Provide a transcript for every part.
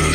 As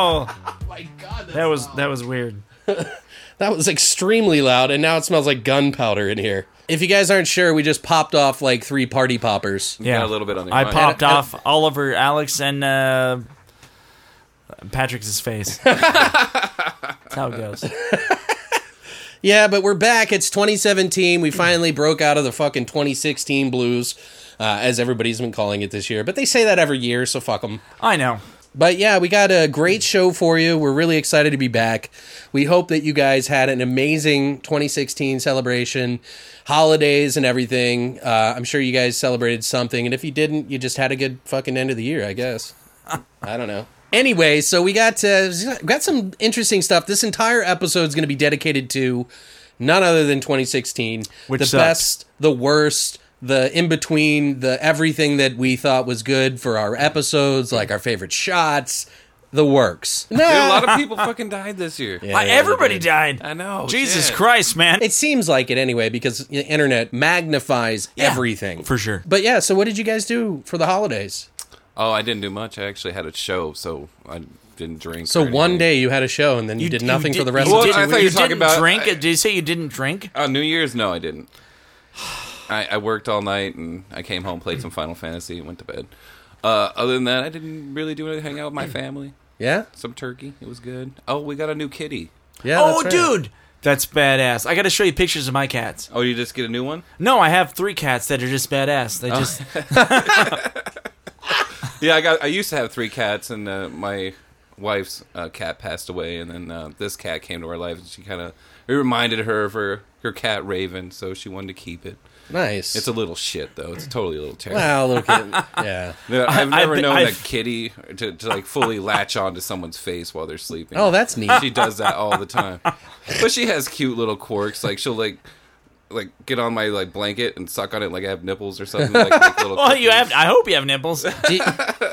Oh! My God, that, That was that was weird. that was extremely loud, and now it smells like gunpowder in here. If you guys aren't sure, we just popped off like three party poppers. Yeah, a little bit on the uh, I mic. popped And- off Oliver, Alex, and uh, Patrick's face. That's how it goes. Yeah, but we're back. It's 2017. We finally broke out of the fucking 2016 blues, uh, as everybody's been calling it this year. But they say that every year, so fuck them. I know. But yeah, we got a great show for you. We're really excited to be back. We hope that you guys had an amazing 2016 celebration, holidays and everything. Uh, I'm sure you guys celebrated something. And if you didn't, you just had a good fucking end of the year, I guess. I don't know. Anyway, so we got uh, we got some interesting stuff. This entire episode is going to be dedicated to none other than 2016, Which the sucked. best, the worst, the in between, the everything that we thought was good for our episodes, like our favorite shots, the works. Dude, No, a lot of people fucking died this year. Yeah, I, yeah, everybody dude. died. I know. Jesus shit. Christ, man. It seems like it anyway because the internet magnifies Yeah, everything for sure. But yeah, so what did you guys do for the holidays? Oh, I didn't do much. I actually had a show, so I didn't drink. So or one anything. day you had a show and then you, did nothing for the rest you of Well, the I didn't- thought you were talking didn't about- drink. Did you say you didn't drink? Oh, New Year's? No, I didn't. I, I worked all night and I came home, played some Final Fantasy, and went to bed. Uh, other than that, I didn't really do anything. Hang out with my family, Yeah? some turkey. It was good. Oh, we got a new kitty. Yeah. Oh, that's right. dude, that's badass. I got to show you pictures of my cats. Oh, you just get a new one? No, I have three cats that are just badass. Oh. They just Yeah, I got. I used to have three cats, and uh, my wife's uh, cat passed away, and then uh, this cat came to our life, and she kind of it reminded her of her her cat Raven, so she wanted to keep it. Nice. It's a little shit though. It's totally a little terrible. Wow, look at yeah. Yeah, I've I- never I've- known I've- a kitty to, to like fully latch onto someone's face while they're sleeping. Oh, that's neat. she does that all the time. But she has cute little quirks. Like she'll like like get on my like blanket and suck on it like I have nipples or something. Like, make little well, you cookies. have. I hope you have nipples. Do you-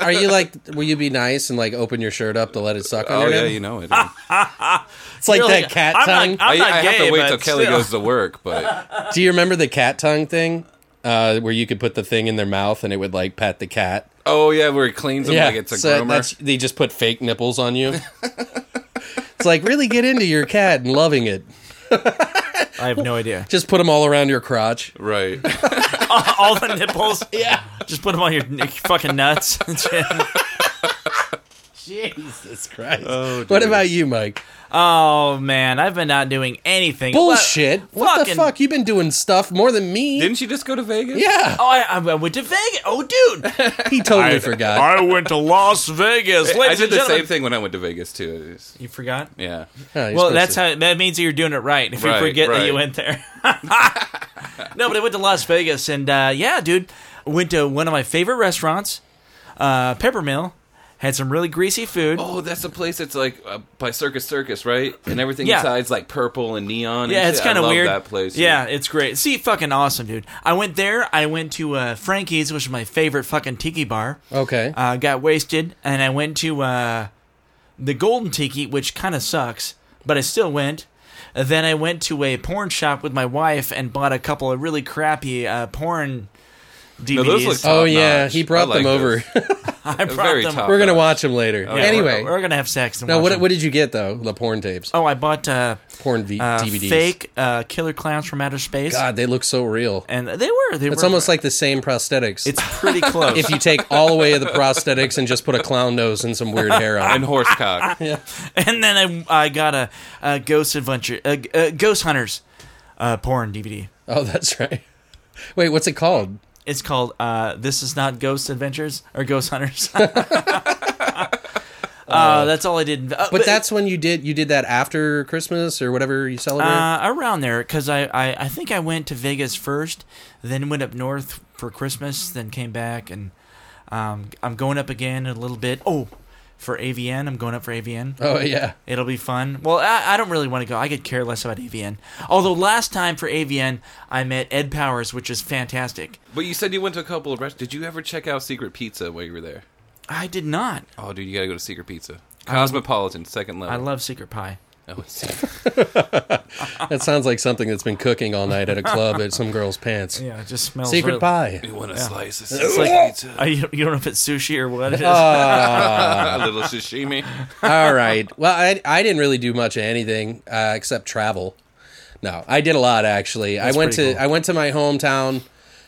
are you like? Will you be nice and like open your shirt up to let it suck on Oh your yeah, nip? you know it. I, It's like You're that like, cat I'm tongue. not- I'm- I have gay, to wait but till Kelly still. goes to work, but Do you remember the cat tongue thing? Uh, where you could put the thing in their mouth and it would like pet the cat. oh yeah, where he cleans them like it's a so groomer. that's they just put fake nipples on you. it's like really get into your cat and loving it. I have no idea. Just put them all around your crotch. Right. all the nipples. Yeah. Just put them on your, your fucking nuts. Jesus Christ. Oh, what about you, Mike? oh man, I've been not doing anything. Bullshit. What the fucking- fuck? You've been doing stuff more than me. Didn't she just go to Vegas? yeah. Oh, I, I went to Vegas. Oh, dude, He totally forgot. I went to Las Vegas. I did the same thing when I went to Vegas too. It's- You forgot? Yeah. Oh, you're Well, supposed that's to- how that means that you're doing it right. If Right, you forget that right. you went there. no, but I went to Las Vegas, and uh, yeah, dude, went to one of my favorite restaurants, uh, Peppermill. Had some really greasy food. Oh, that's the place that's like uh, by Circus Circus, right? And everything Yeah. inside's like purple and neon. Yeah, and it's shit. I kind of love weird. That place. Yeah, it's great. See, fucking awesome, dude. I went there. I went to uh, Frankie's, which is my favorite fucking tiki bar. Okay. Uh, got wasted, and I went to uh, the Golden Tiki, which kind of sucks, but I still went. Then I went to a porn shop with my wife and bought a couple of really crappy uh, porn DVDs. No, those look Oh top yeah, notch. he brought I like them over. those. I brought very them. tough. We're gonna watch them later. Yeah, anyway, we're, we're gonna have sex. And now watch what them. what did you get though? The porn tapes, Oh, I bought uh, porn v- uh, DVDs. fake uh, killer clowns from outer space, God, they look so real. and they were. They It's were. almost like the same prosthetics. it's pretty close. if you take all away the prosthetics and just put a clown nose and some weird hair on. and horsecock. and then I, I got a, a ghost adventure, a, a ghost hunters, uh, porn DVD. Oh, that's right. Wait, what's it called? It's called uh, "This Is Not Ghost Adventures" or "Ghost Hunters." uh, that's all I did. Uh, But that's when you did you did that after Christmas or whatever you celebrate. uh, around there because I, I I think I went to Vegas first, then went up north for Christmas, then came back, and um, I'm going up again in a little bit. Oh, for AVN, I'm going up for AVN. oh yeah. It'll be fun. Well, I, I don't really want to go. I could care less about AVN. Although last time for AVN, I met Ed Powers, which is fantastic. But you said you went to a couple of restaurants. Did you ever check out Secret Pizza while you were there? I did not. Oh, dude, you gotta go to Secret Pizza. Cosmopolitan, second level. I love Secret Pie. Oh, it's- That sounds like something that's been cooking all night at a club at some girl's pants. Yeah, it just smells. Secret really- pie. you want a slice of It's Secret like Pizza? I, you don't know if it's sushi or what it is. a little sashimi. All right. Well, I I didn't really do much of anything uh, except travel. No, I did a lot actually. I went pretty to cool. I went to my hometown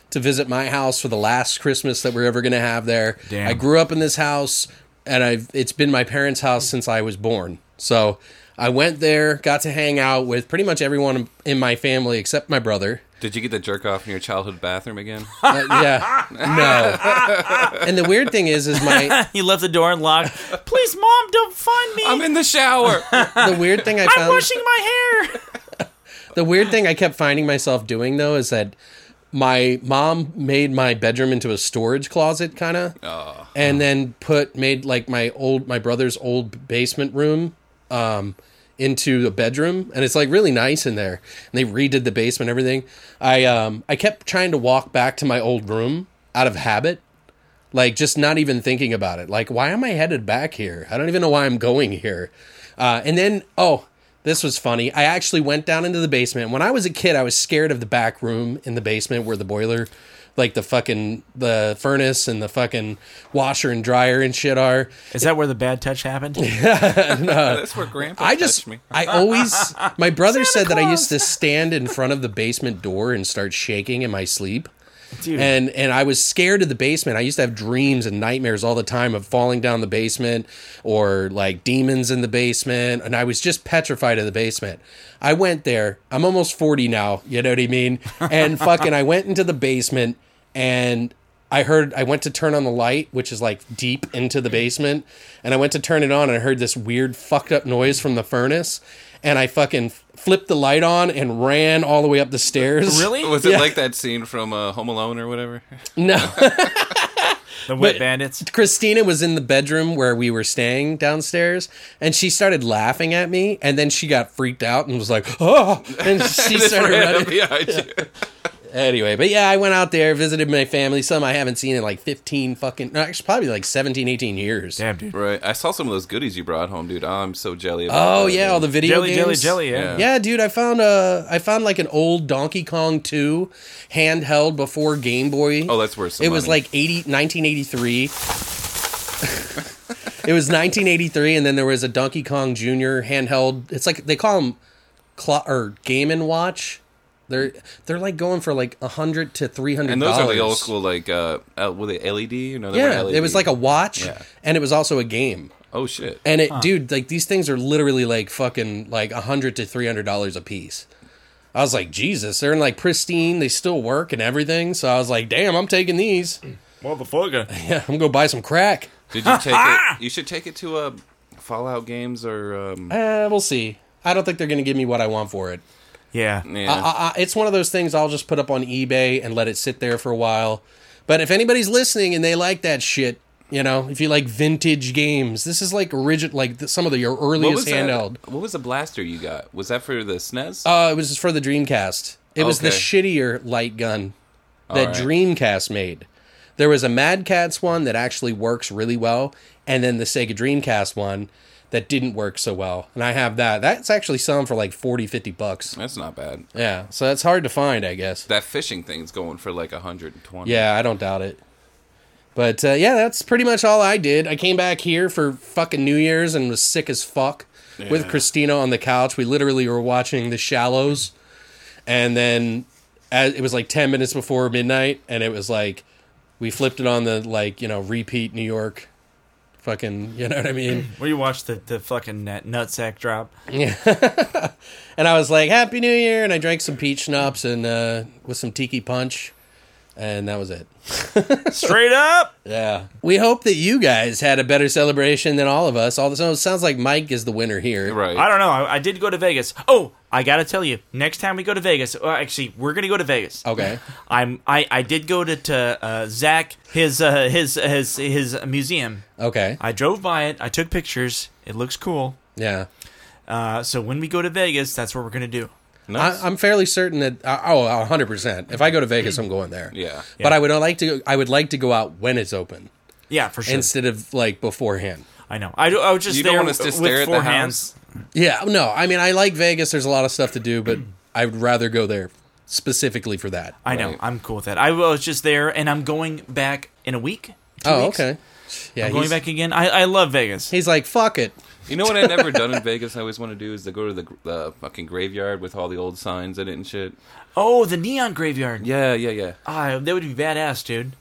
to visit my house for the last Christmas that we're ever going to have there. Damn. I grew up in this house, and I've it's been my parents' house since I was born. So I went there, got to hang out with pretty much everyone in my family except my brother. Did you get the jerk off in your childhood bathroom again? Uh, yeah, no. And the weird thing is, is my He left the door unlocked. Please, mom, don't find me. I'm in the shower. the weird thing I I'm found. washing my hair. The weird thing I kept finding myself doing though is that my mom made my bedroom into a storage closet kind of and then put made like my old my brother's old basement room um into a bedroom and it's like really nice in there and they redid the basement and everything i um i kept trying to walk back to my old room out of habit like just not even thinking about it like why am i headed back here i don't even know why i'm going here uh, and then oh this was funny i actually went down into the basement when i was a kid i was scared of the back room in the basement where the boiler like the fucking the furnace and the fucking washer and dryer and shit are Is that where the bad touch happened? That's where Grandpa I just, touched me. I always, my brother said that I Claus. used to stand in front of the basement door and start shaking in my sleep. Dude. And and I was scared of the basement. I used to have dreams and nightmares all the time of falling down the basement or like demons in the basement. And I was just petrified of the basement. I went there. I'm almost 40 now. You know what I mean? And fucking, I went into the basement and I heard I went to turn on the light, which is like deep into the basement, and I went to turn it on and I heard this weird fucked up noise from the furnace, and I fucking flipped the light on and ran all the way up the stairs. really? Was it Yeah. like that scene from uh, Home Alone or whatever? No. the wet bandits? Christina was in the bedroom where we were staying downstairs, and she started laughing at me, and then she got freaked out and was like, "Oh!" And she started Right running. up behind you. Anyway, but yeah, I went out there, visited my family, some I haven't seen in like 15 fucking, no, actually probably like 17, 18 years. Damn, dude. Right. I saw some of those goodies you brought home, dude. Oh, I'm so jelly. About Oh that, yeah, all dude. the video Jelly, jelly, games. jelly. Yeah. Yeah. Yeah, dude, I found a I found like an old Donkey Kong 2 handheld before Game Boy. Oh, that's worth some It was money. like 80 1983. it was 1983 and then there was a Donkey Kong Jr. handheld. It's like they call them clo- or Game and Watch. They're they're like going for like 100 to 300 And those are the old school, like, uh, uh, were they LED? You know, they Yeah, were LED. it was like a watch Yeah. and it was also a game. Oh shit. And it, dude, like these things are literally like fucking like a hundred to three hundred dollars a piece. I was like, Jesus, they're in like pristine. They still work and everything. So I was like, damn, I'm taking these. Motherfucker. Yeah, I'm gonna buy some crack. Did you take it? You should take it to uh, Fallout games or. Um, Eh, we'll see. I don't think they're gonna give me what I want for it. Yeah. yeah. I, I, it's one of those things I'll just put up on eBay and let it sit there for a while. But if anybody's listening and they like that shit, you know, if you like vintage games, this is like origin, like the, some of the, your earliest handheld. That? What was the blaster you got? Was that for the E SNES? Uh, it was for the Dreamcast. It was the Okay. shittier light gun that right. Dreamcast made. There was a Mad Cats one that actually works really well, and then the Sega Dreamcast one that didn't work so well. And I have that. That's actually selling for like 40, 50 bucks. That's not bad. Yeah. So that's hard to find, I guess. That fishing thing's going for like 120. Yeah, I don't doubt it. But uh, yeah, that's pretty much all I did. I came back here for fucking New Year's and was sick as fuck with Christina on the couch. We literally were watching The Shallows, and then as, it was like ten minutes before midnight, and it was like we flipped it on the like you know repeat New York, fucking you know what I mean. Where you watch the, the fucking nut, nutsack drop. And I was like, Happy New Year. And I drank some peach schnapps and uh, with some tiki punch. And that was it. Straight up! Yeah. We hope that you guys had a better celebration than all of us. All this, it sounds like Mike is the winner here. Right. I don't know. I, I did go to Vegas. Oh, I gotta tell you, next time we go to Vegas, well, actually, we're gonna go to Vegas. Okay. I'm. I, I did go to, to uh, Zach his uh, his his his museum. Okay. I drove by it. I took pictures. It looks cool. Yeah. Uh, so when we go to Vegas, that's what we're gonna do. Nice. I, I'm fairly certain that uh, oh, 100%. If I go to Vegas, I'm going there. yeah. But I would like to I would like to go out when it's open Yeah, for sure. instead of like beforehand. I know. I, do- I was just You there don't want us to with stare at four the hands. house. Yeah, no. I mean, I like Vegas. There's a lot of stuff to do, but I would rather go there specifically for that. I know. Right. I'm cool with that. I was just there, and I'm going back in a week. two Oh, weeks. okay. Yeah, I'm going he's- back again. I, I love Vegas. He's like, fuck it. You know what I've never done in Vegas? I always want to do is to go to the the fucking graveyard with all the old signs in it and shit. Oh, the neon graveyard. Yeah, yeah, yeah. Ah, that would be badass, dude.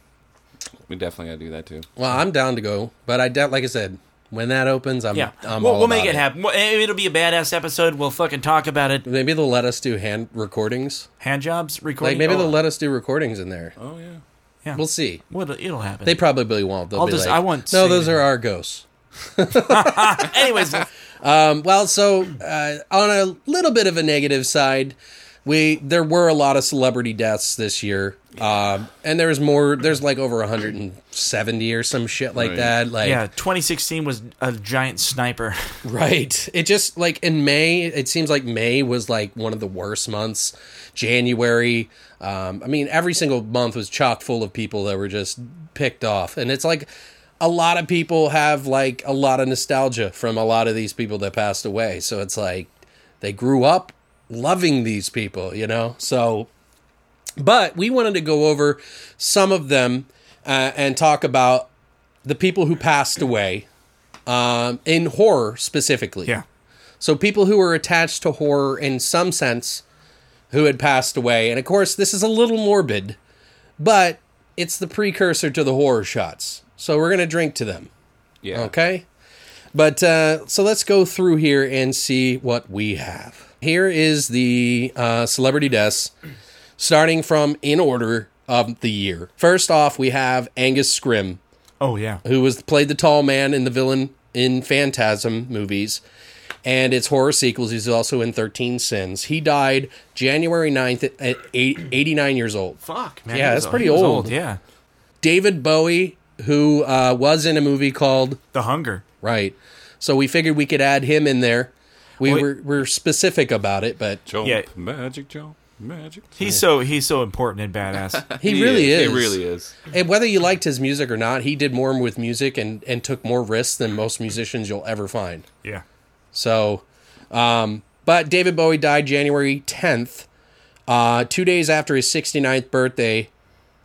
We definitely gotta do that too. Well, I'm down to go, but I doubt, like I said, when that opens, I'm, Yeah, I'm we'll, all we'll make about it happen. Well, eh, It'll be a badass episode. We'll fucking talk about it. Maybe they'll let us do hand recordings. Hand jobs, Like recording. maybe oh, they'll let us do recordings in there. Oh yeah. We'll see. Well, it'll happen. They probably won't. They'll I'll be just- like, I want No, to- those are our ghosts. Anyways, Um, well, so uh, on a little bit of a negative side, we there were a lot of celebrity deaths this year, um, and there's more. There's like over 170 or some shit like Right. that. Like, yeah, 2016 was a giant sniper. Right. It just like in May, it seems like May was like one of the worst months. January, um, I mean, every single month was chock full of people that were just picked off. And it's like a lot of people have like a lot of nostalgia from a lot of these people that passed away. So it's like they grew up loving these people, you know? So but we wanted to go over some of them uh, and talk about the people who passed away um, in horror specifically. So people who were attached to horror in some sense who had passed away. And of course, this is a little morbid, but it's the precursor to the horror shots. So we're going to drink to them. Yeah. Oh, Okay. But uh, so let's go through here and see what we have. Here is the uh, celebrity deaths, starting from in order of the year. First off, we have Angus Scrimm, Oh yeah. who was played the tall man and the villain in Phantasm movies and its horror sequels. He's also in Thirteen Sins. He died January 9th at eight, 89 years old. Fuck man. Yeah, he that's was- pretty he was old. Yeah. David Bowie, who uh, was in a movie called The hunger. Right. So we figured we could add him in there. We Well, were, were specific about it, but Jump, Yeah. magic jump, magic. He's so he's so important and badass. he, really is. He really is. And whether you liked his music or not, he did more with music and, and took more risks than most musicians you'll ever find. yeah. So, um, but David Bowie died January 10th, uh, two days after his 69th birthday,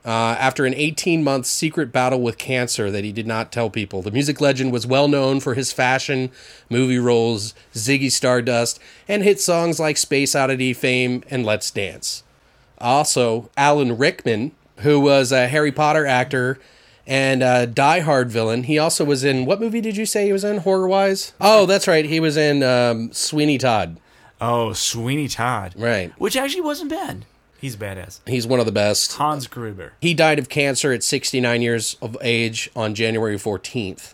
uh, after an 18 month secret battle with cancer that he did not tell people. The music legend was well known for his fashion, movie roles, Ziggy Stardust, and hit songs like Space Oddity fame and Let's Dance. Also, Alan Rickman, who was a Harry Potter actor and a Die Hard villain. He also was in what movie did you say he was in horror wise? Oh, that's right. He was in um, Sweeney Todd. Oh, Sweeney Todd. Right. Which actually wasn't bad. He's badass. He's one of the best. Hans Gruber. He died of cancer at 69 years of age on January 14th.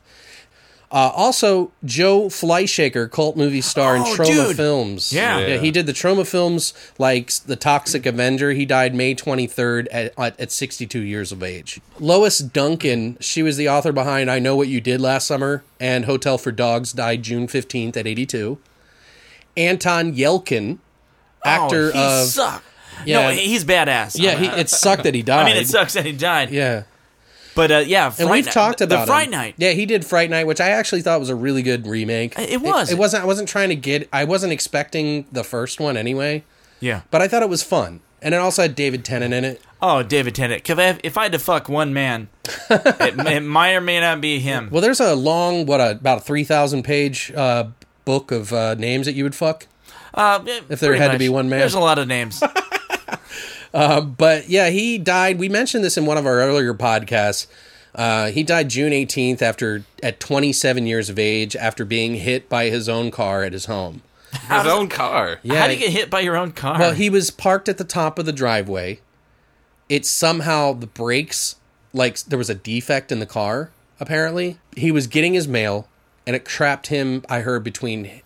Uh, also, Joe Fleischaker, cult movie star in Oh, Troma dude. Films. Yeah. Yeah. He did the Troma Films, like The Toxic Avenger. He died May 23rd at, at, at 62 years of age. Lois Duncan, she was the author behind I Know What You Did Last Summer and Hotel for Dogs, died June 15th at 82. Anton Yelkin, actor oh, he of. suck. Yeah. no, he's badass. Yeah, he, it sucked that he died. I mean, it sucks that he died. Yeah. But uh, yeah, Fright And we've Night- talked about the Fright him. Night. Yeah, he did Fright Night, which I actually thought was a really good remake. It- it was. It, wasn't. I wasn't trying to get. I wasn't expecting the first one anyway, Yeah. but I thought it was fun. And it also had David Tennant in it. Oh, David Tennant. 'Cause If, if I had to fuck one man, it, it might or may not be him. Well, there's a long, what, a, about a 3,000 page uh, book of uh, names that you would fuck. Uh, if there had to be one man. there's a lot of names. But yeah, he died. We mentioned this in one of our earlier podcasts. Uh, he died June 18th after at 27 years of age after being hit by his own car at his home. His own car. Yeah, How do you get hit by your own car? Well, Uh, he was parked at the top of the driveway. It somehow the brakes like there was a defect in the car. Apparently, he was getting his mail, and it trapped him. I heard between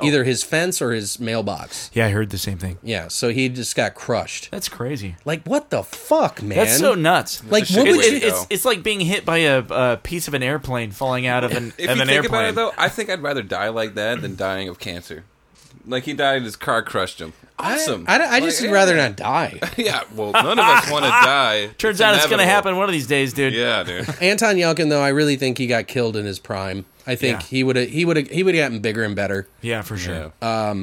Oh. either his fence or his mailbox. yeah, I heard the same thing. Yeah, so he just got crushed. That's crazy. Like what the fuck, man? That's so nuts. Like a what shitty would way you? to go. It's, it's like being hit by a, a piece of an airplane falling out of an, If of you an think airplane. about it, though, I think I'd rather die like that than dying of cancer. Like he died, his car crushed him. Awesome. I, I, I just Like, would rather yeah. not die. Yeah, well, none of us want to die. Turns out it's going to inevitable. happen one of these days, dude. Yeah, dude. Anton Yelkin, though, I really think he got killed in his prime. I think Yeah. he would have he would have he would have gotten bigger and better. Yeah, for sure. Yeah.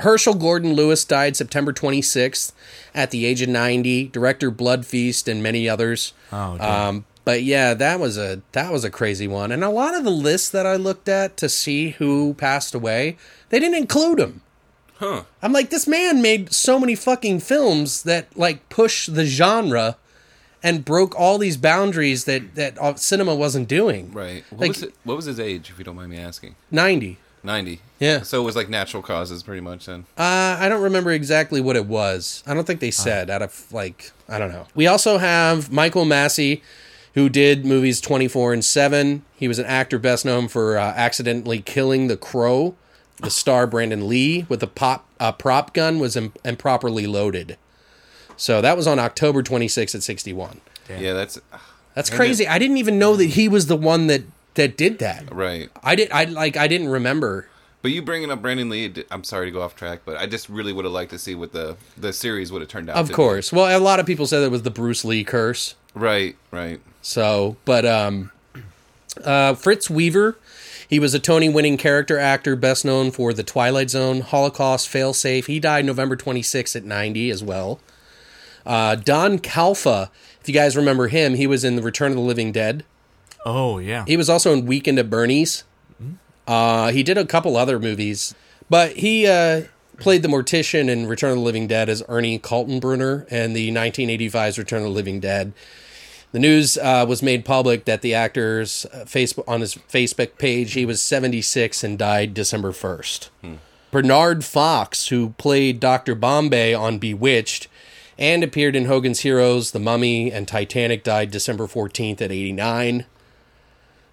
Herschel Gordon Lewis died September 26th at the age of 90. Director Blood Feast and many others. Uh-huh. Oh, damn. Um, but yeah, that was a that was a crazy one. And a lot of the lists that I looked at to see who passed away, they didn't include him. Huh. I'm like, this man made so many fucking films that like push the genre and broke all these boundaries that that uh, cinema wasn't doing. Right. What, Like- was it, what was his age, if you don't mind me asking? 90. 90. Yeah. So it was like natural causes, pretty much, then. Uh, I don't remember exactly what it was. I don't think they said out of like I don't know. We also have Michael Massey, who did movies Twenty Four and Seven. He was an actor best known for uh, accidentally killing the crow. The star Brandon Lee with a pop uh, prop gun was Im- improperly loaded. So that was on October 26th at 61. Yeah, that's That's crazy. I didn't even know that he was the one that that did that. right. I did. I like. I didn't remember. But you bringing up Brandon Lee, d- I'm sorry to go off track, but I just really would have liked to see what the, the series would have turned out Of to be. course. Well, a lot of people said it was the Bruce Lee curse. Right, right. So, but um, uh, Fritz Weaver, he was a Tony winning character actor, best known for The Twilight Zone, Holocaust, Failsafe. He died November 26th at 90 as well. Uh, Don Calfa, if you guys remember him, he was in The Return of the Living Dead. Oh, yeah. He was also in Weekend at Bernie's. Uh, he did a couple other movies, but he uh, played the mortician in Return of the Living Dead as Ernie Kaltenbrunner and the 1985's Return of the Living Dead. The news uh, was made public that the actor's uh, Facebook on his Facebook page he was 76 and died December 1st. Bernard Fox, who played Dr. Bombay on Bewitched and appeared in Hogan's Heroes, The Mummy, and Titanic, died December 14th at 89.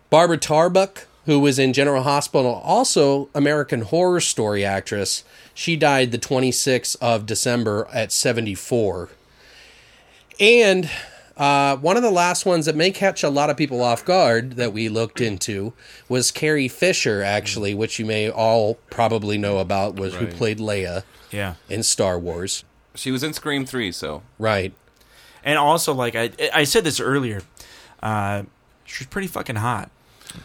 Barbara Tarbuck, who was in General Hospital, also American Horror Story actress. She died the 26th of December at 74. And uh, one of the last ones that may catch a lot of people off guard that we looked into was Carrie Fisher, actually, which you may all probably know about, was who Right. played Leia yeah. in Star Wars. She was in Scream 3, so. Right. And also, like, I, I said this earlier, uh, she's pretty fucking hot.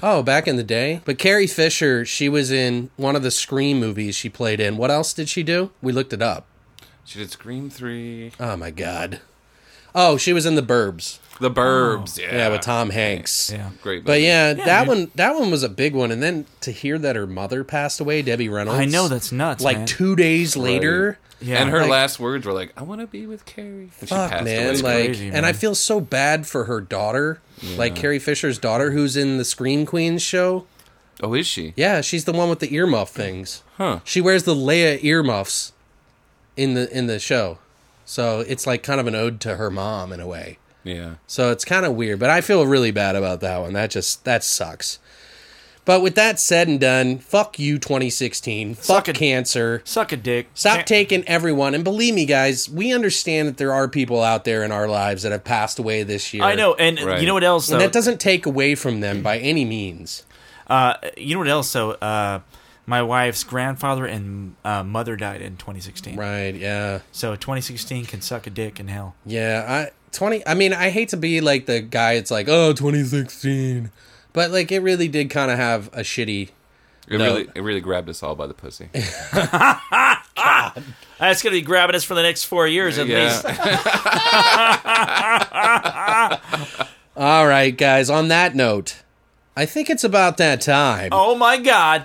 Oh, back in the day. But Carrie Fisher, she was in one of the Scream movies she played in. What else did she do? We looked it up. She did Scream 3. Oh my god. Oh, she was in the Burbs. The Oh. Burbs, yeah. Yeah, with Tom Hanks. Yeah. Great But movie. yeah, that dude. one that one was a big one. And then to hear that her mother passed away, Debbie Reynolds. I know, that's nuts. like man. two days later. Yeah. and her Like- last words were like, I want to be with Carrie. And she Fuck passed man, away. like, crazy, and I man. feel so bad for her daughter, like Carrie Fisher's daughter, who's in the Scream Queens show. oh, is she? Yeah, she's the one with the earmuff things. Huh. She wears the Leia earmuffs in the in the show, so it's like kind of an ode to her mom in a way. Yeah. So it's kind of weird, but I feel really bad about that one. That just that sucks. But with that said and done, fuck you 2016. Suck fuck it. cancer. Suck a dick. Stop Can't- taking everyone. And believe me guys, we understand that there are people out there in our lives that have passed away this year. I know, and Right. you know what else? Though? And that doesn't take away from them by any means. Uh, you know what else? Though, uh, my wife's grandfather and uh, mother died in 2016. Right, yeah. So 2016 can suck a dick in hell. Yeah, I 20 I mean, I hate to be like the guy it's like, "Oh, 2016." But like it really did kind of have a shitty It No. really it really grabbed us all by the pussy. ah, that's gonna be grabbing us for the next four years at least. Yeah. All right, guys. On that note, I think it's about that time. Oh my God.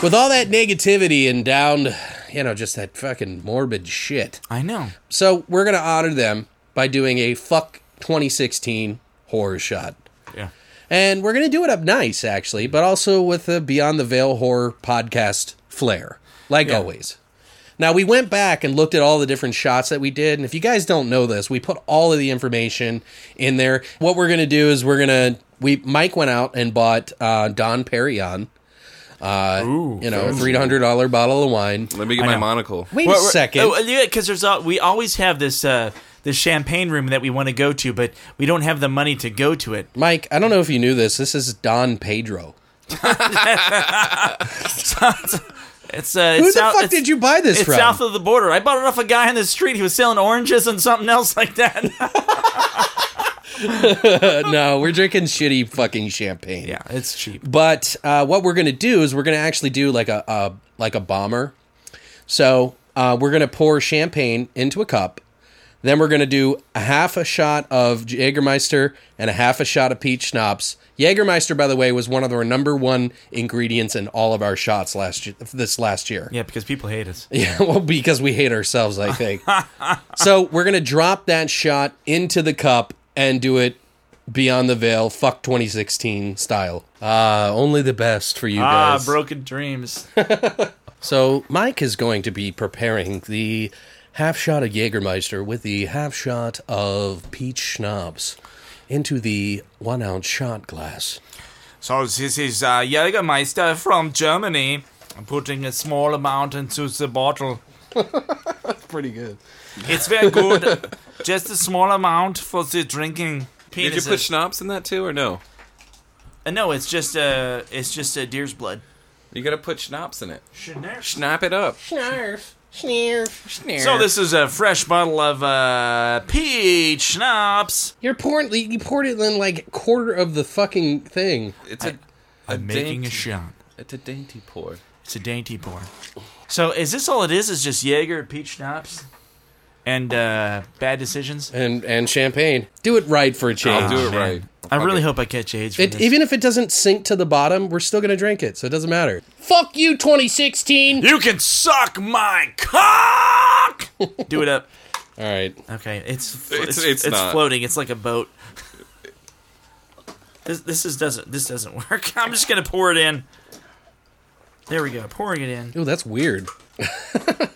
With all that negativity and down, you know, just that fucking morbid shit. I know. So we're gonna honor them by doing a fuck 2016 horror shot. Yeah. And we're going to do it up nice, actually, but also with a Beyond the Veil horror podcast flair, like always. Now, we went back and looked at all the different shots that we did. And if you guys don't know this, we put all of the information in there. What we're going to do is we're going to. We Mike went out and bought uh, Don Perignon, uh, you know, three hundred dollar bottle of wine. Let me get I my know. monocle. Wait a second, oh, because there's all, we always have this uh, this champagne room that we want to go to, but we don't have the money to go to it. Mike. I don't know if you knew this. This is Don Pedro. It's uh, Who it's the out- fuck it's- did you buy this It's from? south of the border. I bought it off a guy on the street. He was selling oranges and something else like that. Uh, no, we're drinking shitty fucking champagne. yeah, it's cheap. But uh, what we're going to do is we're going to actually do like a, a like a bomber. So uh, we're going to pour champagne into a cup. Then we're going to do a half a shot of Jägermeister and a half a shot of peach schnapps. Jägermeister, by the way, was one of our number one ingredients in all of our shots last y- this last year. Yeah, because people hate us. Yeah, well, because we hate ourselves, I think. so we're gonna drop that shot into the cup and do it beyond the veil, fuck 2016 style. Uh, only the best for you Ah, guys. broken dreams. So Mike is going to be preparing the half shot of Jägermeister with the half shot of peach schnapps into the one ounce shot glass. So this is uh, Jägermeister from Germany. I'm putting a small amount into the bottle. Pretty good. It's very good. Just a small amount for the drinking. Did you Penises. put schnapps in that too, or no? Uh, no, it's just uh, it's just uh, deer's blood. You gotta put schnapps in it. So Snap it up. this is a fresh bottle of uh, peach schnapps. You're pouring, you poured it in like quarter of the fucking thing. It's a a I'm making a dainty- shot. It's a dainty pour. It's a dainty pour. So is this all it is? Is just Jaeger, peach schnapps, and uh, bad decisions? Oh, and and champagne. Do it right for a change. I'll do it Man, right. I Fuck really it. hope I catch AIDS. From It, this. even if it doesn't sink to the bottom, we're still gonna drink it, so it doesn't matter. Fuck you, 2016. you can suck my cock. Do it up. All right, Okay, it's flo- It's- it's it's it's, not. floating. It's like a boat. This this is doesn't this doesn't work. I'm just gonna pour it in. There we go. Pouring it in. oh that's weird. You're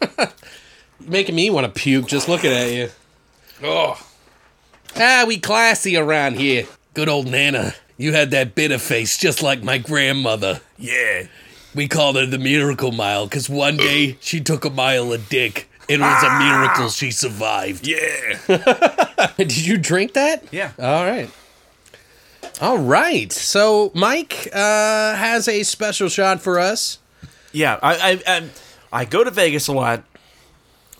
Making me want to puke just looking at you. Oh, Ah, we classy around here. Good old Nana. You had that bitter face just like my grandmother. Yeah. We called her the Miracle Mile because one day she took a mile of dick. It was a miracle she survived. Yeah. Did you drink that? Yeah. All right. All right. So Mike uh, has a special shot for us. Yeah, I I, I I go to Vegas a lot.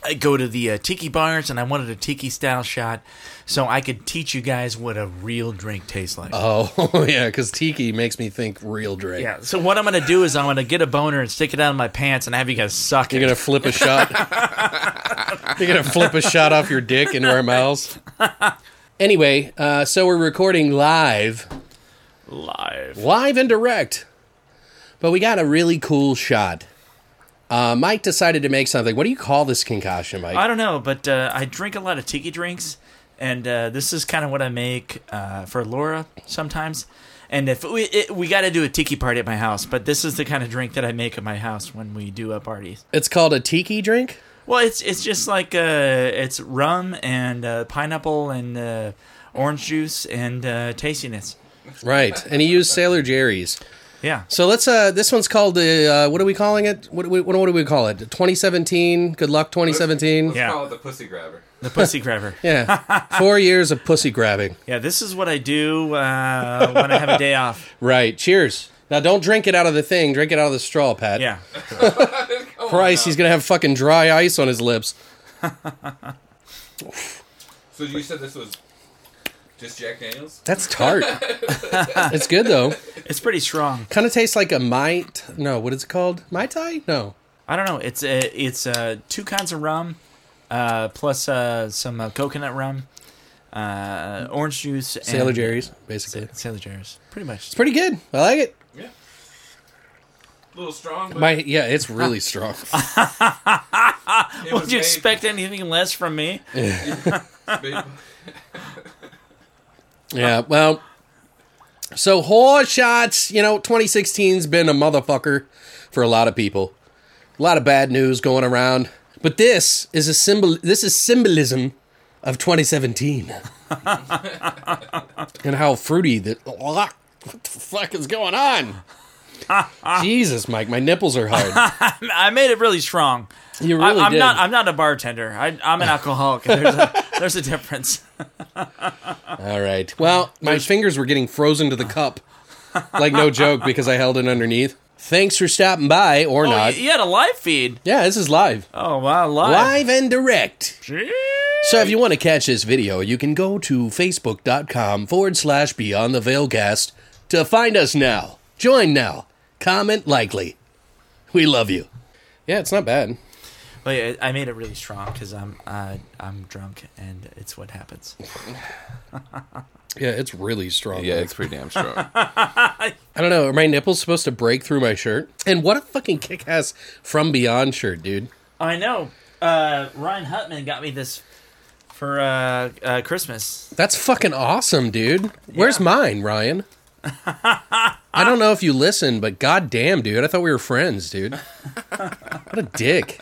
I go to the uh, tiki bars, and I wanted a tiki style shot, so I could teach you guys what a real drink tastes like. Oh yeah, because tiki makes me think real Drake. yeah. So what I'm gonna do is I'm gonna get a boner and stick it out of my pants, and have you guys suck it. You're gonna flip a shot. You're gonna flip a shot off your dick into our mouths. Anyway, uh, so we're recording live, live. live and direct, but we got a really cool shot. Uh, Mike decided to make something. What do you call this concoction, Mike? I don't know, but uh, I drink a lot of tiki drinks, and uh, this is kind of what I make uh, for Laura sometimes. And if we it, we got to do a tiki party at my house, but this is the kind of drink that I make at my house when we do a party. it's called a tiki drink. Well, it's it's just like uh, it's rum and uh, pineapple and uh, orange juice and uh, tastiness. Right, and he used Sailor Jerry's. Yeah, So let's. Uh, this one's called the. Uh, what are we calling it? What, do we- what, what do we call it? 2017. Good luck, 2017. Yeah. Call it the pussy grabber. the pussy grabber. Yeah. Four years of pussy grabbing. Yeah, this is what I do uh, when I have a day off. Right. Cheers. Now don't drink it out of the thing. Drink it out of the straw, Pat. Yeah, Christ, he's gonna have fucking dry ice on his lips. So you said this was just Jack Daniels? That's tart. it's good though. It's pretty strong. Kind of tastes like a mai. No, what is it called? Mai tai? No. I don't know. It's uh, it's uh, two kinds of rum, uh, plus uh, some uh, coconut rum, uh, orange juice, and Sailor Jerry's, basically. It's Sailor Jerry's, pretty much. pretty good. I like it. Yeah. A little strong, but My yeah, it's really strong. it was Would you made- expect anything less from me? made- Yeah, well, so whore shots. You know, 2016's been a motherfucker for a lot of people. A lot of bad news going around, but this is a symbol. This is symbolism of 2017 and how fruity that. oh, ah, What the fuck is going on? Jesus, Mike, my nipples are hard. I made it really strong. You really I, I'm did. not. I'm not a bartender. I, I'm an alcoholic. There's a, there's a difference. All right. Well, my fingers were getting frozen to the cup, like no joke, because I held it underneath. Thanks for stopping by, or Oh, not. you, you had a live feed. Yeah, this is live. Oh wow, live. Live and direct. So if you want to catch this video, you can go to facebook.com forward slash beyond the veilcast to find us now. Join now. Comment likely. We love you. Yeah, it's not bad. But yeah, I made it really strong because I'm uh, I'm drunk and it's what happens. Yeah, it's really strong. yeah, it's pretty damn strong. I don't know. Are my nipples supposed to break through my shirt? And what a fucking kick ass from beyond shirt, dude. I know. Uh, Ryan Hutman got me this for uh, uh, Christmas. That's fucking awesome, dude. Where's mine, Ryan? I don't know if you listen, but goddamn, dude, I thought we were friends, dude. what a dick.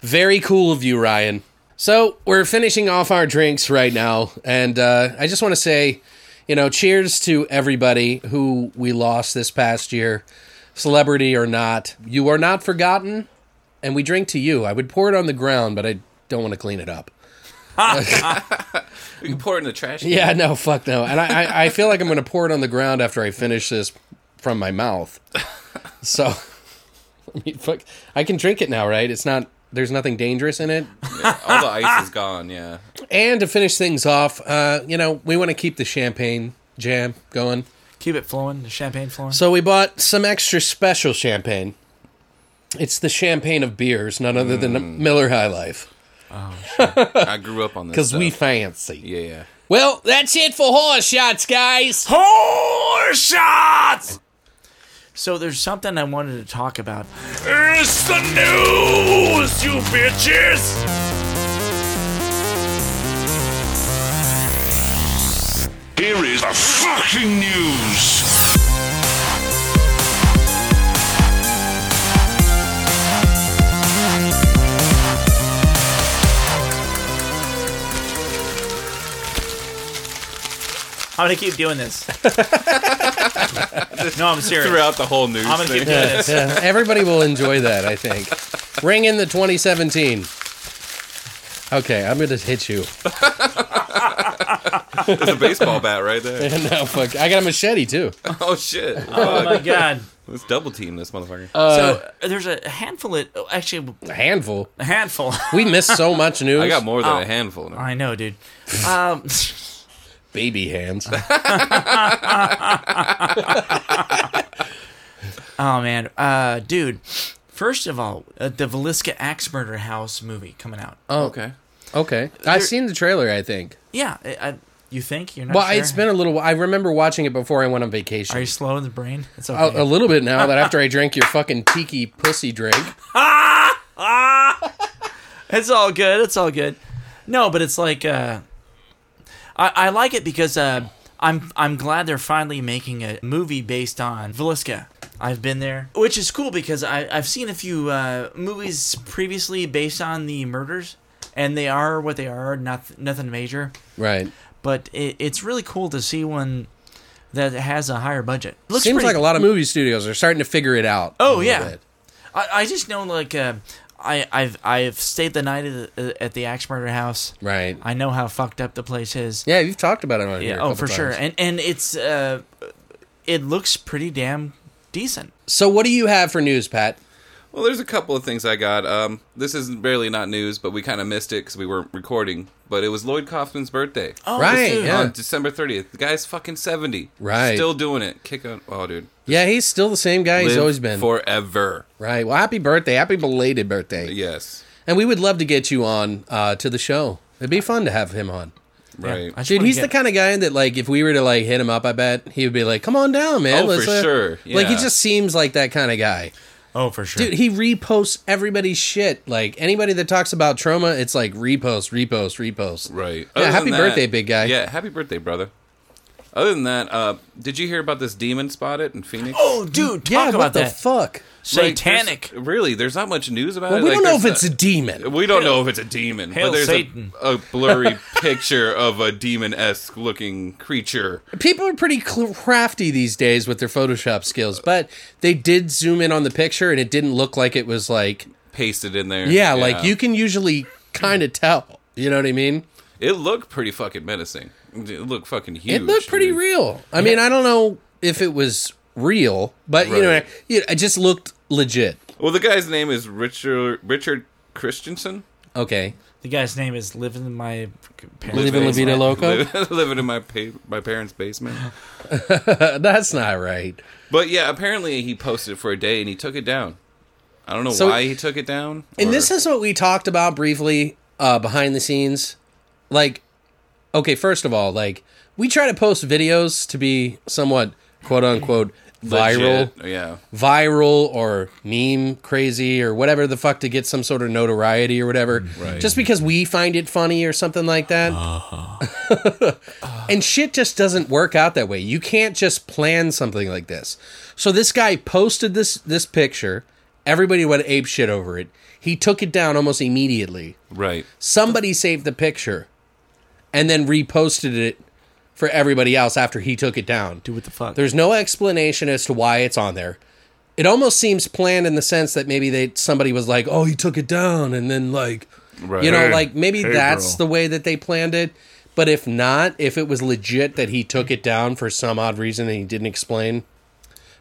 Very cool of you, Ryan. So we're finishing off our drinks right now, and uh, I just want to say, you know, cheers to everybody who we lost this past year, celebrity or not. You are not forgotten, and we drink to you. I would pour it on the ground, but I don't want to clean it up. You can pour it in the trash. can. Yeah, no, fuck no. And I, I, I feel like I'm going to pour it on the ground after I finish this from my mouth. So, I mean, fuck. I can drink it now, right? It's not, there's nothing dangerous in it. All the ice is gone, yeah. And to finish things off, uh, you know, we want to keep the champagne jam going. Keep it flowing. The champagne flowing. So we bought some extra special champagne. It's the champagne of beers, none other than Miller High Life. I grew up on this. Because we stuff. fancy. Yeah, yeah. Well, that's it for horse shots, guys. Whore shots. So there's something I wanted to talk about. It's the news, you bitches. Here is the fucking news. I'm gonna keep doing this. no, I'm serious. Throughout the whole news I'm gonna thing. keep doing this. yeah, Uh, everybody will enjoy that, I think. Ring in the 2017. Okay, I'm gonna hit you. There's a baseball bat right there. no, uh, fuck. I got a machete too. Oh, shit. Oh Uh, my god. Let's double team this motherfucker. So uh, there's a handful of oh, actually A handful. a handful. We missed so much news. I got more than a handful. Now. I know, dude. Um, baby hands. oh man, uh, dude. First of all, uh, the Velisca Axe Murder House movie coming out. Uh, Okay. Okay, I've seen the trailer. I think. yeah, I, I, you think you're not? Well, sure? it's been a little. wh- I remember watching it before I went on vacation. Are you slow in the brain? It's okay. a, a little bit now that after I drank your fucking tiki pussy drink. It's all good. It's all good. No, but it's like uh, I, I like it because uh, I'm I'm glad they're finally making a movie based on Velisca. I've been there, which is cool because I I've seen a few uh, movies previously based on the murders, and they are what they are. Not nothing major, Right. but it, it's really cool to see one that has a higher budget. Looks Seems pretty- like a lot of movie studios are starting to figure it out. a Oh, little yeah. bit. I, I just know like uh, I I've I've stayed the night at the, at the axe murder house. Right. I know how fucked up the place is. yeah, you've talked about it on here. Yeah, a oh, couple for sure. times. And and it's uh, it looks pretty damn decent. So, what do you have for news, Pat? Well, there's a couple of things I got. Um, this is barely not news, but we kind of missed it because we weren't recording. But it was Lloyd Kaufman's birthday Oh, Right, dude. yeah. on December 30th. The guy's fucking 70. Right. Still doing it. Kick on. Oh, dude. Yeah, he's still the same guy he's Live always been. Forever. right. Well, happy birthday. Happy belated birthday. Yes. And we would love to get you on uh, to the show. It'd be fun to have him on. Yeah, Right. I just Dude, wanna he's get- the kind of guy that like if we were to like hit him up, I bet he would be like, "Come on down, man." Oh, for uh," sure. Like he Yeah. just seems like that kind of guy. Oh, for sure. Dude, he reposts everybody's shit. Like anybody that talks about trauma, it's like repost, repost, repost. Right. Yeah, Other happy than that- birthday, big guy. Yeah, happy birthday, brother. Other than that, uh, did you hear about this demon spotted in Phoenix? oh, dude, talk Yeah, what about the that. fuck? Like, there's- Satanic. really, there's not much news about Well, it. we Like, don't know if there's it's a demon. We don't know if it's a demon, Hail but there's Satan. A, a blurry picture of a demon-esque looking creature. People are pretty cl- crafty these days with their Photoshop skills, but they did zoom in on the picture and it didn't look like it was like pasted in there. yeah, like you can usually kind of tell. You know what I mean? It looked pretty fucking menacing. It looked fucking huge. It looked pretty dude. real. I mean, I don't know if it was real, but you know, Right. it it just looked legit. Well, the guy's name is Richard Richard Christensen. Okay, The guy's name is Living in My Parents. Living La Basement. Vida Loca. Liv- living in my pa- my parents' basement. That's not right. But yeah, apparently he posted it for a day and he took it down. I don't know So- why he took it down. And or- this is what we talked about briefly uh, behind the scenes. Like, okay, first of all, like we try to post videos to be somewhat quote unquote legit. viral, Yeah, viral or meme crazy or whatever the fuck to get some sort of notoriety or whatever, Right. just because we find it funny or something like that. and shit just doesn't work out that way. You can't just plan something like this. So this guy posted this this picture. Everybody went ape shit over it. He took it down almost immediately. right. Somebody saved the picture and then reposted it for everybody else after he took it down. Dude, what the fuck? There's no explanation as to why it's on there. It almost seems planned in the sense that maybe they somebody was like, "Oh, he took it down," and then like, Right. you know, Hey, like maybe hey, that's bro. the way that they planned it. But if not, if it was legit that he took it down for some odd reason and he didn't explain,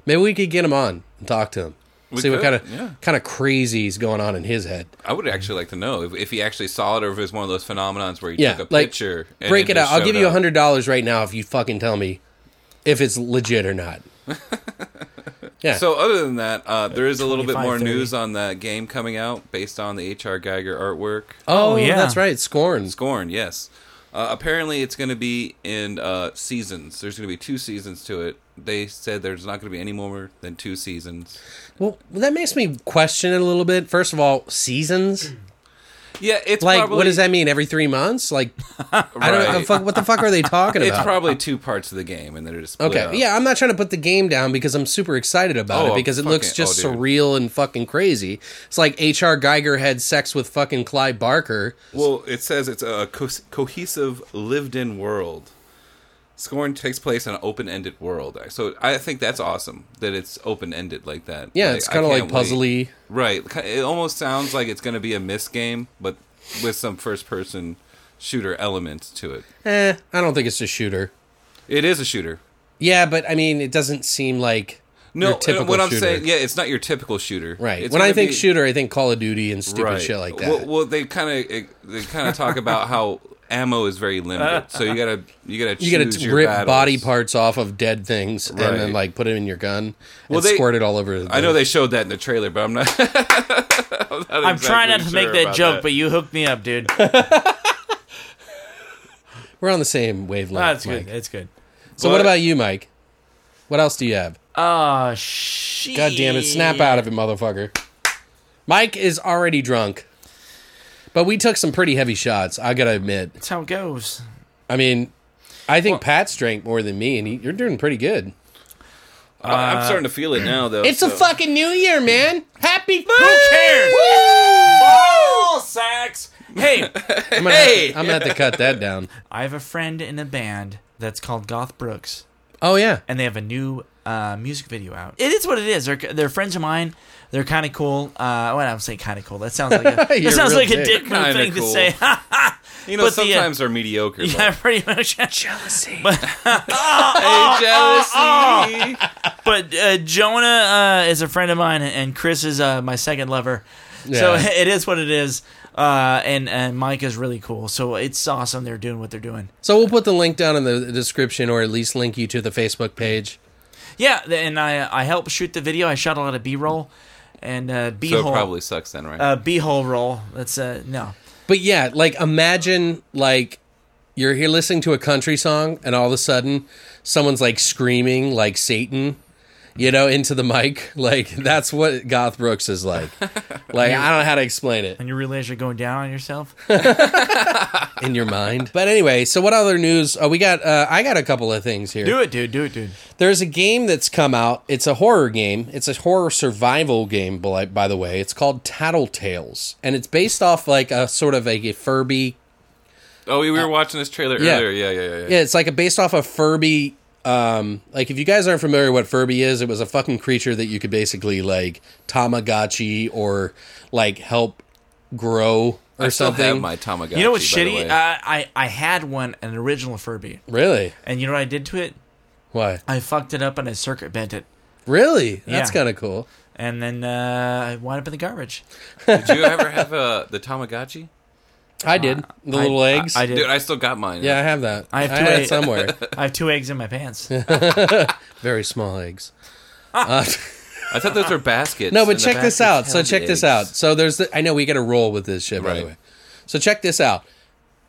maybe we could get him on and talk to him, We see what kind could, of yeah. kind of crazy is going on in his head. I would actually like to know if, if he actually saw it or if it was one of those phenomenons where he Yeah, took a like, picture. and Break it out. just I'll showed give you a up. hundred dollars right now if you fucking tell me if it's legit or not. Yeah. So other than that, uh, there is a little bit 25, more 30. news on that game coming out based on the H.R. Geiger artwork. oh, Oh, yeah, yeah. that's right. Scorn. Scorn, yes. Uh, apparently, it's going to be in uh, seasons. There's going to be two seasons to it. They said there's not going to be any more than two seasons. Well, that makes me question it a little bit. First of all, seasons? Yeah, it's Like, probably, what does that mean? Every three months? Like, I don't know. Right. Fuck, what the fuck are they talking It's about? probably two parts of the game, and they're just split okay. up. Yeah, I'm not trying to put the game down because I'm super excited about Oh, it because it looks fucking- just oh, dude. surreal and fucking crazy. It's like H.R. Geiger had sex with fucking Clyde Barker. Well, it says it's a co- cohesive, lived-in world. Scorn takes place in an open-ended world, so I think that's awesome that it's open-ended like that. Yeah, it's I kind of like can't wait. puzzly. Right. It almost sounds like it's going to be a miss game, but with some first person shooter elements to it. Eh, I don't think it's a shooter. It is a shooter. Yeah, but I mean, it doesn't seem like No, uh, your typical what I'm shooter. saying, yeah, it's not your typical shooter. right. It's when I gonna think be- shooter, I think Call of Duty and stupid right. shit like that. Well, well they kind of they kind of talk about how ammo is very limited, so you gotta you gotta you got choose to your rip battles. body parts off of dead things and then Right. like put it in your gun Well, and they- squirt it all over. The I know they showed that in the trailer, but I'm not. I'm, not I'm trying not to exactly make sure that about joke, but you hooked me up, dude. We're on the same wavelength. That's Mike. good. That's good. So what about you, Mike? What else do you have? Oh, shit. uh, God damn it! Snap out of it, motherfucker. Mike is already drunk, but we took some pretty heavy shots. I gotta admit. That's how it goes. I mean, I think Pat's drank more than me, and he, you're doing pretty good. I- Uh, I'm starting to feel it now, though. It's a so- fucking new year, man. Happy Who cares? Ball sacks. Hey, I'm gonna, Hey! have to, I'm gonna have to cut that down. I have a friend in a band that's called Goth Brooks, Oh yeah. and they have a new uh, music video out. It is what it is. They're, they're friends of mine. They're kind of cool. Uh, well, I'm saying kind of cool. That sounds like a, You're that sounds real like a dick. dick move Kinda thing cool. to say. You know, But the, uh, sometimes they're mediocre. Yeah, But, pretty much. Jealousy. hey, jealousy. but uh, Jonah uh, is a friend of mine, and Chris is uh, my second lover. So Yeah. it is what it is. Uh, and and Mike is really cool. So it's awesome they're doing what they're doing. So we'll put the link down in the description, or at least link you to the Facebook page. Yeah, th- and I I helped shoot the video. I shot a lot of B roll and uh, B So hole. it probably sucks then, right? uh, B hole roll. That's uh no. But yeah, like imagine like you're here listening to a country song, and all of a sudden someone's like screaming like Satan, you know, into the mic. Like that's what Goth Brooks is like. Like I don't know how to explain it. And you realize you're going down on yourself. in your mind. But anyway, so what other news? Oh, we got. Uh, I got a couple of things here. do it, dude. Do it, dude. There's a game that's come out. It's a horror game. It's a horror survival game. By, by the way, it's called Tattletales, and it's based off like a sort of like a Furby. oh, we were watching this trailer Uh, yeah. earlier. Yeah, yeah, yeah. yeah. Yeah, it's like a based off a Furby. Um, like if you guys aren't familiar what Furby is, it was a fucking creature that you could basically like Tamagotchi or like help grow or I still something. have my Tamagotchi. You know what's by the shitty? way. Uh, I I had one, an original Furby, really? and you know what I did to it? Why? I fucked it up and I circuit bent it, Really? That's Yeah. kind of cool. and then uh, I wound up in the garbage. Did you ever have uh, the Tamagotchi? I did the I- little Uh, I- eggs. I did. Dude, I still got mine. Yeah, I have that. I I have have I two had it egg- somewhere. I have two eggs in my pants. Very small eggs. I thought those were baskets. No, but and the check this baskets out. So held the check this out. eggs. So there's the I know we got to roll with this shit by the Right. way. So check this out.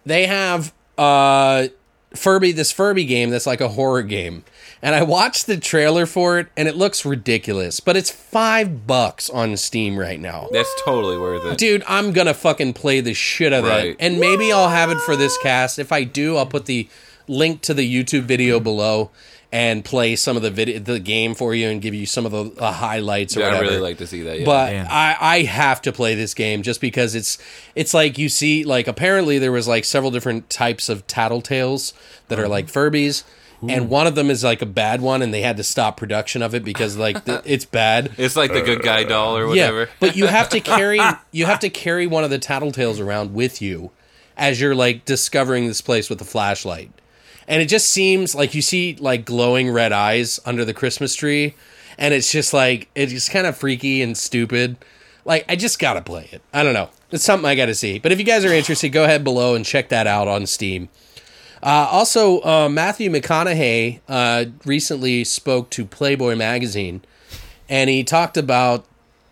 They have uh Furby this Furby game that's like a horror game. And I watched the trailer for it and it looks ridiculous, but it's 5 bucks on Steam right now. That's totally worth it. Dude, I'm gonna fucking play the shit out of Right. it. And maybe I'll have it for this cast. If I do, I'll put the link to the YouTube video below and play some of the video, the game for you, and give you some of the uh, highlights or Yeah, I whatever. really like to see that. Yeah. But Yeah. I, I have to play this game just because it's it's like you see like apparently there was like several different types of tattletales that are like Furbies. And one of them is like a bad one, and they had to stop production of it because like the, it's bad. it's like the good guy doll or whatever. Yeah, but you have to carry you have to carry one of the tattletales around with you as you're like discovering this place with a flashlight. And it just seems like you see like glowing red eyes under the Christmas tree and it's just like it's just kind of freaky and stupid. Like I just got to play it. I don't know. It's something I got to see. But if you guys are interested, go ahead below and check that out on Steam. Uh, also, uh, Matthew McConaughey uh, recently spoke to Playboy magazine, and he talked about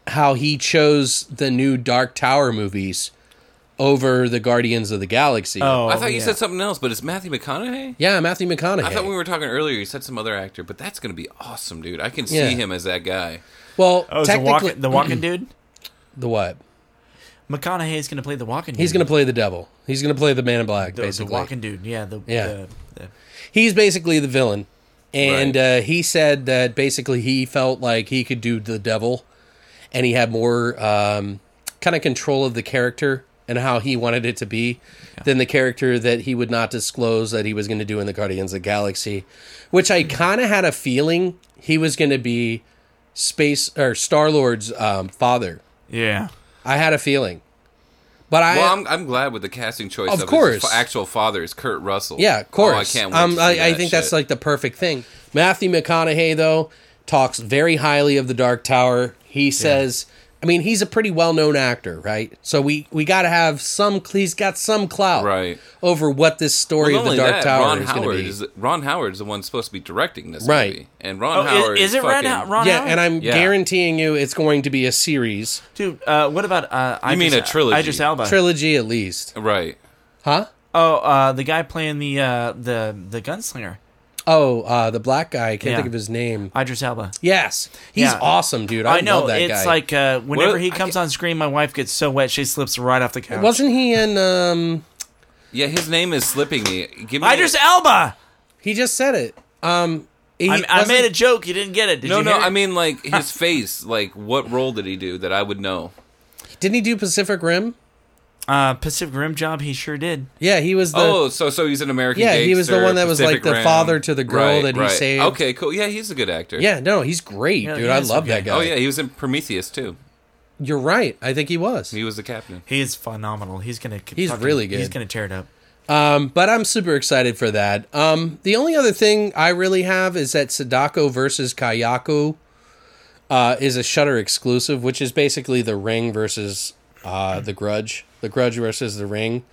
how he chose the new Dark Tower movies over the Guardians of the Galaxy. Oh, I thought you yeah. said something else, but it's Matthew McConaughey. yeah, Matthew McConaughey. I thought we were talking earlier. You said some other actor, but that's going to be awesome, dude. I can see Yeah. him as that guy. well, Oh, is the technically, walking the walking dude. the what? McConaughey's gonna play the walking. He's dude. Oh, going to play the devil. He's going to play the Man in Black, the, basically. the walking dude. Yeah, the Yeah. The, the, he's basically the villain and uh, he said that basically he felt like he could do the devil and he had more um, kind of control of the character and how he wanted it to be than the character that he would not disclose that he was going to do in the guardians of the galaxy which i kind of had a feeling he was going to be space or star lord's um, father yeah. i had a feeling but i Well, I'm, I'm glad with the casting choice. Of his course. fa- actual father is Kurt Russell. Yeah, of course. Oh, I can't wait. Um, to see I, I that think shit. that's like the perfect thing. Matthew McConaughey though talks very highly of the Dark Tower. He says, I mean, he's a pretty well-known actor, right? So we we got to have some. He's got some clout, Right. over what this story Well, of the not only Dark that, Tower Ron is Howard going to be. is Ron Howard's the one supposed to be directing this Right. movie, and Ron Oh, i- Howard is, it Ron? fucking- How- Ron yeah, Howard? and I'm Yeah. guaranteeing you, it's going to be a series dude. Uh, what about uh? I You mean a trilogy. Idris Elba. trilogy at least, Right. huh? oh, uh, the guy playing the uh the the gunslinger. Oh, uh, the black guy. I can't Yeah. think of his name. Idris Elba. Yes, he's Yeah. awesome, dude. I, I know love that it's guy. like uh, whenever Well, he I comes on screen, my wife gets so wet she slips right off the couch. wasn't he in? um Yeah, his name is slipping me. Give me Idris Elba? He just said it. Um, he I, I wasn't- made a joke. You didn't get it. Did No, you no, hear it? I mean like his face. Like, what role did he do that I would know? Didn't he do Pacific Rim? uh, Pacific Rim job. He sure did. Yeah, he was the. oh, so so he's an American. Yeah, he was the gangster, one that was, like, Pacific the Rim. father to the girl Right, that he right. saved. Okay, cool. Yeah, he's a good actor. Yeah, no, he's great, Yeah, dude. he I is love okay. that guy. Oh yeah, he was in Prometheus too. You're right. I think he was. He was the captain. He is phenomenal. He's gonna. He's really good. He's gonna tear it up. Um, but I'm super excited for that. Um, the only other thing I really have is that Sadako versus Kayaku uh, is a Shutter exclusive, which is basically The Ring versus uh, The Grudge, The Grudge versus The Ring,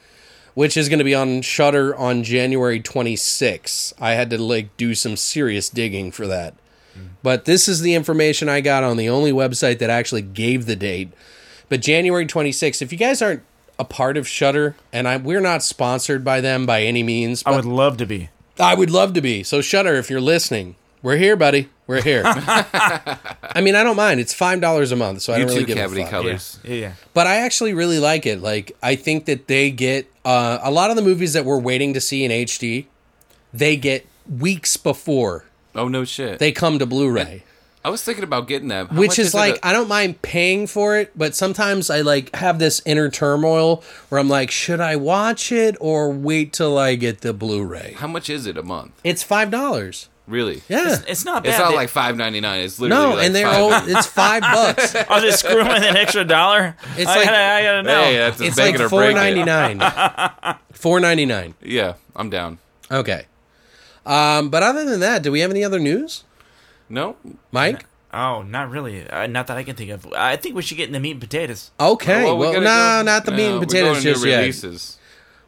which is going to be on Shutter on January 26th. I had to like do some serious digging for that. But this is the information I got on the only website that actually gave the date. But January 26th, if you guys aren't a part of Shutter, and I, we're not sponsored by them by any means, I but would love to be. I would love to be. So Shutter, if you're listening, we're here, buddy. We're here. I mean, I don't mind. It's five dollars a month, so I You don't really too, give a Cavity fuck. Yeah. Colors. yeah, yeah. But I actually really like it. Like, I think that they get uh, a lot of the movies that we're waiting to see in HD. They get weeks before Oh no shit! they come to Blu-ray. I was thinking about getting that, How which much is, it like a- I I don't mind paying for it, but sometimes I like have this inner turmoil where I'm like, should I watch it or wait till I get the Blu-ray? how much is it a month? It's five dollars. Really? Yeah, It's, it's not bad. It's not They- like five ninety nine. It's literally no, like and they're $5.99. all, it's five bucks. I'll just screw him with an extra dollar. It's I like- gotta, I gotta know. Hey, uh, that's a It's bake like it or four break it. ninety nine. Four ninety nine. Yeah, I'm down. Okay. Um, but other than that, do we have any other news, No, Mike? Oh, not really. Uh, not that I can think of. I think we should get in the meat and potatoes. Okay. Well, we gotta no, go- not the meat no, and we're potatoes going to just yet. Releases.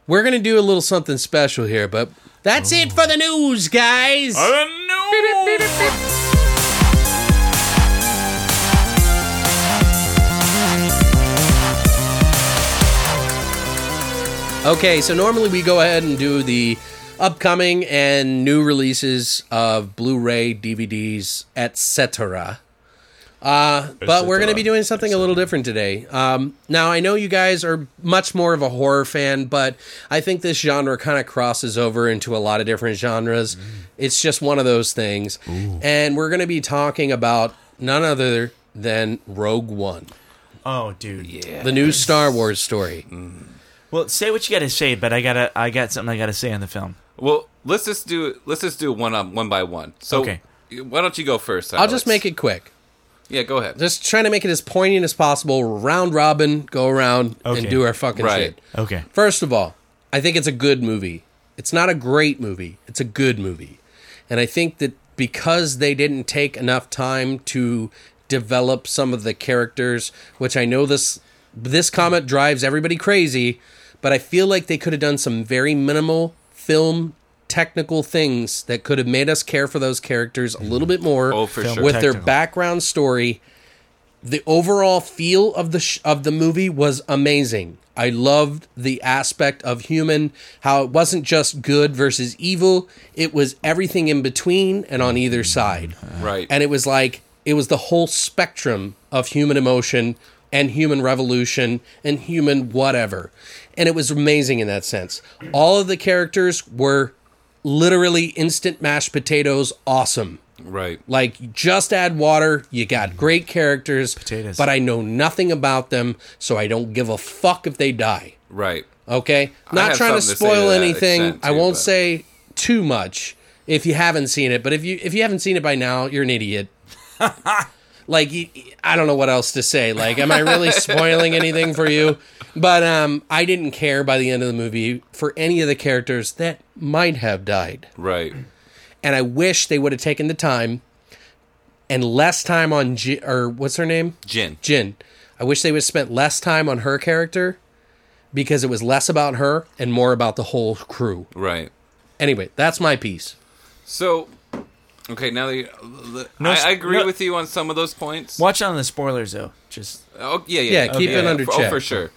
We're gonna do a little something special here, but that's it for the news, guys. Okay, so normally we go ahead and do the upcoming and new releases of Blu-ray, DVDs, etc. Uh, but we're going to be doing something a little different today. Um, now, I know you guys are much more of a horror fan, but I think this genre kind of crosses over into a lot of different genres. It's just one of those things. And we're going to be talking about none other than Rogue One, Oh, dude. Yeah. the new Star Wars story. Well, say what you gotta say, but I gotta, I got something I gotta say on the film. Well, let's just do let's just do one on one by one. So Okay. why don't you go first? I'll just make it quick. Yeah, go ahead. just trying to make it as poignant as possible. Round robin, go around and Okay. do our fucking Right. shit. Okay. First of all, I think it's a good movie. It's not a great movie. It's a good movie. And I think that because they didn't take enough time to develop some of the characters, which I know this this comment drives everybody crazy, but I feel like they could have done some very minimal film technical things that could have made us care for those characters a little bit more Oh, for with sure. their Technical. background story the overall feel of the sh- of the movie was amazing. I loved the aspect of human, how it wasn't just good versus evil. It was everything in between and on either side. Right. And it was like it was the whole spectrum of human emotion and human revolution and human whatever. And it was amazing in that sense. All of the characters were literally instant mashed potatoes awesome. right. Like, just add water. You Mm-hmm. got great characters, Potatoes. but I know nothing about them, so I don't give a fuck if they die. Right. Okay, not have trying to something to say spoil to that anything. extent, I too, won't but- say too much if you haven't seen it. But if you if you haven't seen it by now, you're an idiot. like you, I don't know what else to say. Like, am I really spoiling anything for you? But um, I didn't care by the end of the movie for any of the characters that might have died Right. and I wish they would have taken the time and less time on J- or what's her name? Jin. Jin. I wish they would have spent less time on her character because it was less about her and more about the whole crew. Right. Anyway, that's my piece. So okay, now that you, I, I agree no- with you on some of those points. Watch out on the spoilers though. Just Oh yeah, yeah. Yeah, keep it under for- check. Oh, for sure.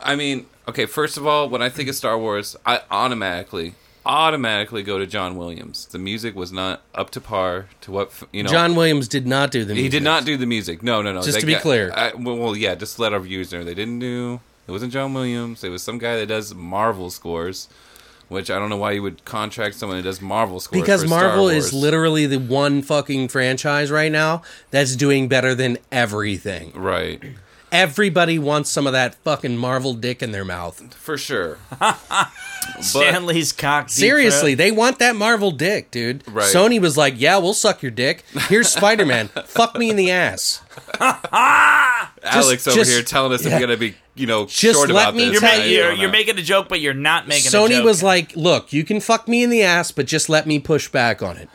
I mean, okay. First of all, when I think of Star Wars, I automatically, automatically go to John Williams. The music was not up to par to what f- you know. John Williams did not do the music. he did not do the music. No, no, no. Just They to be got- clear. I, well, well, yeah. Just let our viewers know they didn't do. It wasn't John Williams. It was some guy that does Marvel scores, which I don't know why you would contract someone that does Marvel scores because for Star Marvel is Wars. literally the one fucking franchise right now that's doing better than everything. right Everybody wants some of that fucking Marvel dick in their mouth. for sure. Stanley's cock. deep Seriously, throat. they want that Marvel dick, dude. Right. Sony was like, "Yeah, we'll suck your dick. Here's Spider Man. Fuck me in the ass." Alex over just- here telling us that yeah. we're gonna be, you know, Just short let about me this. You're, tell ma- I you- don't you're, know. you're making a joke, but you're not making. a Sony joke. was like, "Look, you can fuck me in the ass, but just let me push back on it."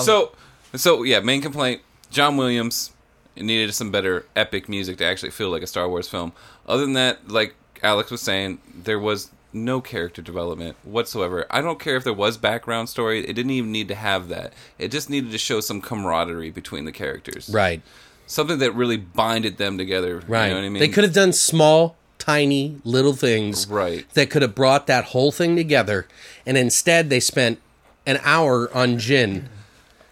so so yeah main complaint john williams needed some better epic music to actually feel like a star wars film other than that like alex was saying there was no character development whatsoever i don't care if there was background story it didn't even need to have that it just needed to show some camaraderie between the characters Right. something that really binded them together Right. you know what i mean They could have done small, tiny, little things Right. that could have brought that whole thing together. And instead, they spent an hour on gin.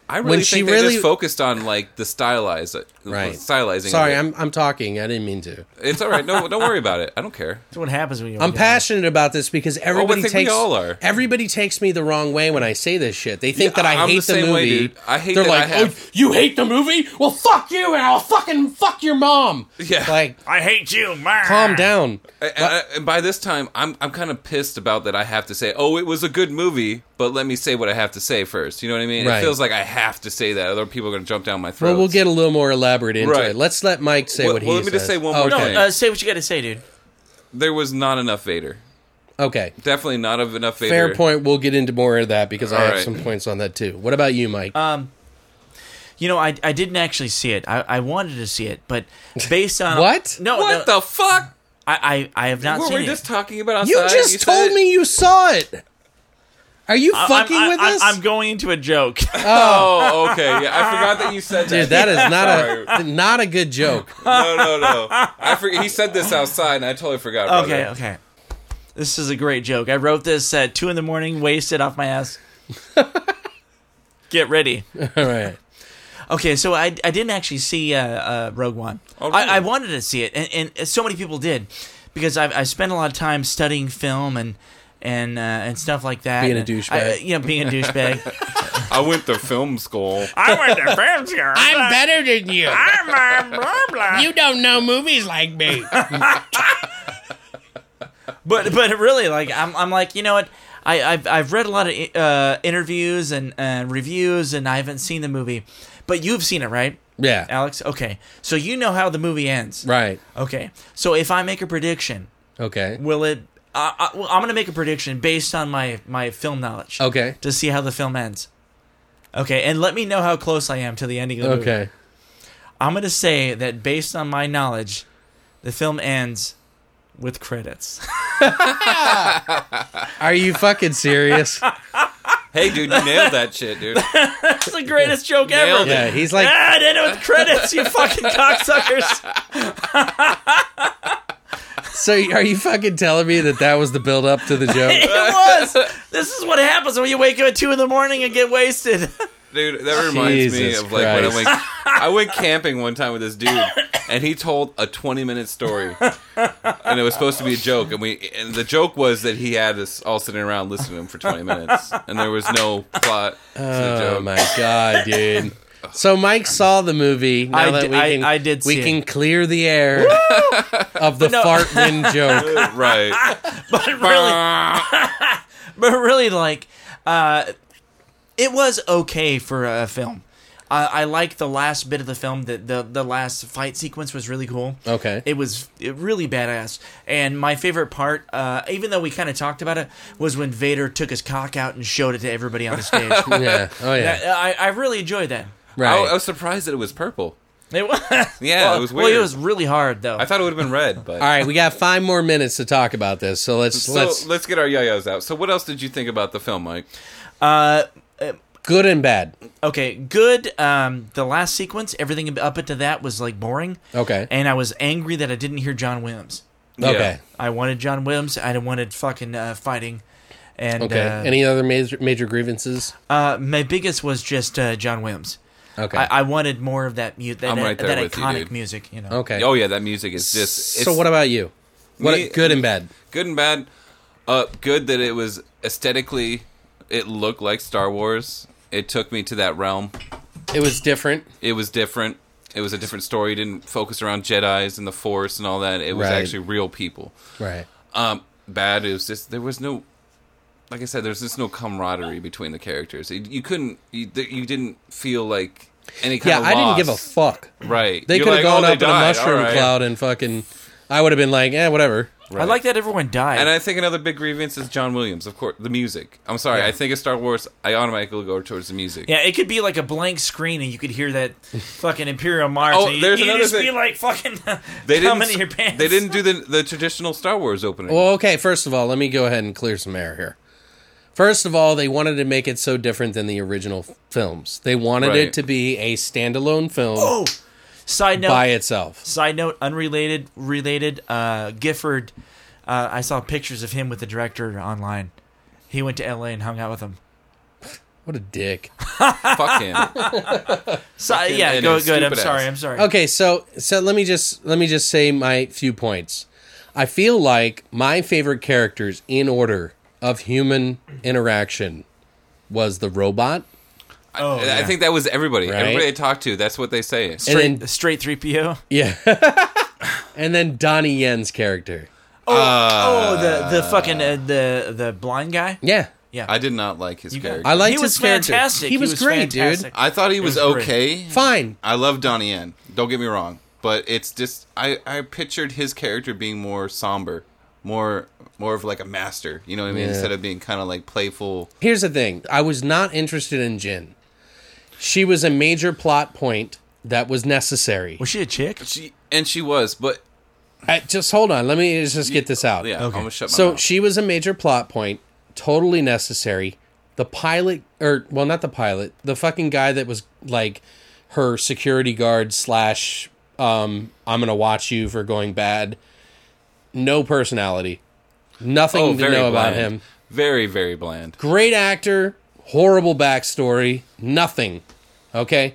i really when think she they really- just focused on like the stylized Right. stylizing of Sorry, it. I'm, I'm talking. I didn't mean to. it's all right no don't worry about it i don't care That's what happens when you. I'm passionate about this because everybody think we takes all are. everybody takes me the wrong way when I say this shit. They think Yeah, that I I'm hate the the, same way, movie. dude. I hate They're that I like, have- "Oh, you hate the movie? Well, fuck you, and I'll fucking fuck your mom." Yeah. like I hate you. man. calm down. And, I, and by this time, I'm I'm kind of pissed about that. I have to say, oh, it was a good movie, but let me say what I have to say first. You know what I mean? Right. It feels like I have to say that, other people are going to jump down my throat. Well, we'll get a little more elaborate into Right. it. Let's let Mike say Well- what he well, says. let me just say one more okay. No, thing. uh, say what you got to say, dude. There was not enough Vader. Okay. Definitely not of enough Vader. Fair point. We'll get into more of that because I All have right. Uh, some points on that too. What about you, Mike? You know, I, I didn't actually see it. I, I wanted to see it, but based on What? No, What no, the fuck? I, I I have not What were seen we it. just talking about outside? you just uh, said told it. me you saw it. Are you I- I'm- fucking I- with I- us? I'm going into a joke. Oh, okay. Yeah, I forgot that you said Dude, that is not a not a good joke. no, no, no. I forget. He said this outside, and I totally forgot. About Okay, it. okay. This is a great joke. I wrote this at two in the morning, wasted off my ass. Get ready. All right. Okay, so I, I didn't actually see uh, uh, Rogue One. Oh, really? I, I wanted to see it, and, and so many people did because I've, I spent a lot of time studying film and and uh, and stuff like that. Being a And douchebag. I- uh, yeah, being a douchebag. I went to film school. I went to film school. I'm better than you. I'm a blah blah. You don't know movies like me. but but really, like I'm I'm like you know what. I, I've, I've read a lot of uh, interviews and uh, reviews, and I haven't seen the movie. But you've seen it, right? Yeah. Alex? Okay. So you know how the movie ends. Right. Okay. So if I make a prediction, Okay. will it. I I, well, I'm going to make a prediction based on my, my film knowledge. Okay. To see how the film ends. Okay. And let me know how close I am to the ending of the movie. Okay. I'm going to say that based on my knowledge, the film ends with credits. Are you fucking serious? Hey, dude, you nailed that shit, dude. That's the greatest joke ever. Nailed it. Yeah. He's like, Ah, it ended with credits, you fucking cocksuckers. so are you fucking telling me that that was the build up to the It joke? was. This is what happens when you wake up at 2 in the morning and get wasted. Dude, that reminds me Jesus of like when I Christ. went, I went camping one time with this dude, and he told a twenty-minute story, and it was supposed to be a joke, and we and the joke was that he had us all sitting around listening to him for twenty minutes, and there was no plot to the Oh joke. my god, dude. So Mike saw the movie. Now I that did- we I- can, I did we see it. can clear the air of the No. fart wind joke. Right? really, but really, like, uh, it was okay for a film. I, I like the last bit of the film. The, the the last fight sequence was really cool. Okay. it was it really badass. And my favorite part, uh, even though we kind of talked about it, was when Vader took his cock out and showed it to everybody on the stage. Yeah. Oh yeah. That- I, I really enjoyed that. right. I, I was surprised that it was purple. It was Yeah, well, it was well, weird. was really hard though. I thought it would have been red, but All right, we got five more minutes to talk about this, so let's so let's let's, get our yo-yos out. So, what else did you think about the film, Mike? uh, good and bad. okay, good. Um, the last sequence, everything up into that was like boring. Okay. and I was angry that I didn't hear John Williams. Okay. I wanted John Williams. I wanted fucking uh, fighting. And Okay. uh, Any other major major grievances? uh, my biggest was just uh, John Williams. Okay. I, I wanted more of that mu- that, e-, I'm right there that with you, iconic dude. music. You know. okay. Oh yeah, that music is just. It's so what about you? What Me- good and bad? good and bad. Uh, good that it was aesthetically, it looked like Star Wars. It took me to that realm. It was different. It was different. It was a different story. It didn't focus around Jedi's and the Force and all that. It was Right. actually real people. Right. Um, bad is just there was no, like I said, there's just no camaraderie between the characters. You, you couldn't, you, you didn't feel like any kind Yeah, of I didn't loss. give a fuck. right. They You're could have like, gone oh, they up in a died. mushroom All right. cloud and fucking. I would have been like, eh, whatever. Right. I like that everyone died. And I think another big grievance is John Williams, of course. The music. I'm sorry. I think of Star Wars. I automatically go towards the music. yeah, it could be like a blank screen, and you could hear that fucking Imperial March. Oh, and you- there's you'd another just be thing. like fucking They coming didn't. in your pants. They didn't do the the traditional Star Wars opening. Well, okay, first of all, let me go ahead and clear some air here. First of all, they wanted to make it so different than the original f- films. They wanted Right. it to be a standalone film Oh, side note. by itself. Side note, unrelated, related. Uh, Gifford, uh, I saw pictures of him with the director online. He went to L.A. and hung out with him. What a dick. Fuck him. So yeah, idiot, go good. I'm stupid sorry. ass. Oh, I'm sorry. Okay, so so let me just let me just say my few points. I feel like my favorite characters in order of human interaction was the robot Oh, I- I yeah. think that was everybody. Right? Everybody I talked to. That's what they say. straight, and then- straight three PO. yeah. and then Donnie Yen's character. Oh, oh, the the fucking uh, the the blind guy. Yeah. Yeah, I did not like his You got- character. I liked he was his character. fantastic. He was, great, fantastic. dude. I thought he was, was great. okay. Fine. I love Donnie Yen. Don't get me wrong, but it's just I I pictured his character being more somber, more more of like a master. You know what I mean? Yeah. Instead of being kind of like playful. Here's the thing I was not interested in Jin. She was a major plot point that was necessary. Was she a chick? She and she was, but Uh, just hold on. Let me just get this out. yeah, I'm gonna shut my So mouth. she was a major plot point, totally necessary. The pilot, or well, not the pilot, the fucking guy that was like her security guard slash, um, I'm gonna watch you for going bad. No personality, nothing oh, to know very about bland. him. Very very bland. Great actor, horrible backstory, nothing. Okay,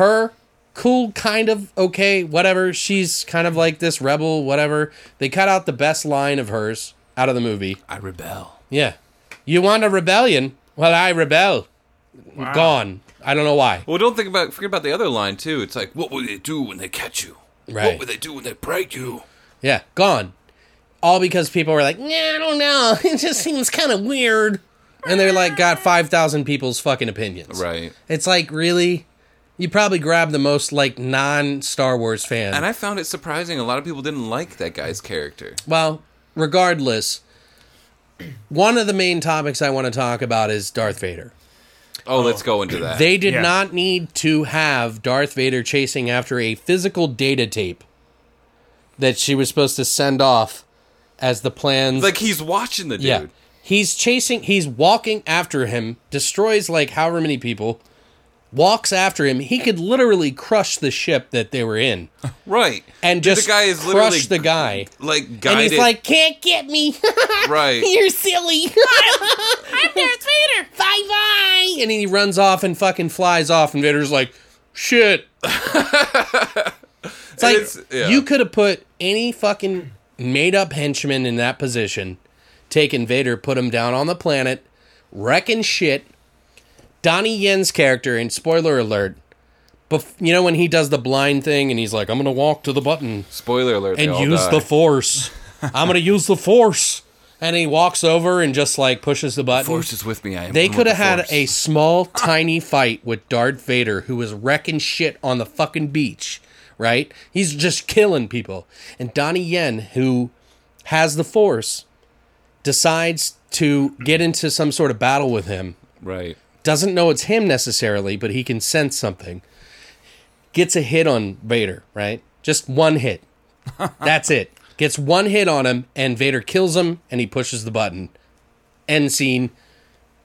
her cool, kind of okay, whatever. She's kind of like this rebel, whatever. They cut out the best line of hers out of the movie. I rebel. Yeah. You want a rebellion? Well, I rebel. Gone. I don't know why. Well, don't think about forget about the other line too. It's like, what will they do when they catch you? Right. What will they do when they break you? Yeah, gone. All because people were like, nah, I don't know. It just seems kind of weird. And they're like, got 5,000 people's fucking opinions. Right. It's like, really? You probably grabbed the most, like, non Star Wars fan. And I found it surprising. A lot of people didn't like that guy's character. well, regardless, one of the main topics I want to talk about is Darth Vader. Oh, let's go into that. They did Yeah. not need to have Darth Vader chasing after a physical data tape that she was supposed to send off as the plans. like he's watching the dude. yeah. He's chasing, he's walking after him, destroys like however many people, walks after him. He could literally crush the ship that they were in. Right. And Dude, just crush the guy. Like And guided. he's like, can't get me. right. You're silly. I'm Darth Vader. Bye bye. And he runs off and fucking flies off, and Vader's like, shit. it's like, It's- yeah. you could have put any fucking made up henchman in that position, taken Vader, put him down on the planet, wrecking shit. Donnie Yen's character, and spoiler alert, bef- you know when he does the blind thing and he's like, I'm going to walk to the button Spoiler alert. they and all use die. the force. I'm gonna use the force. And he walks over and just like pushes the button. force is with me. I am They one could with have the had force. a small, tiny fight with Darth Vader, who was wrecking shit on the fucking beach, right? He's just killing people. And Donnie Yen, who has the force, decides to get into some sort of battle with him right. doesn't know it's him necessarily, but he can sense something. Gets a hit on Vader, right? Just one hit. That's it. Gets one hit on him, and Vader kills him, and he pushes the button. End scene.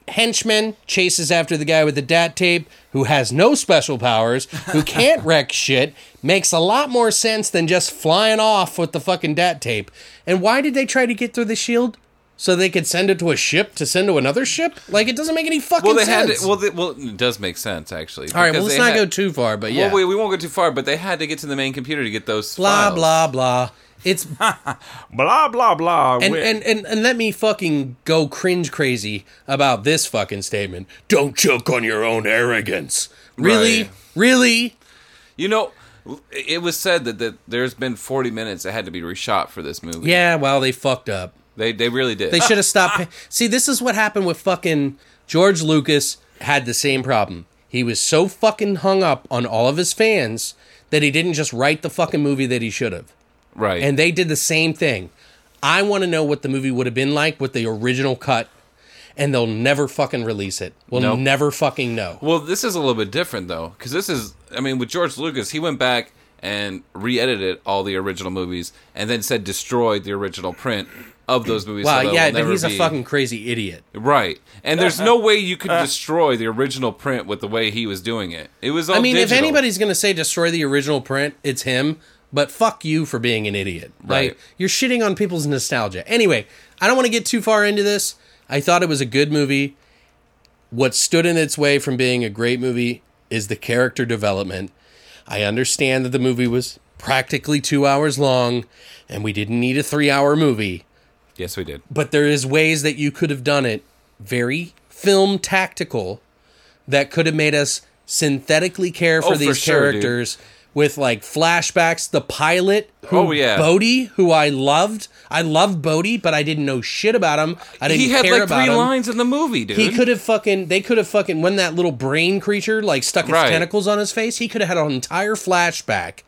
Henchman chases after the guy with the dat tape who has no special powers, who can't wreck shit, makes a lot more sense than just flying off with the fucking dat tape. And why did they try to get through the shield? So they could send it to a ship to send to another ship? Like it doesn't make any fucking Well, they sense. had. To, well, they, well, it does make sense actually. All right, well, because let's they not had- go too far, but yeah. Well, we, we won't go too far, but they had to get to the main computer to get those. blah files. blah blah. It's Blah blah blah. and, Wait. and and and let me fucking go cringe crazy about this fucking statement. Don't choke on your own arrogance. Really, Right. really. You know, l- it was said that, that there's been 40 minutes that had to be reshot for this movie. Yeah, well, they fucked up. They they really did. They should have stopped. pa- See, this is what happened with fucking George Lucas had the same problem. He He was so fucking hung up on all of his fans that he didn't just write the fucking movie that he should have. Right. And they did the same thing. I want to know what the movie would have been like with the original cut, and they'll never fucking release it. We'll Nope. never fucking know. Well, this is a little bit different though, because this is, I mean, with George Lucas, he went back and re-edited all the original movies, and then said destroyed the original print of those movies. so Wow, they'll yeah, but never he's be- a fucking crazy idiot. right. And there's no way you could destroy the original print with the way he was doing it. It was. All I mean, digital. if anybody's gonna say destroy the original print, it's him. But fuck you for being an idiot. Right. Like you're shitting on people's nostalgia. Anyway, I don't want to get too far into this. I thought it was a good movie. What stood in its way from being a great movie is the character development. I understand that the movie was practically two hours long, and we didn't need a three-hour movie yes, we did. but there is ways that you could have done it very film tactical that could have made us synthetically care for Oh, for these sure, dude. characters with like flashbacks the pilot who Oh, yeah. Bodhi who I loved I loved Bodhi but I didn't know shit about him I didn't He had care like about three him lines in the movie, dude. he could have fucking they could have fucking when that little brain creature like stuck its Right. tentacles on his face he could have had an entire flashback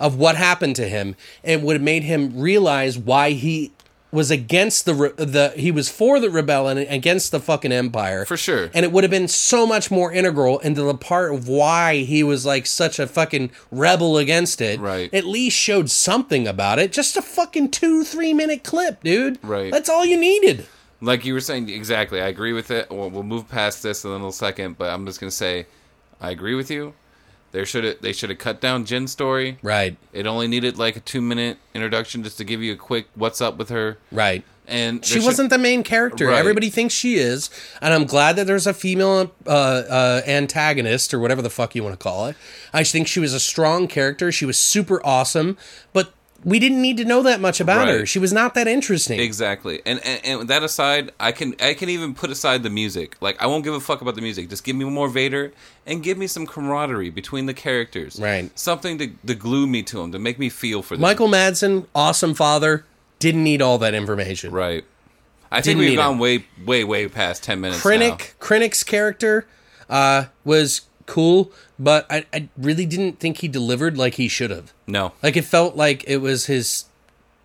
of what happened to him and would have made him realize why he was against the re- the he was for the rebellion and against the fucking empire For sure. and it would have been so much more integral into the part of why he was like such a fucking rebel against it Right. at least showed something about it just a fucking two three minute clip dude Right. that's all you needed like you were saying exactly i agree with it we'll, we'll move past this in a little second but i'm just going to say i agree with you there should have they should have cut down jen's story right it only needed like a two minute introduction just to give you a quick what's up with her right and she there should- wasn't the main character. Right. Everybody thinks she is, and I'm glad that there's a female uh, uh, antagonist or whatever the fuck you want to call it. I think she was a strong character. She was super awesome, but we didn't need to know that much about her. Right. She was not that interesting. exactly and, and and with that aside i can i can even put aside the music like i won't give a fuck about the music just give me more vader and give me some camaraderie between the characters Right. something to, to glue me to them to make me feel for them Michael Madsen, awesome father, didn't need all that information. right i Didn't think we've need gone way way way past 10 minutes now. Krennic, Krennic's character uh, was cool, but I, I really didn't think he delivered like he should have. no Like it felt like it was his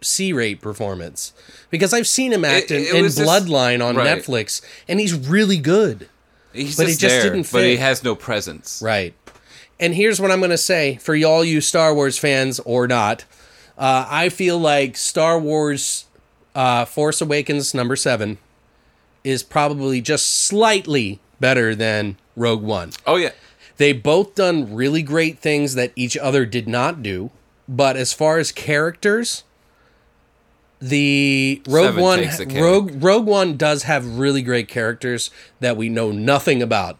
C rate performance because I've seen him act It- it in, in was just- Bloodline on right. Netflix, and he's really good. He's But he just just there, didn't But he fit. has no presence. Right. And here's what I'm going to say for y'all you Star Wars fans or not. Uh, I feel like Star Wars uh, Force Awakens number seven is probably just slightly better than Rogue One. Oh yeah, They both done really great things that each other did not do. But as far as characters, the Rogue Seven One takes the cake. Rogue Rogue One does have really great characters that we know nothing about.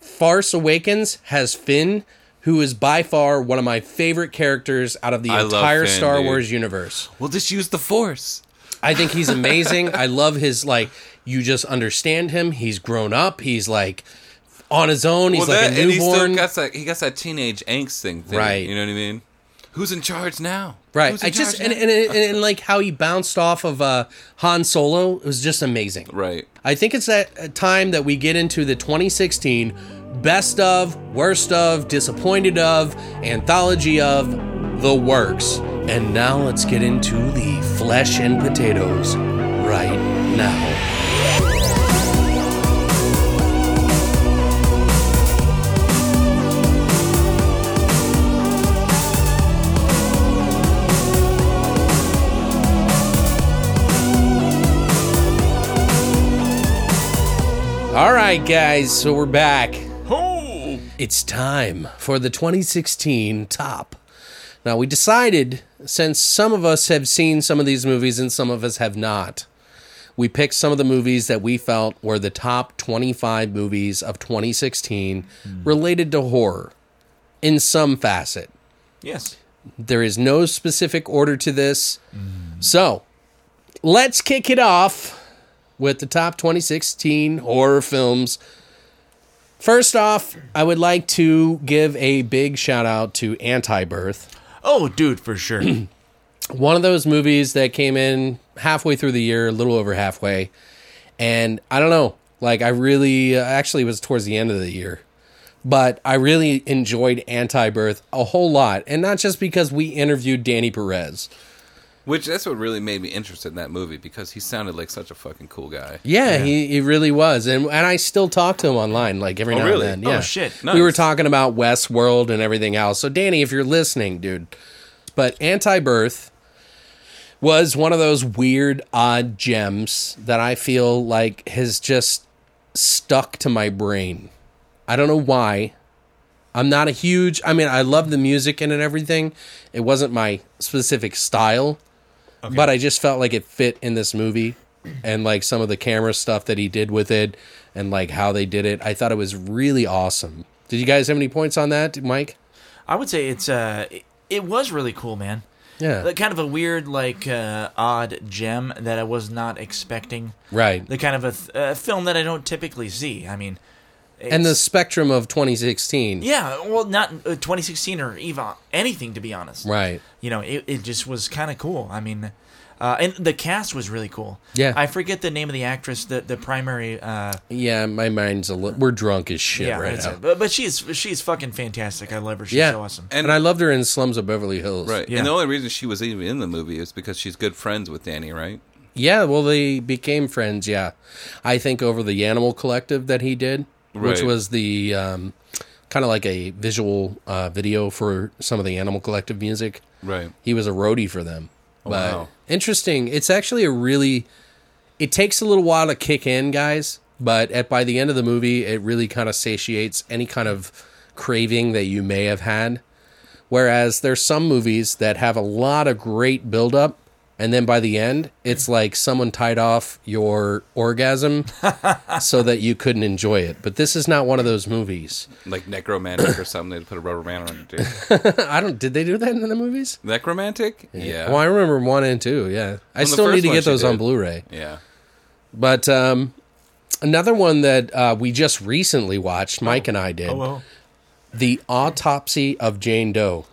Farce Awakens has Finn, who is by far one of my favorite characters out of the I love entire Finn, Star dude. Wars universe. we'll just use the force. I think he's amazing. I love his like you just understand him. He's grown up. He's like on his own. He's Well, like that a and he newborn. still got that. He got that teenage angst thing, thing. Right. You know what I mean? Who's in charge now? Right. Who's in I just charge and, now? and, and, and like how he bounced off of uh, Han Solo it was just amazing. right. I think it's that uh, time that we get into the 2016 best of, worst of, disappointed of, anthology of the works. And now let's get into the flesh and potatoes right now. All right, guys, so we're back. Oh, It's time for the 2016 top. Now, we decided, since some of us have seen some of these movies and some of us have not, we picked some of the movies that we felt were the top 25 movies of 2016 related to horror in some facet. Yes. There is no specific order to this. So, let's kick it off with the top 2016 horror films. First off, I would like to give a big shout out to Anti Birth, Oh, dude, for sure. one of those movies that came in halfway through the year, a little over uh, halfway. And I don't know, like, I really, actually, it was towards the end of the year. But I really enjoyed Anti Birth a whole lot, and not just because we interviewed Danny Perez. Which that's what really made me interested in that movie because he sounded like such a fucking cool guy. Yeah, He, he really was, and and I still talk to him online, like every Oh, now really? and then. Oh, Yeah. shit. We were Nice. talking about Westworld and everything else. So Danny, if you're listening, dude, but Anti Birth was one of those weird, odd gems that I feel like has just stuck to my brain. I don't know why. I'm not a huge. I mean, I love the music in it and everything. It wasn't my specific style, but I just felt like it fit in this movie, and like some of the camera stuff that he did with it, and like how they did it. I thought it was really awesome. Did you guys have any points on that, Mike? I would say it's uh, it, it was really cool, man. Yeah. Like, kind of a weird, like uh, odd gem that I was not expecting. right. The kind of a th- uh, film that I don't typically see. I mean, and the spectrum of 2016. yeah, well, not uh, 2016 or even anything to be honest. Right. you know, it, it just was kind of cool. I mean, uh, and the cast was really cool. Yeah. I forget the name of the actress, the the primary. Uh, Yeah, my mind's a little. We're drunk as shit yeah, right that's now. it. But, but she's she's fucking fantastic. I love her. She's Yeah. so awesome. And, I loved her in Slums of Beverly Hills. Right. Yeah. And the only reason she was even in the movie is because she's good friends with Danny, right? Yeah, well, they became friends. Yeah, I think over the Animal Collective that he did, which Right. was the um, kind of like a visual uh, video for some of the Animal Collective music. Right. He was a roadie for them. But wow. interesting. It's actually a really. It takes a little while to kick in, guys, but at by the end of the movie, it really kind of satiates any kind of craving that you may have had. Whereas there's some movies that have a lot of great buildup, and then by the end, it's like someone tied off your orgasm so that you couldn't enjoy it. But this is not one of those movies. Like necromantic or something. They put a rubber band on her. dick. I don't. Did they do that in the movies? necromantic? Yeah. Well, I remember one and two. Yeah, I the still first need to one get she those on did. Blu-ray. yeah. But um, another one that uh, we just recently watched, Oh. Mike and I did, well, the autopsy of Jane Doe.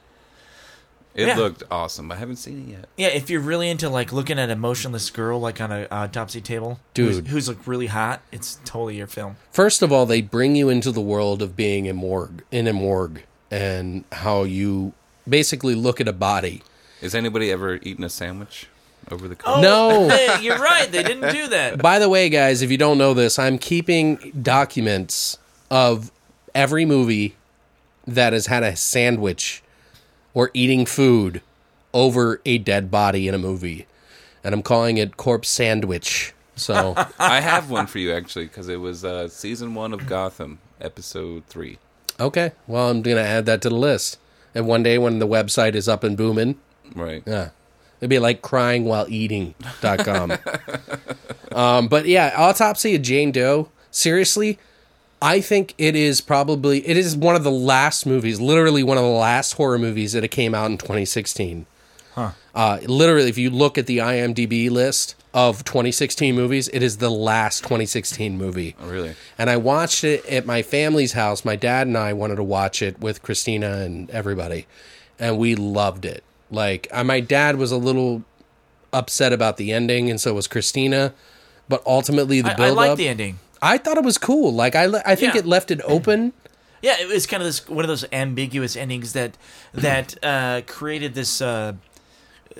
It Yeah. looked awesome. I haven't seen it yet. yeah. If you're really into like looking at a motionless girl like on a autopsy table, Dude. who's, who's like really hot, it's totally your film. First of all, they bring you into the world of being a morgue, in a morgue, and how you basically look at a body. Has anybody ever eaten a sandwich over the Oh, cold? No. hey, you're right. They didn't do that. By the way, guys, if you don't know this, I'm keeping documents of every movie that has had a sandwich or eating food over a dead body in a movie. And I'm calling it Corpse Sandwich. So, I have one for you actually because it was uh, season one of Gotham, episode three. okay. Well, I'm going to add that to the list. And one day when the website is up and booming, Right. Yeah. It'd be like crying while eating.com. um, but yeah, Autopsy of Jane Doe. Seriously, I think it is probably it is one of the last movies, literally one of the last horror movies that it came out in 2016. Uh, literally, if you look at the IMDb list of 2016 movies, it is the last 2016 movie. Oh, really? And I watched it at my family's house. My dad and I wanted to watch it with Christina and everybody, and we loved it. Like, uh, my dad was a little upset about the ending, and so was Christina. But ultimately, the I, I build like up, the ending. I thought it was cool. Like, I, le- I think Yeah. it left it open. Yeah, it was kind of this one of those ambiguous endings that that uh, created this uh,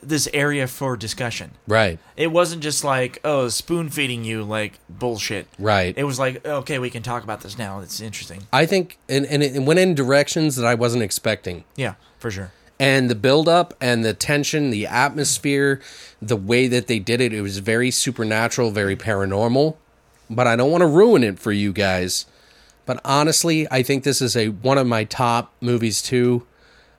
this area for discussion. Right. It wasn't just like, oh, spoon feeding you like bullshit. Right. It was like, okay, we can talk about this now. It's interesting. I think, and, and it went in directions that I wasn't expecting. Yeah, for sure. and the buildup and the tension, the atmosphere, the way that they did it, it was very supernatural, very paranormal. But I don't want to ruin it for you guys. But honestly, I think this is a one of my top movies too.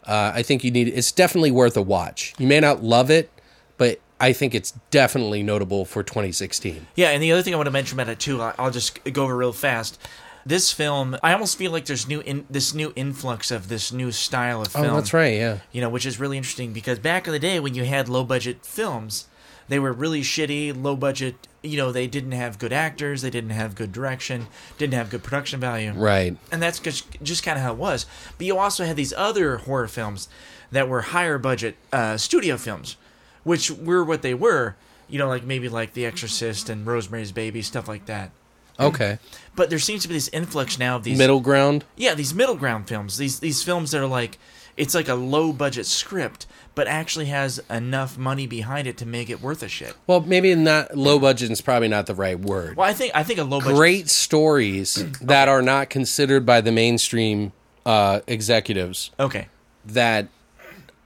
Uh, I think you need it's definitely worth a watch. You may not love it, but I think it's definitely notable for 2016. Yeah, and the other thing I want to mention about it too, I- I'll just go over real fast. This film, I almost feel like there's new in this new influx of this new style of film. Oh, that's right. Yeah. you know, which is really interesting because back in the day when you had low budget films, they were really shitty, low budget. You know, they didn't have good actors, they didn't have good direction, didn't have good production value. Right. And that's just, just kind of how it was. But you also had these other horror films that were higher budget uh, studio films, which were what they were. You know, like maybe like The Exorcist and Rosemary's Baby, stuff like that. Okay. But there seems to be this influx now of these Middle ground. yeah these middle ground films these these films that are like it's like a low budget script but actually has enough money behind it to make it worth a shit. Well, maybe not low budget is probably not the right word. Well, I think I think a low budget Great stories that are not considered by the mainstream uh, executives okay that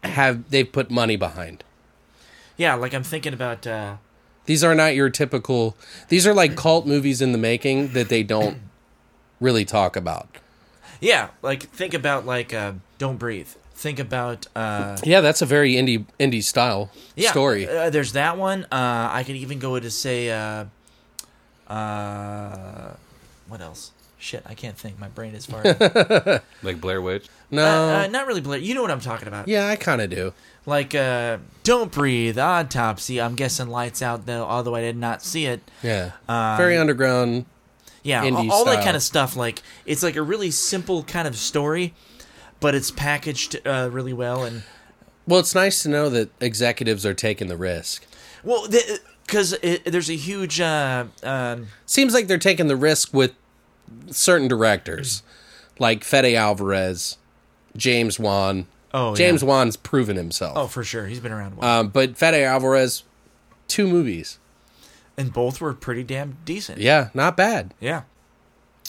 have they've put money behind. yeah like I'm thinking about uh, These are not your typical. These are like cult movies in the making that they don't really talk about. yeah like think about like uh, Don't Breathe. Think about uh, Yeah, that's a very indie indie style yeah, story. Uh, there's that one. Uh, I could even go to say, uh, uh, what else? Shit, I can't think. My brain is farting. uh, like Blair Witch. No, uh, not really Blair. You know what I'm talking about. yeah, I kind of do. Like, uh, don't breathe. Autopsy. I'm guessing lights out though. Although I did not see it. Yeah, very underground. Yeah, Indie all, all that style. kind of stuff. Like, it's like a really simple kind of story, but it's packaged uh, really well. And Well, it's nice to know that executives are taking the risk. well, because there's a huge. Uh, um, Seems like they're taking the risk with certain directors, like Fede Alvarez, James Wan. oh, James yeah. Wan's proven himself, Oh, for sure. He's been around. A while. um, but Fede Alvarez, two movies. and both were pretty damn decent. Yeah, not bad. Yeah.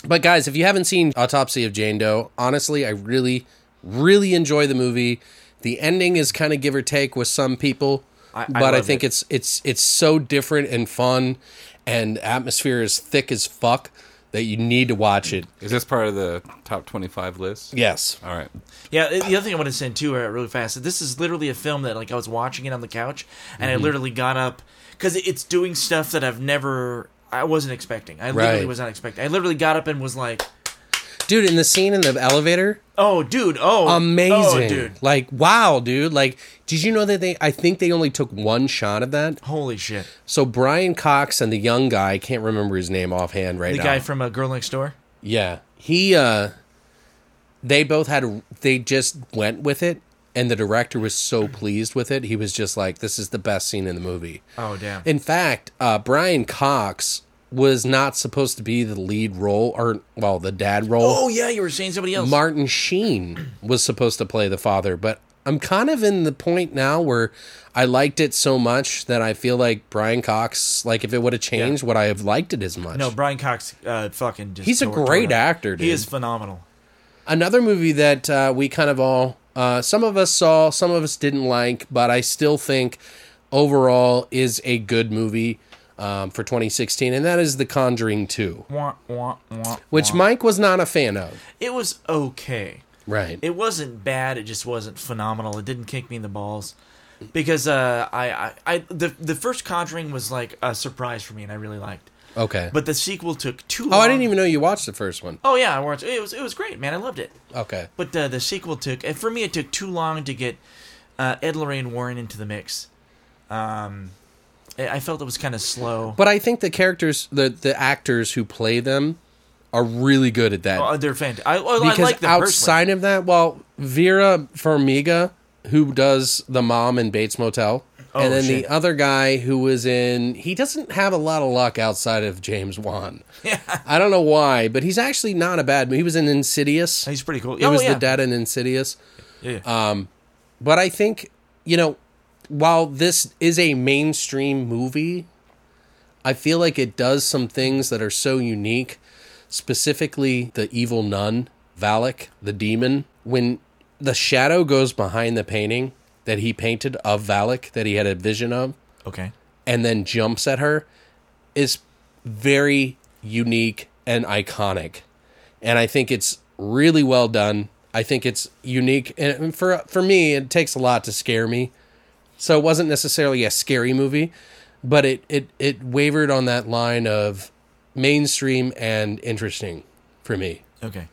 But guys, if you haven't seen Autopsy of Jane Doe, honestly, I really, really enjoy the movie. The ending is kind of give or take with some people, I- I but I love think it. it's it's it's so different and fun, and atmosphere is thick as fuck that you need to watch it. Is this part of the top twenty-five list? Yes, All right. Yeah, the other thing I want to say too, uh, really fast. This is literally a film that, like, I was watching it on the couch, Mm-hmm. and I literally got up because it's doing stuff that I've never, I wasn't expecting. I literally Right. was not expecting. I literally got up and was like, dude. In the scene in the elevator, "Oh, dude! Oh, amazing, Oh, dude! Like, wow, dude. Like, did you know that they? I think they only took one shot of that. Holy shit! So Brian Cox and the young guy, I can't remember his name offhand right The now. guy from a Girl Next Door. Yeah. He uh they both had they just went with it and the director was so pleased with it. He was just like this is the best scene in the movie. Oh, damn! In fact, uh Brian Cox was not supposed to be the lead role or well, the dad role. oh, yeah, you were saying somebody else. Martin Sheen was supposed to play the father, but I'm kind of in the point now where I liked it so much that I feel like Brian Cox, like if it would have changed, would I have liked it as much? no, Brian Cox, uh, fucking. Just He's a great tore- tore it up. actor, dude. He is phenomenal. another movie that uh, we kind of all uh, some of us saw some of us didn't like but i still think overall is a good movie um, for 2016 and that is the conjuring 2 Wah, wah, wah, which wah. mike was not a fan of it was okay. right it wasn't bad. It just wasn't phenomenal. It didn't kick me in the balls because uh, I, I, I the the first Conjuring was like a surprise for me, and I really liked. okay But um, the sequel took too. oh long. i didn't even know you watched the first one Oh yeah, I watched. It was it was great, man. I loved it. okay But uh, the sequel took and for me. It took too long to get uh, Ed Lorraine Warren into the mix. Um, I I felt it was kind of slow. but i think the characters the the actors who play them are really good at that Uh, they're fantastic. I, well, I because like them outside of that, well, Vera Farmiga, who does the mom in Bates Motel, Oh, and then shit. the other guy who was in, he doesn't have a lot of luck outside of James Wan. personally. Yeah, I don't know why, but he's actually not a bad. He was in Insidious. he's pretty cool. He oh, was yeah. the dad uh, in Insidious. Yeah, yeah. But I think you know, while this is a mainstream movie, I feel like it does some things that are so unique. Specifically, the evil nun Valak, the demon. When the shadow goes behind the painting that he painted of Valak, that he had a vision of, okay. and then jumps at her, is very unique and iconic. And I think it's really well done. I think it's unique, and for for me, it takes a lot to scare me. So it wasn't necessarily a scary movie, but it it it wavered on that line of mainstream and interesting for me. Okay.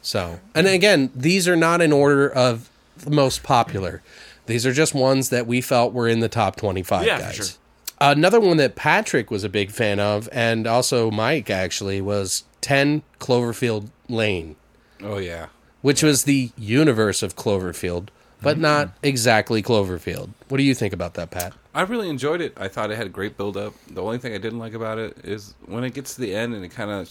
So, and again, these are not in order of the most popular. These are just ones that we felt were in the top 25, Yeah, for guys. sure. Another one that Patrick was a big fan of, and also Mike actually, was 10 Cloverfield Lane, Oh yeah. which was the universe of Cloverfield. but Mm-hmm. not exactly Cloverfield. What do you think about that, Pat? I really enjoyed it. I thought it had a great build up. The only thing I didn't like about it is when it gets to the end and it kind of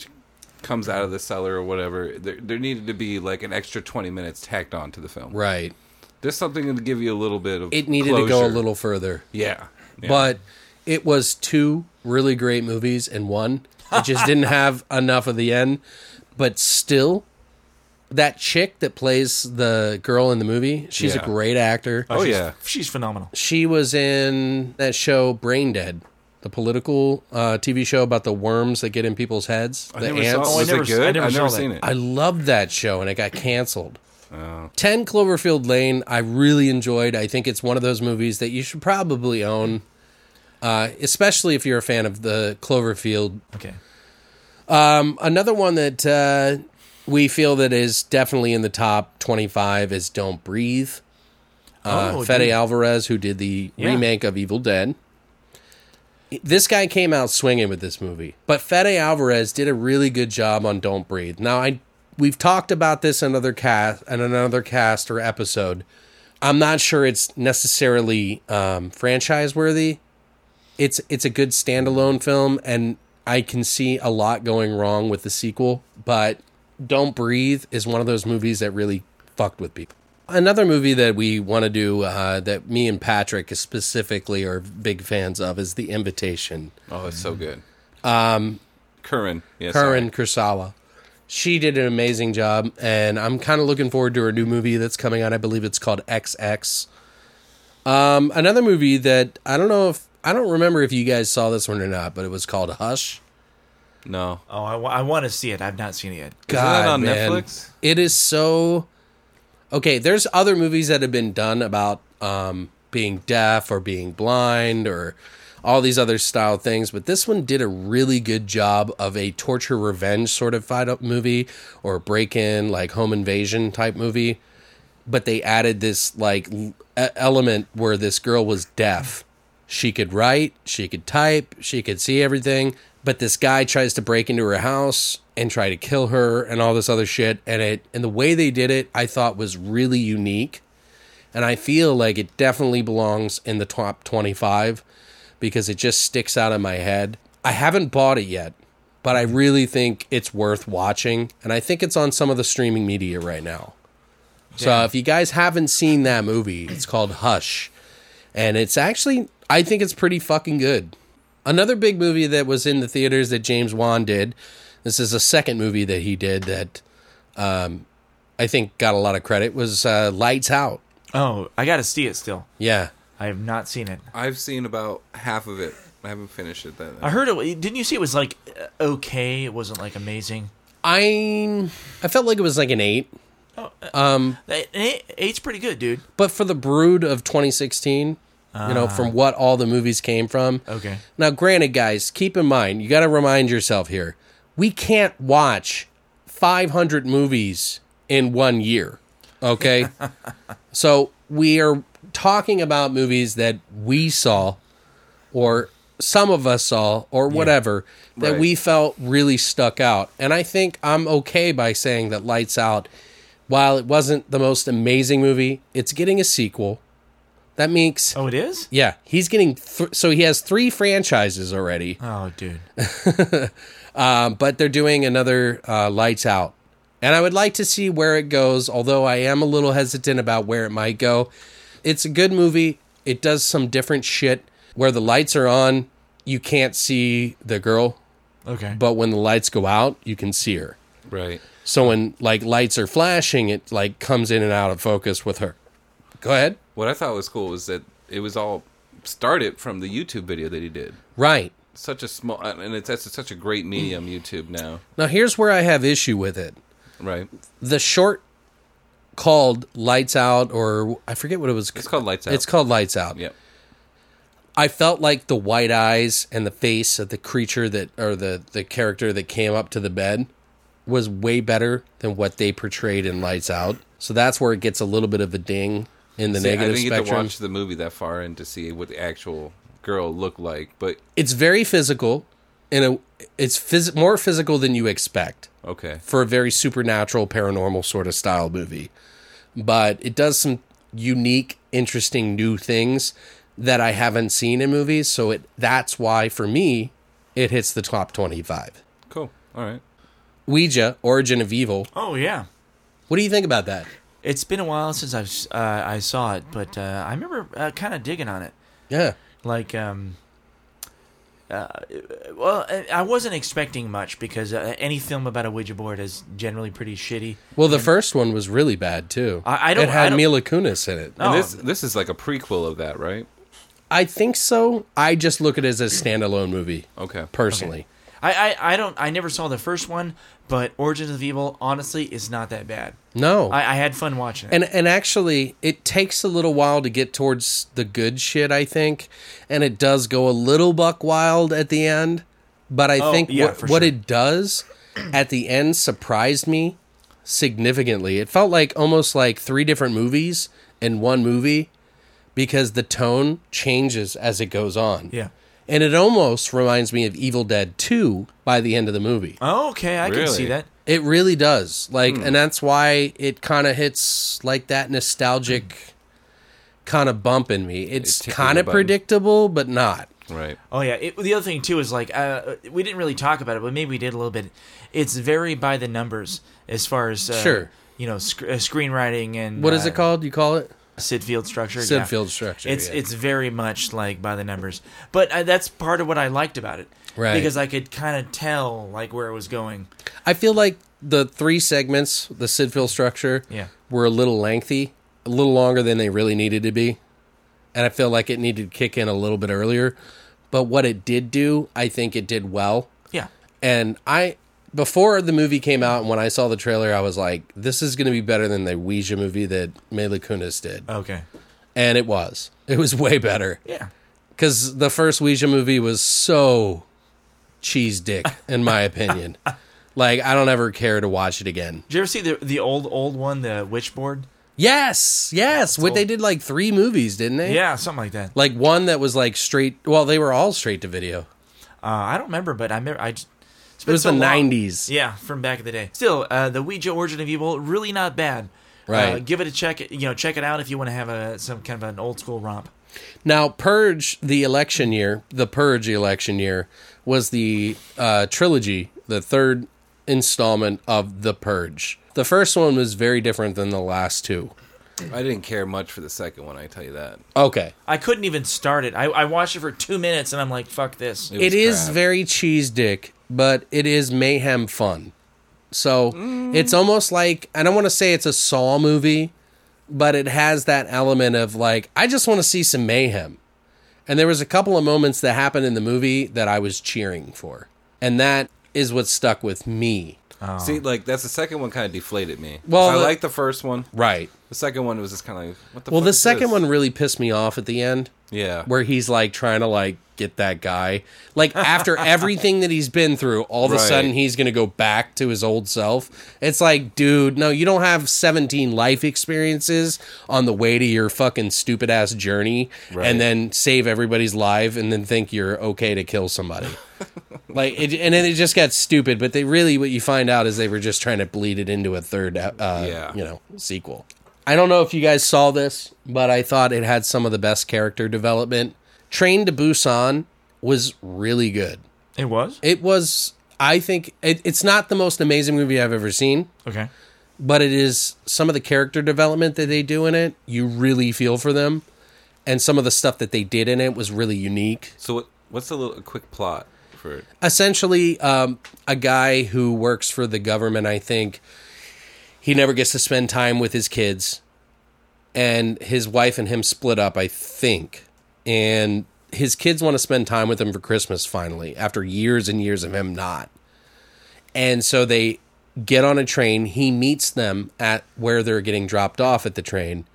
comes out of the cellar or whatever. There, there needed to be like an extra twenty minutes tacked on to the film. Right. There's something to give you a little bit of It needed to go a closure. little further. yeah, yeah. but it was two really great movies in one. It just didn't have enough of the end, but still, that chick that plays the girl in the movie, she's Yeah. a great actor. oh she's, yeah, she's phenomenal. She was in that show Brain Dead, the political uh, TV show about the worms that get in people's heads, the never saw- ants. was I never- it good? I never I've never saw seen that. it. I loved that show and it got canceled. 10 Cloverfield Lane, I really enjoyed. I think it's one of those movies that you should probably own, uh, especially if you're a fan of the Cloverfield. Okay. Another one that uh, we feel that is definitely in the top 25 is Don't Breathe. Uh, Oh, Fede dude. Alvarez, who did the Yeah. remake of Evil Dead. This guy came out swinging with this movie, but Fede Alvarez did a really good job on Don't Breathe. Now, I we've talked about this in another cast and another cast or episode. I'm not sure it's necessarily um, franchise worthy. It's it's a good standalone film, and I can see a lot going wrong with the sequel. But Don't Breathe is one of those movies that really fucked with people. Another movie that we want to do uh, that me and Patrick specifically are big fans of is The Invitation. oh it's so good. Um, Curran, yes, Karen Kurosawa. She did an amazing job, and I'm kind of looking forward to her new movie that's coming out. I believe it's called XX. Um, another movie that I don't know if I don't remember if you guys saw this one or not, but it was called Hush. no, Oh, I, want to see it. I've not seen it yet. God, on man. Netflix? It is so okay. There's other movies that have been done about um, being deaf or being blind or all these other style things, but this one did a really good job of a torture revenge sort of fight up movie or break in like home invasion type movie. But they added this like l- e- element where this girl was deaf. She could write, she could type, she could see everything. But this guy tries to break into her house and try to kill her and all this other shit. And it and the way they did it, I thought was really unique. And I feel like it definitely belongs in the top twenty five because it just sticks out in my head. I haven't bought it yet, but I really think it's worth watching. And I think it's on some of the streaming media right now. So uh, if you guys haven't seen that movie, it's called Hush and it's actually I think it's pretty fucking good. Another big movie that was in the theaters that James Wan did. This is the second movie that he did that um, I think got a lot of credit was uh, Lights Out. Oh, I got to see it still. Yeah, I have not seen it. I've seen about half of it. I haven't finished it. That I heard it. Didn't you see it was like uh, okay? It wasn't like amazing. I I felt like it was like an eight, It, it- eight's pretty good, dude. but for the brood of 2016, you know, from what all the movies came from. Okay. Now, granted, guys, keep in mind, you got to remind yourself here we can't watch 500 movies in one year. Okay. so we are talking about movies that we saw or some of us saw or whatever that Right. we felt really stuck out. And I think I'm okay by saying that Lights Out, while it wasn't the most amazing movie, it's getting a sequel. That makes Oh, it is. yeah, he's getting th- so he has three franchises already, Oh, dude. um, but they're doing another uh, Lights Out, and I would like to see where it goes. Although I am a little hesitant about where it might go. It's a good movie. It does some different shit where the lights are on, you can't see the girl, Okay. but when the lights go out, you can see her. right. So when like lights are flashing, it like comes in and out of focus with her. Go ahead. What I thought was cool was that it was all started from the YouTube video that he did. Right. Such a small, and it's that's such a great medium, YouTube now, Now here's where I have issue with it. right? the short called Lights Out, or I forget what it was. It's called Lights Out. It's called Lights Out. Yep. I felt like the white eyes and the face of the creature that, or the the character that came up to the bed, was way better than what they portrayed in Lights Out. So that's where it gets a little bit of a ding in the See, I negative didn't get to spectrum. watch the movie that far and to see what the actual girl looked like, but It's very physical, and a, it's phys- more physical than you expect. okay, for a very supernatural paranormal sort of style movie but it does some unique, interesting new things that I haven't seen in movies. So it that's why for me it hits the top 25. Cool. All right. Ouija, Origin of Evil. Oh yeah. What do you think about that? It's been a while since I've s- uh, I saw it, but uh, I remember uh, kind of digging on it. Yeah. Like, um, uh, well, I- I wasn't expecting much because uh, any film about a Ouija board is generally pretty shitty. Well, the first one was really bad too. I- I don't- It had I don't- Mila Kunis in it. Oh. And this this is like a prequel of that, right? I think so. I just look at it as a standalone movie, Okay. personally. I, I, I don't I never saw the first one, but Origins of Evil honestly is not that bad. No, I, I had fun watching it. and and actually, it takes a little while to get towards the good shit. I think, and it does go a little buck wild at the end. But I think Oh, yeah, what, for what sure. it does at the end surprised me significantly. It felt like almost like three different movies in one movie because the tone changes as it goes on. yeah. And it almost reminds me of Evil Dead 2 by the end of the movie. Oh, okay, I can see Really? that. It really does. Like Hmm. and that's why it kind of hits like that nostalgic kind of bump in me. It's It tickles kind the of button. predictable but not. Right. Oh yeah. It, the other thing too is like uh, we didn't really talk about it, but maybe we did a little bit. It's very by the numbers as far as uh, Sure. you know sc- uh, screenwriting and What is uh, it called? You call it? Sid Field structure. Sid Field structure, It's yeah. it's very much like by the numbers, but uh, that's part of what I liked about it, Right. Because I could kind of tell like where it was going. I feel like the three segments, the Sid Field structure, Yeah. were a little lengthy, a little longer than they really needed to be. And I feel like it needed to kick in a little bit earlier. But what it did do, I think it did well. Yeah. And I before the movie came out and when I saw the trailer, I was like, this is gonna be better than the Ouija movie that Mila Kunis did. Okay. And it was. It was way better. Yeah. Cause the first Ouija movie was so cheese dick, in my opinion. like I don't ever care to watch it again. Did you ever see the the old old one, the witch board? Yes, yes. What they did like three movies, didn't they? Yeah, something like that. Like one that was like straight well, they were all straight to video. Uh, I don't remember, but I remember I. Just, it's It been was so the long. nineties. Yeah, from back in the day. Still, uh, the Ouija Origin of Evil, really not bad. Uh, Right. give it a check. You know, check it out if you want to have a some kind of an old school romp. Now, Purge, the election year, the Purge election year was the uh, trilogy, the third installment of The Purge. The first one was very different than the last two. I didn't care much for the second one. I tell you that. Okay. I couldn't even start it. I, I watched it for two minutes and I'm like, fuck this. was It is crap. very cheese dick, but it is mayhem fun. So it's almost like I don't want to say it's a Saw movie, but it has that element of like I just want to see some mayhem. And there was a couple of moments that happened in the movie that I was cheering for, and that is what stuck with me. See, like that's the second one kind of deflated me. Well, Well, I the- like the first one. Right. The second one was just kind of like what the. Well, fuck the is second this? one really pissed me off at the end. Yeah. where he's like trying to like get that guy like after everything that he's been through all of a Right. sudden he's going to go back to his old self it's like dude no you don't have 17 life experiences on the way to your fucking stupid ass journey Right. and then save everybody's life and then think you're okay to kill somebody like it, and then it just got stupid but they really what you find out is they were just trying to bleed it into a third uh Yeah. you know sequel i don't know if you guys saw this but i thought it had some of the best character development train to busan was really good It was? it was i think it, it's not the most amazing movie i've ever seen Okay. but it is some of the character development that they do in it you really feel for them and some of the stuff that they did in it was really unique So what, what's a little a quick plot for it? essentially um, a guy who works for the government. I think he never gets to spend time with his kids, and his wife and him split up. I think, and his kids want to spend time with him for Christmas finally after years and years of him not. And so they get on a train. He meets them at where they're getting dropped off at the train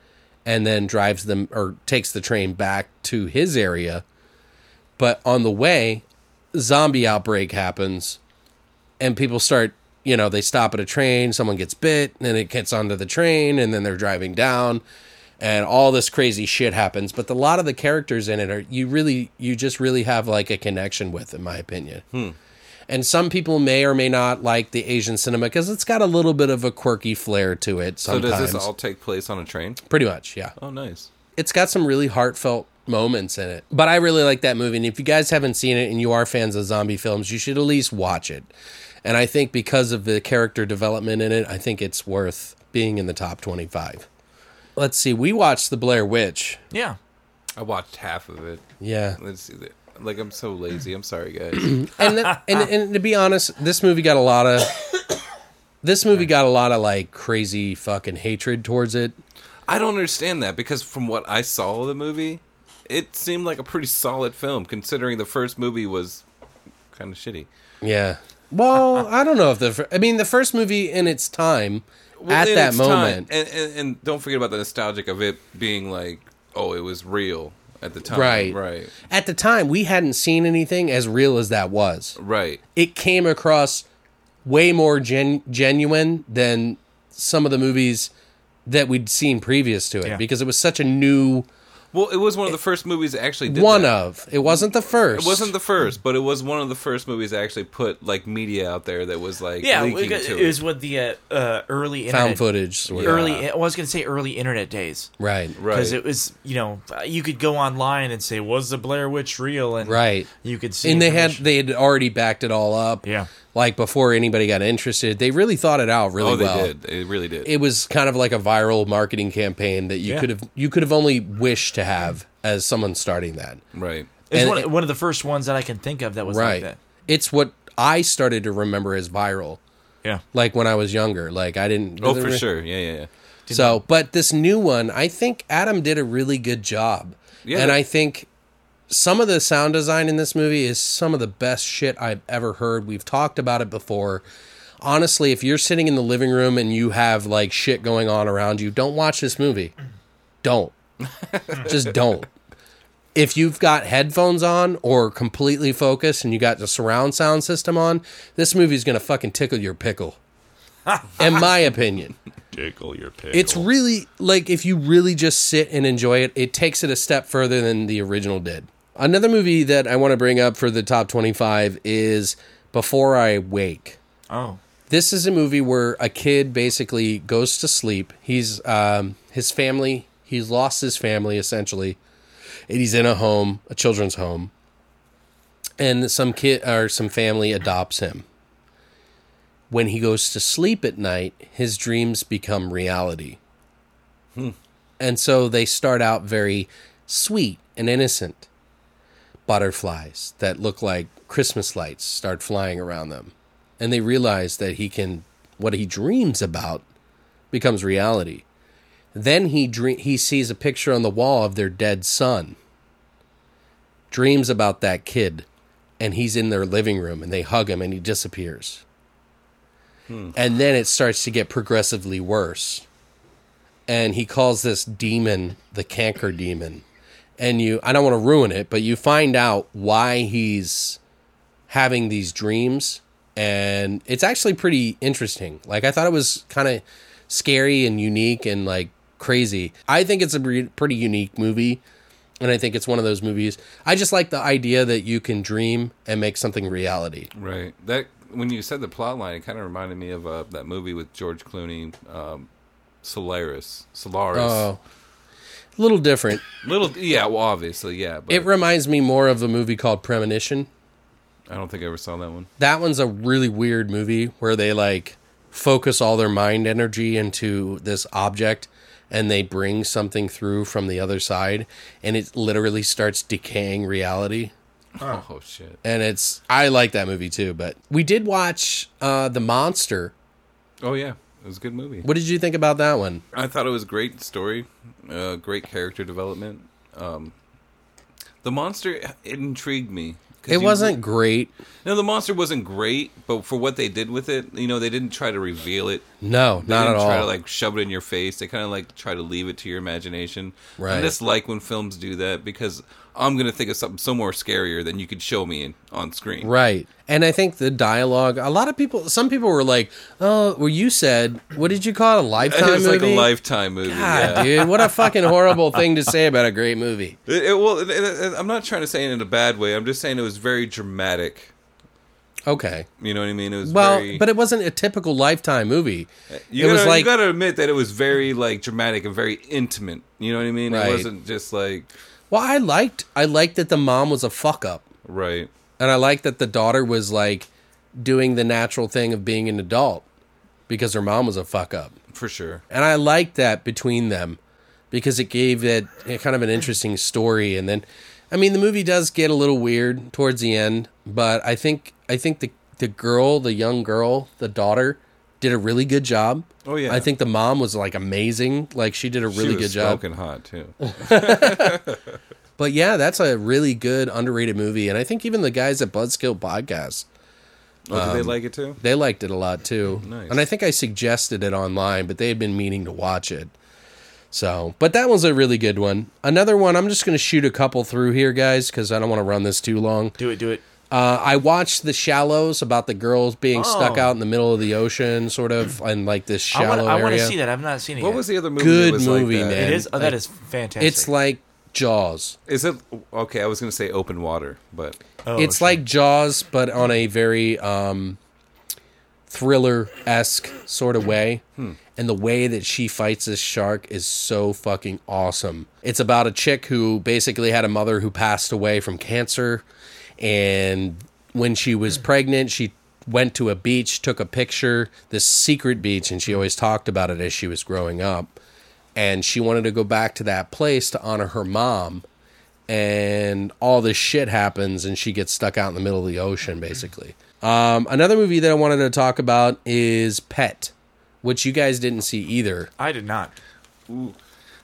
and then drives them or takes the train back to his area. But on the way, zombie outbreak happens and people start you know they stop at a train someone gets bit and then it gets onto the train and then they're driving down and all this crazy shit happens but the lot of Hmm. the characters in it are you really you just really have like a connection with in my opinion And some people may or may not like the Asian cinema because it's got a little bit of a quirky flair to it. So Sometimes, does this all take place on a train? pretty much, yeah. Oh, nice. It's got some really heartfelt moments in it. But I really like that movie. And if you guys haven't seen it and you are fans of zombie films, you should at least watch it. And I think because of the character development in it, I think it's worth being in the top 25. Let's see. We watched The Blair Witch. Yeah. I watched half of it. Yeah. Let's see. That. Like I'm so lazy. I'm sorry, guys. and, the- and and to be honest, this movie got a lot of this movie got a lot of like crazy fucking hatred towards it. I don't understand that because from what I saw of the movie, it seemed like a pretty solid film considering the first movie was kind of shitty. Yeah. Well, I don't know if the fir- I mean the first movie in its time Well, at in that its time- moment. and, and and don't forget about the nostalgic of it being like, oh, it was real at the time. Right. Right. At the time, we hadn't seen anything as real as that was. Right. It came across way more gen- genuine than some of the movies that we'd seen previous to it Yeah. because it was such a new Well, it was one of the first movies that actually did one that. of. It wasn't the first. It wasn't the first, but it was one of the first movies that actually put like media out there that was like Yeah. leaking It, to it was what the uh, uh, early internet, found footage sort of. Early. I was gonna say early internet days. Right. right. Because it was, you know, you could go online and say, "Was the Blair Witch real?" And Right. you could see. and they had information. they had already backed it all up. Yeah. Like before anybody got interested, they really thought it out really oh, they well. did. They really did. It was kind of like a viral marketing campaign that you Yeah. could have you could have only wished to have as someone starting that. right. It's and- one, one of the first ones that I can think of that was right. like that. It's what I started to remember as viral. Yeah. Like when I was younger, like I didn't. Oh, for sure. Yeah, yeah, yeah. So, but this new one, I think Adam did a really good job, Yeah. and I think some of the sound design in this movie is some of the best shit I've ever heard. We've talked about it before. Honestly, if you're sitting in the living room and you have like shit going on around you, don't watch this movie. Don't. Just don't. If you've got headphones on or completely focused and you got the surround sound system on, this movie's going to fucking tickle your pickle. in my opinion. Tickle your pig. It's really like if you really just sit and enjoy it, it takes it a step further than the original did. Another movie that I want to bring up for the top 25 is Before I Wake. oh, This is a movie where a kid basically goes to sleep. He's um, his family, he's lost his family essentially. And he's in a home, a children's home. And some kid or some family adopts him. When he goes to sleep at night, his dreams become reality. And so they start out very sweet and innocent. Butterflies that look like Christmas lights start flying around them. And they realize that he can, what he dreams about becomes reality. Then he, dream, he sees a picture on the wall of their dead son, dreams about that kid, and he's in their living room and they hug him and he disappears. And then it starts to get progressively worse and he calls this demon the canker demon and you i don't want to ruin it but you find out why he's having these dreams and it's actually pretty interesting like i thought it was kind of scary and unique and like crazy i think it's a pre- pretty unique movie and i think it's one of those movies i just like the idea that you can dream and make something reality Right. That when you said the plot line, it kind of reminded me of uh, that movie with George Clooney, um, Solaris. Solaris. oh a little different Little. Yeah. Well, obviously, yeah. But it reminds me more of a movie called premonition I don't think I ever saw that one. that one's a really weird movie where they like focus all their mind energy into this object and they bring something through from the other side and it literally starts decaying reality Oh shit. and it's i like that movie too but we did watch uh the monster Oh yeah. It was a good movie. what did you think about that one I thought it was great story, uh, great character development. Um, the monster it intrigued me. 'Cause it you- wasn't great No, the monster wasn't great, but for what they did with it, you know, they didn't try to reveal it. no They not at didn't all try to like shove it in your face. They kind of like try to leave it to your imagination. Right. I just like when films do that because I'm gonna think of something so more scarier than you could show me in, on screen. Right. And I think the dialogue, a lot of people, some people were like, oh, well, you said, what did you call it? A lifetime It was like movie? a lifetime movie. yeah. God, dude, what a fucking horrible thing to say about a great movie. It, it- well, it- it- I'm not trying to say it in a bad way. I'm just saying it was very dramatic. Okay. You know what I mean? It was Well, very, but it wasn't a typical Lifetime movie. you it gotta, was like- you gotta admit that it was very like dramatic and very intimate. You know what I mean? Right. It wasn't just like Well, I liked I liked that the mom was a fuck up, right. and I liked that the daughter was like doing the natural thing of being an adult because her mom was a fuck up, For sure. and I liked that between them because it gave it a kind of an interesting story. And then, I mean, the movie does get a little weird towards the end, but I think I think the the girl, the young girl, the daughter, did a really good job. Oh, yeah. I think the mom was like amazing. Like she did a really she was good job. Smoking hot too. Oh, But yeah, that's a really good underrated movie, and I think even the guys at Buzzkill Podcast Oh, did they Um, like it too? they liked it a lot too. Nice. And I think I suggested it online, but they had been meaning to watch it. So, but that was a really good one. Another one, I'm just going to shoot a couple through here, guys, because I don't want to run this too long. Do it, do it. Uh, I watched The Shallows about the girls being stuck Oh. out in the middle of the ocean, sort of, and like this I shallow want. I want area. to see that. I've not seen it. What yet. was the other movie? Good that was like movie, that? man. It is. Oh, that Like, is fantastic. It's like Jaws. Is it okay? I was gonna say open water, but Oh, it's shit. like Jaws, but on a very um, thriller esque sort of way. Hmm. And the way that she fights this shark is so fucking awesome. It's about a chick who basically had a mother who passed away from cancer. And when she was pregnant, she went to a beach, took a picture, this secret beach, and she always talked about it as she was growing up. And she wanted to go back to that place to honor her mom and all this shit happens and she gets stuck out in the middle of the ocean basically um, another movie that i wanted to talk about is pet which you guys didn't see either I did not.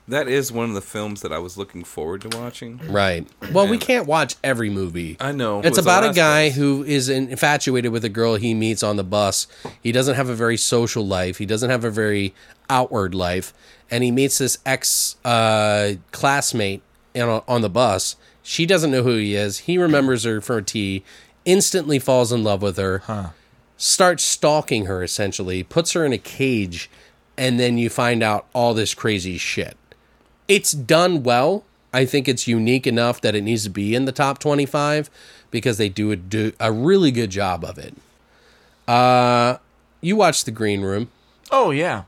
that is one of the films that I was looking forward to watching. right well we can't watch every movie I know. It it's was the about a last guy one. who is in- infatuated with a girl he meets on the bus he doesn't have a very social life he doesn't have a very outward life and he meets this ex uh, classmate in, on the bus she doesn't know who he is he remembers her for a tea instantly falls in love with her starts stalking her essentially, puts her in a cage, and then you find out all this crazy shit. It's done well. I think it's unique enough that it needs to be in the top 25 because they do a, do a really good job of it. Uh, you watched The Green Room. Oh yeah.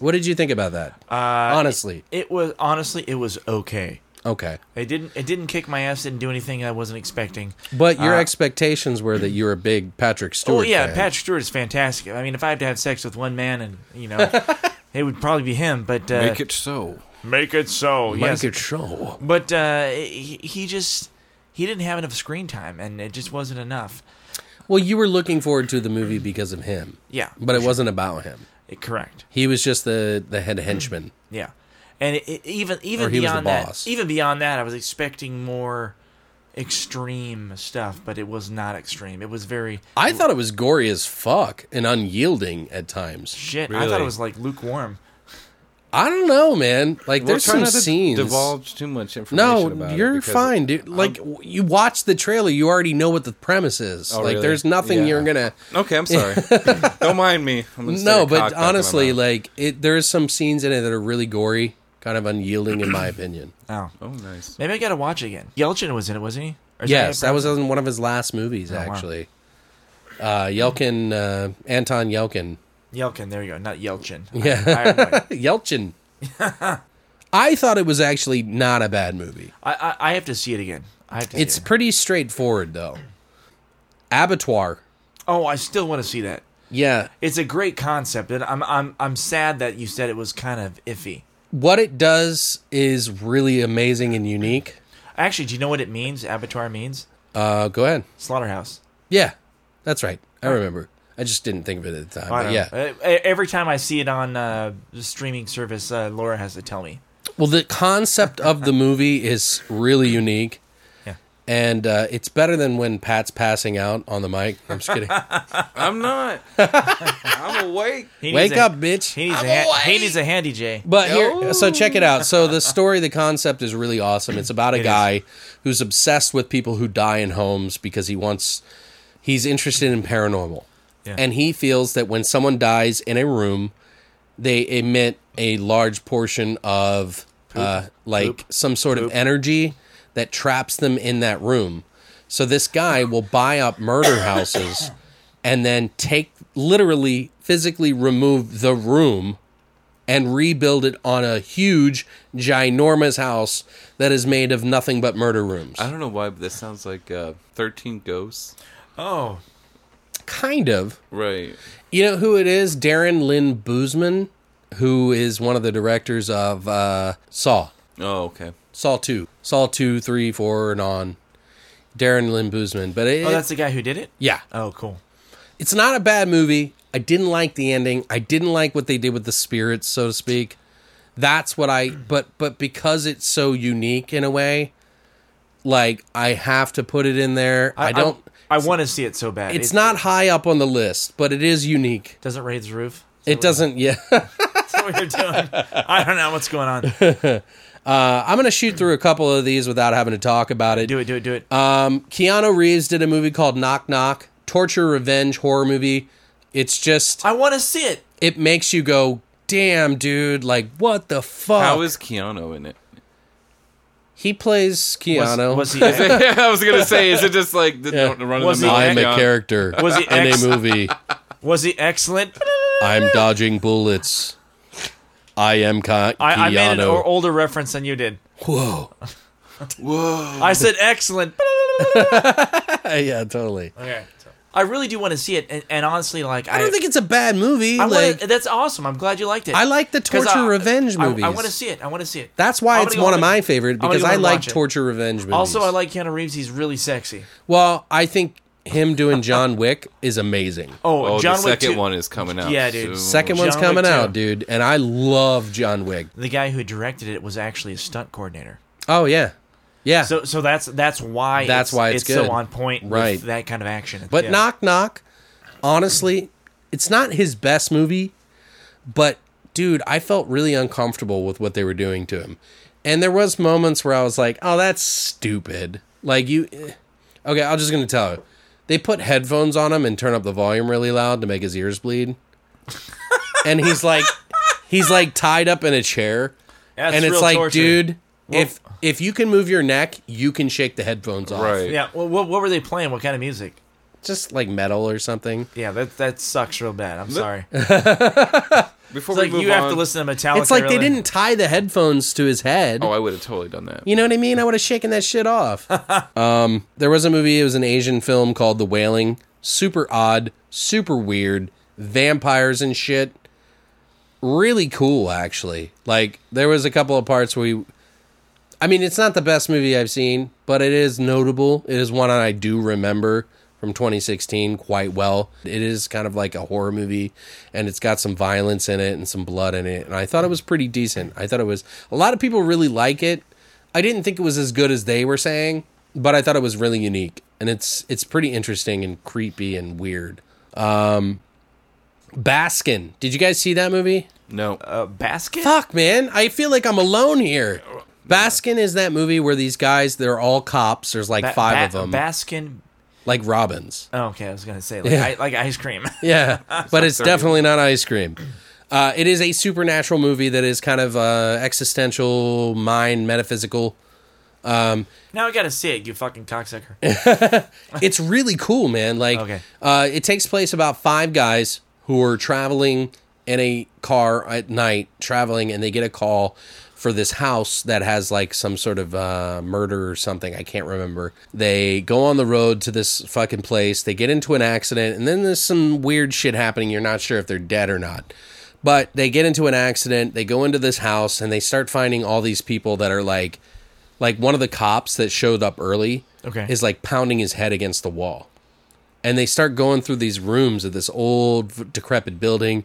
What did you think about that? Uh, Honestly. It was honestly, it was okay. Okay. It didn't. It didn't kick my ass. Didn't do anything I wasn't expecting. But your expectations were that you were a big Patrick Stewart Uh, Oh yeah, fan. Patrick Stewart is fantastic. I mean, if I had to have sex with one man, and you know, it would probably be him. But uh, Make it so. Make it so. Make yes. it show. But uh, he, he just he didn't have enough screen time, and it just wasn't enough. Well, you were looking forward to the movie because of him. Yeah, But it wasn't about him. correct. He was just the the head henchman. Yeah, and it, it- even even Or he was the beyond boss. that, even beyond that, I was expecting more extreme stuff, but it was not extreme. It was very I thought it was gory as fuck and unyielding at times. shit. I thought Really? it was like lukewarm. I don't know, man. Like We're there's trying some not to scenes. divulge too much information. no, about it you're because- fine, dude. Like w you watch the trailer, you already know what the premise is. Oh, like really? there's nothing Yeah. you're gonna. Okay, I'm sorry. Don't mind me. I'm gonna stick No, a cock but back in my honestly, mouth. like it, there's some scenes in it that are really gory, kind of unyielding, in my opinion. Oh, oh nice. maybe I gotta watch it again. Yelchin was in it, wasn't he? Or is Yes, that was a- in one of his last movies, Oh, wow. actually. Uh, Yelkin, uh, Anton Yelkin. Yelchin. There you go, not Yelchin. Yeah. I, I, Yelchin. I thought it was actually not a bad movie. I, I have to see it again. I have to. It's see it. pretty straightforward though. Abattoir. oh, I still want to see that. Yeah. It's a great concept, and I'm I'm I'm sad that you said it was kind of iffy. What it does is really amazing and unique. Actually, do you know what it means? Abattoir means Uh go ahead. slaughterhouse. Yeah. That's right. I remember. I just didn't think of it at the time. I But don't yeah. know. Uh, Every time I see it on uh, the streaming service, uh, Laura has to tell me. Well, the concept of the movie is really unique. Yeah. And uh, it's better than when Pat's passing out on the mic. I'm just kidding. I'm not. I'm awake. He needs Wake a- up, bitch. He needs, a ha- he needs a handy J. But here, so check it out. So the story, the concept is really awesome. It's about a guy who's obsessed with people who die in homes because he wants, he's interested in paranormal, Yeah. and he feels that when someone dies in a room, they emit a large portion of uh, like Poop. some sort of energy that traps them in that room. So this guy will buy up murder houses and then take literally physically remove the room and rebuild it on a huge ginormous house that is made of nothing but murder rooms Uh-huh. I don't know why, but this sounds like uh, Thirteen Ghosts. Oh, kind of Right. You know who it is? Darren Lynn Boozman, who is one of the directors of uh, Saw, Oh, okay. Saw 2, Saw 2, 3, 4, and on. Darren Lynn Boozman. But it, oh, that's the guy who did it. yeah, Oh, cool. it's not a bad movie. I didn't like the ending. I didn't like what they did with the spirits, so to speak. That's what I but but because it's so unique in a way, like I have to put it in there. I, don't I, want to see it so bad. it's It not high up on the list, but it is unique. Doesn't raise the roof. It doesn't yeah. That's what you're doing. I don't know what's going on. I'm gonna shoot through a couple of these without having to talk about it. Do it. Do it. Do it. Um, Keanu Reeves did a movie called Knock Knock, torture revenge horror movie. It's just I want to see it. it makes you go, damn, dude, like what the fuck? How is Keanu in it? he plays Was, Keanu? was he? ex- I was gonna say, is it just like the, Yeah. the run of Was the he mill I'm a Keanu? character Was he in a ex- movie. was he excellent? I'm dodging bullets. I am Ka- I, I made an Keanu. o- older reference than you did. Whoa. Whoa! I said excellent. Uh, yeah, totally. Okay. I really do want to see it, and, and honestly, like I, I don't think it's a bad movie. I like wanna, that's awesome. I'm glad you liked it. I like the 'Cause torture revenge I- movies. I, want to see it. I want to see it. That's why I'm it's gonna go one on of the- my favorite I'm gonna because go I and like watch it. torture revenge movies. Also, I like Keanu Reeves. He's really sexy. Well, I think him doing John Wick is amazing. Oh, Oh, John the Wick second 2, one is coming out. Yeah, dude. soon. Second one's John coming Wick out, too. dude, and I love John Wick. The guy who directed it was actually a stunt coordinator. Oh yeah, yeah. So, so that's that's why That's it's, why it's good. so on point, Right. With that kind of action, but Yeah. Knock Knock, honestly, it's not his best movie, but dude, I felt really uncomfortable with what they were doing to him, and there was moments where I was like, "Oh, that's stupid." Like you, eh. okay, I'm just gonna tell you, they put headphones on him and turn up the volume really loud to make his ears bleed, and he's like, he's like tied up in a chair. That's and it's real like, torture. dude, if if you can move your neck, you can shake the headphones off. Right. Yeah. Well, what, what were they playing? What kind of music? Just like metal or something. Yeah, that that sucks real bad. I'm sorry. It's Before like we move you have on- to listen to Metallica. It's like they really. didn't tie the headphones to his head. Oh, I would have totally done that. You know what I mean? I would have shaken that shit off. um, there was a movie, it was an Asian film called The Wailing. Super odd, super weird, vampires and shit. Really cool, actually. Like, there was a couple of parts where we. I mean, it's not the best movie I've seen, but it is notable. It is one I do remember from 2016 quite well. It is kind of like a horror movie, and it's got some violence in it and some blood in it. And I thought it was pretty decent. I thought it was. A lot of people really like it. I didn't think it was as good as they were saying, but I thought it was really unique. And it's it's pretty interesting and creepy and weird. Um, Baskin. Did you guys see that movie? No. Um, Uh, basket. fuck, man. I feel like I'm alone here. Baskin is that movie where these guys, they're all cops. There's like Ba- five ba- of them, Baskin. like Robins. Oh, okay, I was gonna say like, Yeah. I, like ice cream. Yeah, but it's thirty. definitely not ice cream. Uh, it is a supernatural movie that is kind of uh, existential, mind, metaphysical. now I gotta see it. You fucking cocksucker. it's really cool, man. Like, Okay. uh, it takes place about five guys who are traveling in a car at night, traveling, and they get a call for this house that has like some sort of uh, murder or something. I can't remember. They go on the road to this fucking place. They get into an accident, and then there's some weird shit happening. You're not sure if they're dead or not. But they get into an accident. They go into this house, and they start finding all these people that are like, like one of the cops that showed up early Okay. is like pounding his head against the wall and they start going through these rooms of this old decrepit building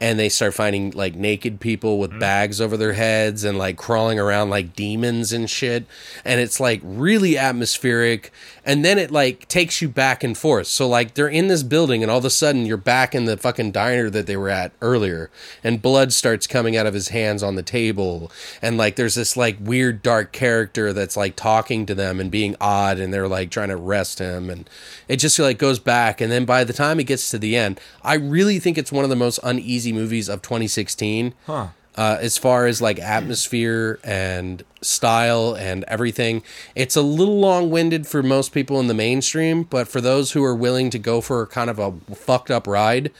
and they start finding like naked people with bags over their heads and like crawling around like demons and shit and it's like really atmospheric and then it like takes you back and forth so like they're in this building and all of a sudden you're back in the fucking diner that they were at earlier and blood starts coming out of his hands on the table and like there's this like weird dark character that's like talking to them and being odd and they're like trying to arrest him and it just like goes back and then by the time it gets to the end i really think it's one of the most uneasy movies of 2016 huh uh, as far as like atmosphere and style and everything. It's a little long winded for most people in the mainstream, but for those who are willing to go for kind of a fucked up ride,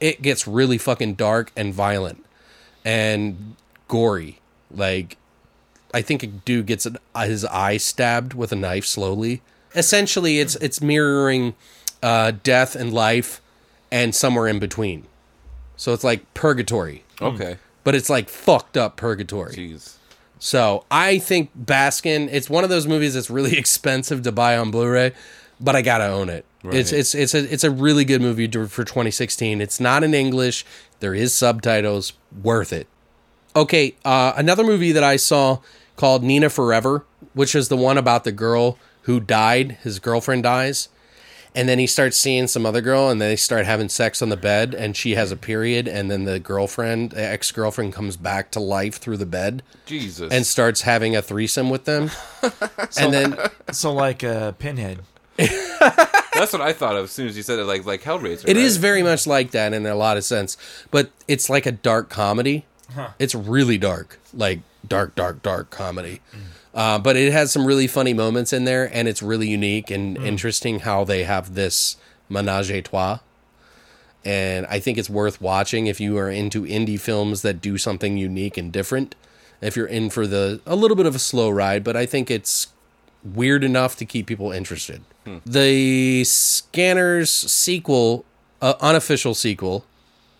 it gets really fucking dark and violent and gory. Like, I think a dude gets an, his eye stabbed with a knife slowly. Essentially, it's it's mirroring uh, death and life, and somewhere in between. So it's like purgatory, Okay. but it's like fucked up purgatory. Jeez. So I think Baskin. It's one of those movies that's really expensive to buy on Blu-ray, but I gotta own it. It's it's it's a it's a really good movie to- for 2016. It's not in English. There is subtitles. Worth it. Okay, uh, another movie that I saw called Nina Forever, which is the one about the girl who died. His girlfriend dies. And then he starts seeing some other girl, and they start having sex on the bed, and she has a period, and then the girlfriend, ex girlfriend, comes back to life through the bed Jesus. and starts having a threesome with them. and then So like uh, Pinhead. That's what I thought of as soon as you said it. Like like Hellraiser. it is very much like that in a lot of sense, but it's like a dark comedy. It's really dark, like dark, dark, dark comedy. Uh, but it has some really funny moments in there, and it's really unique and interesting how they have this menage a trois. And I think it's worth watching if you are into indie films that do something unique and different. If you're in for the a little bit of a slow ride, but I think it's weird enough to keep people interested. The Scanners sequel, uh, unofficial sequel,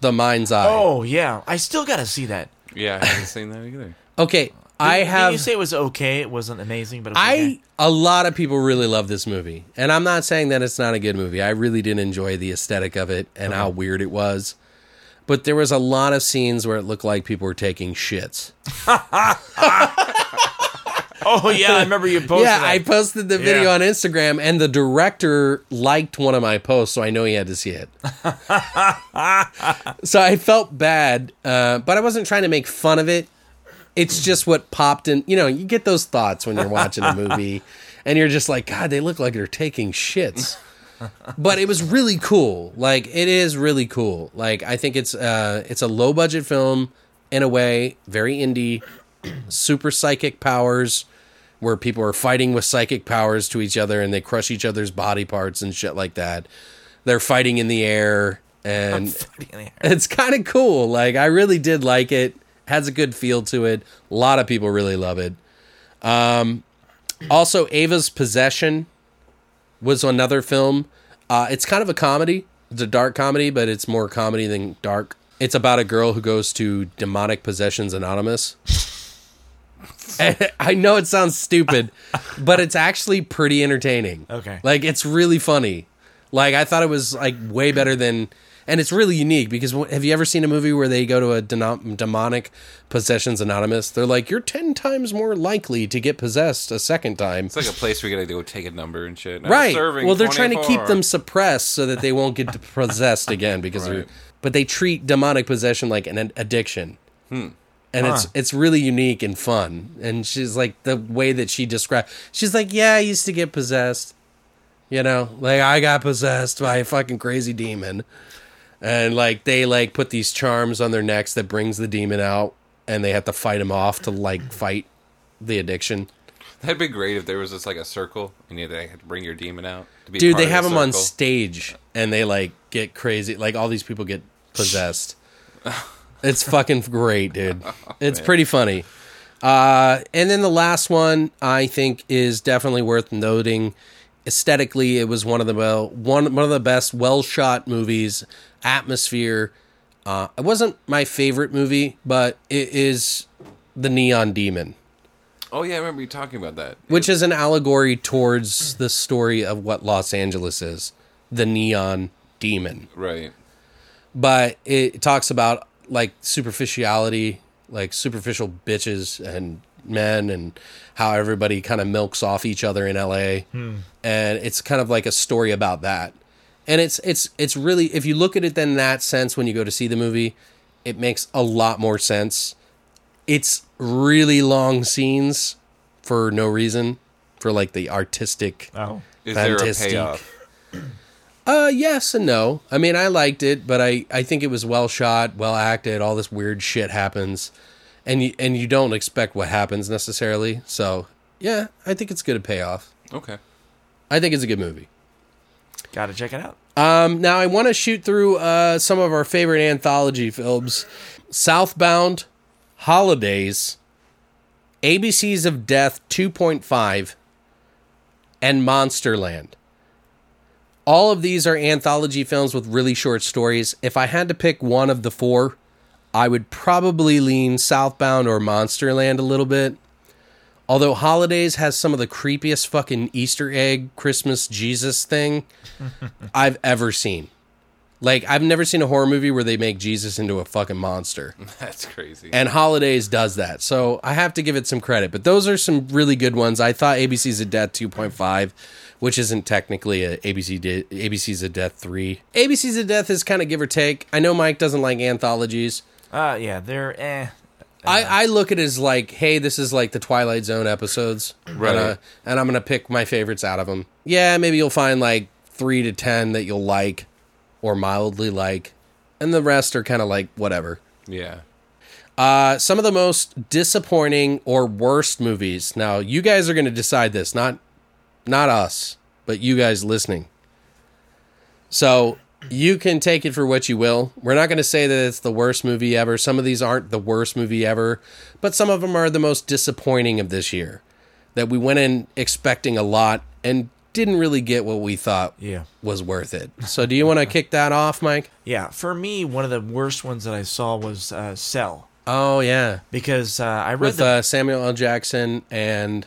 The Mind's Eye. Oh yeah, I still gotta see that. Yeah, I haven't seen that either. Okay, I Oh. Didn't have. You say it was okay. It wasn't amazing, but it was I okay. a lot of people really love this movie, and I'm not saying that it's not a good movie. I really did enjoy the aesthetic of it and Uh-huh. how weird it was, but there was a lot of scenes where it looked like people were taking shits. Oh yeah, I remember you posted. yeah, that. I posted the video Yeah. on Instagram, and the director liked one of my posts, so I know he had to see it. so I felt bad, uh, but I wasn't trying to make fun of it. It's just what popped in. You know, you get those thoughts when you're watching a movie, and you're just like, God, they look like they're taking shits. But it was really cool. Like it is really cool. Like I think it's uh, it's a low budget film in a way, very indie, super psychic powers where people are fighting with psychic powers to each other and they crush each other's body parts and shit like that. They're fighting in the air and it's kind of cool. Like I really did like it. Has a good feel to it. A lot of people really love it. Um, also, Ava's Possession was another film. Uh, it's kind of a comedy. It's a dark comedy, but it's more comedy than dark. It's about a girl who goes to Demonic Possessions Anonymous. And I know it sounds stupid, but it's actually pretty entertaining. Okay. Like it's really funny. Like I thought it was like way better than and it's really unique because wh- have you ever seen a movie where they go to a denom- demonic possessions anonymous? They're like you're 10 times more likely to get possessed a second time. It's like a place where you gotta go take a number and shit. And I'm Right. serving Well, they're trying to keep 24. them suppressed so that they won't get possessed again because they're, Right. but they treat demonic possession like an addiction. Hmm. And it's it's really unique and fun. And she's like the way that she described. She's like, "Yeah, I used to get possessed." You know, like I got possessed by a fucking crazy demon. And like they like put these charms on their necks that brings the demon out and they have to fight him off to like fight the addiction. That'd be great if there was just like a circle and you had to bring your demon out. To be dude part they of have the them on circle. stage and they like get crazy like all these people get possessed it's fucking great dude Oh, it's pretty funny uh, and then the last one i think is definitely worth noting aesthetically it was one of the well one one of the best well shot movies atmosphere uh, it wasn't my favorite movie but it is the neon demon Oh yeah, I remember you talking about that. which is an allegory towards the story of what Los Angeles is the neon demon. Right. But it talks about like superficiality, like superficial bitches and men, and how everybody kind of milks off each other in LA. And it's kind of like a story about that. And it's it's it's really if you look at it then that sense when you go to see the movie, it makes a lot more sense. It's really long scenes for no reason, for like the artistic Oh. Is Fantastic. there a payoff? uh, yes and no. I mean, I liked it, but I, I think it was well shot, well acted. All this weird shit happens. and you, and you don't expect what happens necessarily. So yeah, I think it's good to pay off. Okay. I think it's a good movie. Gotta check it out. Um, now I want to shoot through uh, some of our favorite anthology films: Southbound, Holidays, ABCs of Death 2.5, and Monsterland. All of these are anthology films with really short stories. If I had to pick one of the four, I would probably lean Southbound or Monsterland a little bit. Although Holidays has some of the creepiest fucking Easter egg Christmas Jesus thing I've ever seen. Like, I've never seen a horror movie where they make Jesus into a fucking monster. That's crazy. And Holidays does that. So I have to give it some credit. But those are some really good ones. I thought ABC's of Death 2.5, which isn't technically a ABC de- ABC's of Death 3. ABC's of Death is kind of give or take. I know Mike doesn't like anthologies. Uh, yeah, they're eh. I, I look at it as like, hey, this is like the Twilight Zone episodes, Right. And, uh, and I'm gonna pick my favorites out of them. Yeah, maybe you'll find like three to ten that you'll like or mildly like, and the rest are kind of like whatever. yeah. Uh, some of the most disappointing or worst movies. Now you guys are gonna decide this, not not us, but you guys listening. So you can take it for what you will. We're not going to say that it's the worst movie ever. Some of these aren't the worst movie ever, but some of them are the most disappointing of this year. That we went in expecting a lot and didn't really get what we thought Yeah. was worth it. So do you want to kick that off, Mike? Yeah, for me, one of the worst ones that I saw was uh, Cell Oh yeah, because uh, I read with the uh, Samuel L. Jackson and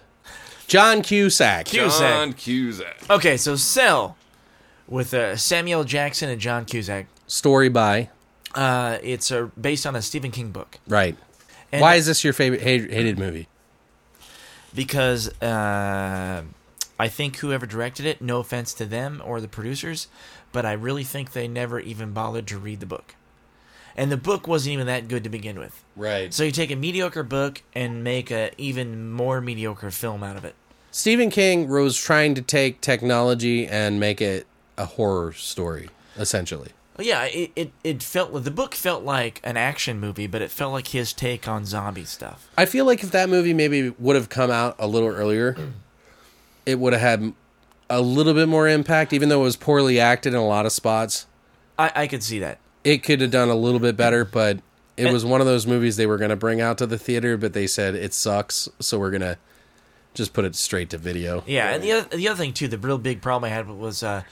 John Cusack. Cusack. John Cusack. Okay, so Cell with uh, Samuel Jackson and John Cusack. Story by Uh, it's uh, based on a Stephen King book. right. And Why is this your favorite ha- hated movie? because uh, I think whoever directed it, no offense to them or the producers, but I really think they never even bothered to read the book. And the book wasn't even that good to begin with. Right. So you take a mediocre book and make a even more mediocre film out of it. Stephen King was trying to take technology and make it a horror story, essentially. Yeah, it, it, it felt the book felt like an action movie, but it felt like his take on zombie stuff. I feel like if that movie maybe would have come out a little earlier, it would have had a little bit more impact, even though it was poorly acted in a lot of spots. I, I could see that. It could have done a little bit better, but it was one of those movies they were going to bring out to the theater, but they said it sucks, so we're going to just put it straight to video. Yeah, and the other, the other thing too, the real big problem I had was uh,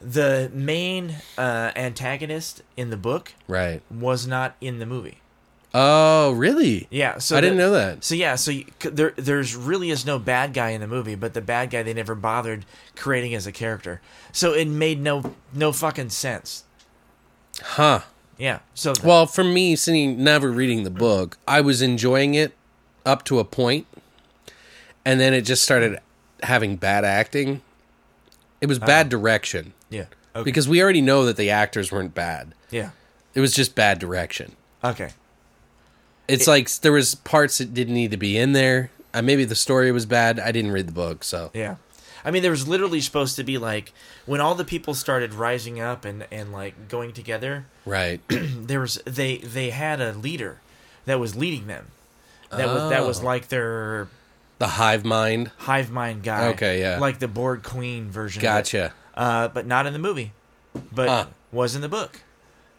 the main uh, antagonist in the book Right. was not in the movie. Oh, really? Yeah, so I didn't the- know that. So yeah, so you, c- there there's really is no bad guy in the movie, but the bad guy they never bothered creating as a character. So it made no no fucking sense. Huh. Yeah. So Well, for me, seeing never reading the book, I was enjoying it up to a point, and then it just started having bad acting. It was bad direction yeah. Okay. because we already know that the actors weren't bad. yeah. It was just bad direction. Okay. It's like there was parts that didn't need to be in there. Uh, maybe the story was bad. I didn't read the book, so Yeah. I mean, there was literally supposed to be like when all the people started rising up and and like going together. right. there was they they had a leader that was leading them. That was that Oh. was like their the hive mind. hive mind guy. Okay, yeah. Like the Borg Queen version. of it. Gotcha. Uh, but not in the movie, but Huh. was in the book.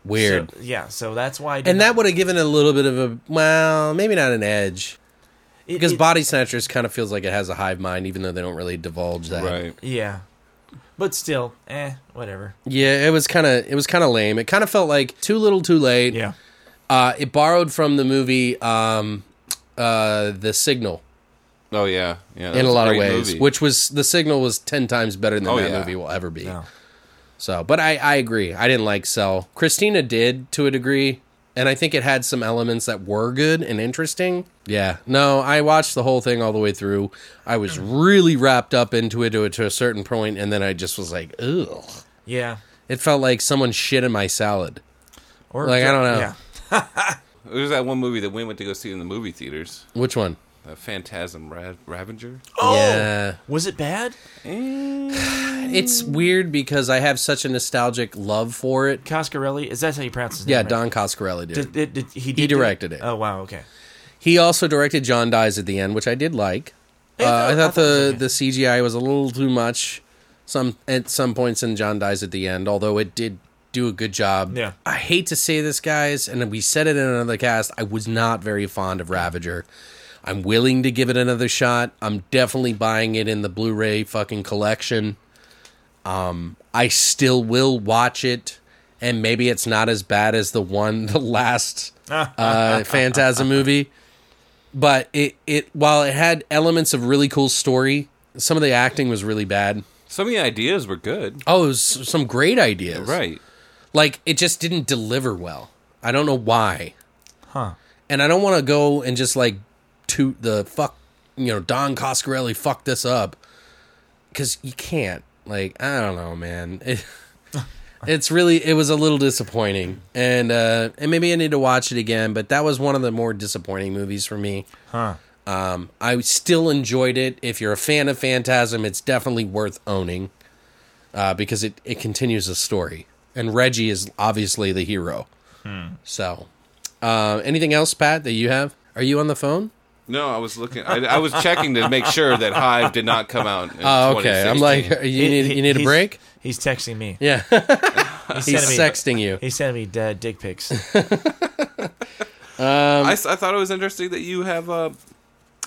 Weird. So, yeah, so that's why. I did and not- that would have given it a little bit of a well, maybe not an edge. it- Because it- Body Snatchers kind of feels like it has a hive mind, even though they don't really divulge that. Right. Yeah, but still, eh, whatever. Yeah, it was kind of it was kind of lame. It kind of felt like too little, too late. Yeah. Uh, it borrowed from the movie um, uh, The Signal Oh yeah. Yeah. that in a was lot of great ways, movie. which was The Signal was ten times better than Oh, that yeah. movie will ever be. No. So, but I I agree. I didn't like Cell. Christina did to a degree. And I think it had some elements that were good and interesting. Yeah. No, I watched the whole thing all the way through. I was really wrapped up into it to a, to a certain point, and then I just was like, ugh. Yeah. It felt like someone shit in my salad. Or Like, I don't know. Yeah. There was that one movie that we went to go see in the movie theaters, Which one? uh, Phantasm Ra- Ravenger. Oh, Yeah. was it bad? It's weird because I have such a nostalgic love for it. Coscarelli? Is that how you pronounce his Yeah, name? right? Don Coscarelli did. Did, did, did- he, did directed do- it. Oh wow. Okay. He also directed John Dies at the end, which I did like. Uh, thought- I I thought thought it was the okay. the CGI was a little too much. Some at some points in John Dies at the end, although it did do a good job. Yeah. I hate to say this, guys, and we said it in another cast. I was not very fond of Ravager. I'm willing to give it another shot. I'm definitely buying it in the Blu-ray fucking collection. Um, I still will watch it, and maybe it's not as bad as the one, the last uh, Phantasm movie. But it, it while it had elements of really cool story, some of the acting was really bad. Some of the ideas were good, Oh, it was some great ideas. right? Like it just didn't deliver well. I don't know why. Huh. And I don't want to go and just like toot the fuck, you know, Don Coscarelli fucked this up because you can't. Like I don't know, man. It, it's really it was a little disappointing, and uh, and maybe I need to watch it again. But that was one of the more disappointing movies for me. Huh. Um, I still enjoyed it. If you're a fan of Phantasm, it's definitely worth owning uh, because it, it continues the story. And Reggie is obviously the hero. Hmm. So, uh, anything else, Pat, that you have? Are you on the phone? No, I was looking. I, I was checking to make sure that Hive did not come out. In Oh, okay. I'm like, 2016. you He- need, he- you need a he's- break? He's texting me. Yeah. He's, He's sending me. sexting you. He's sending me dead dick pics. I, s- I thought it was interesting that you have uh,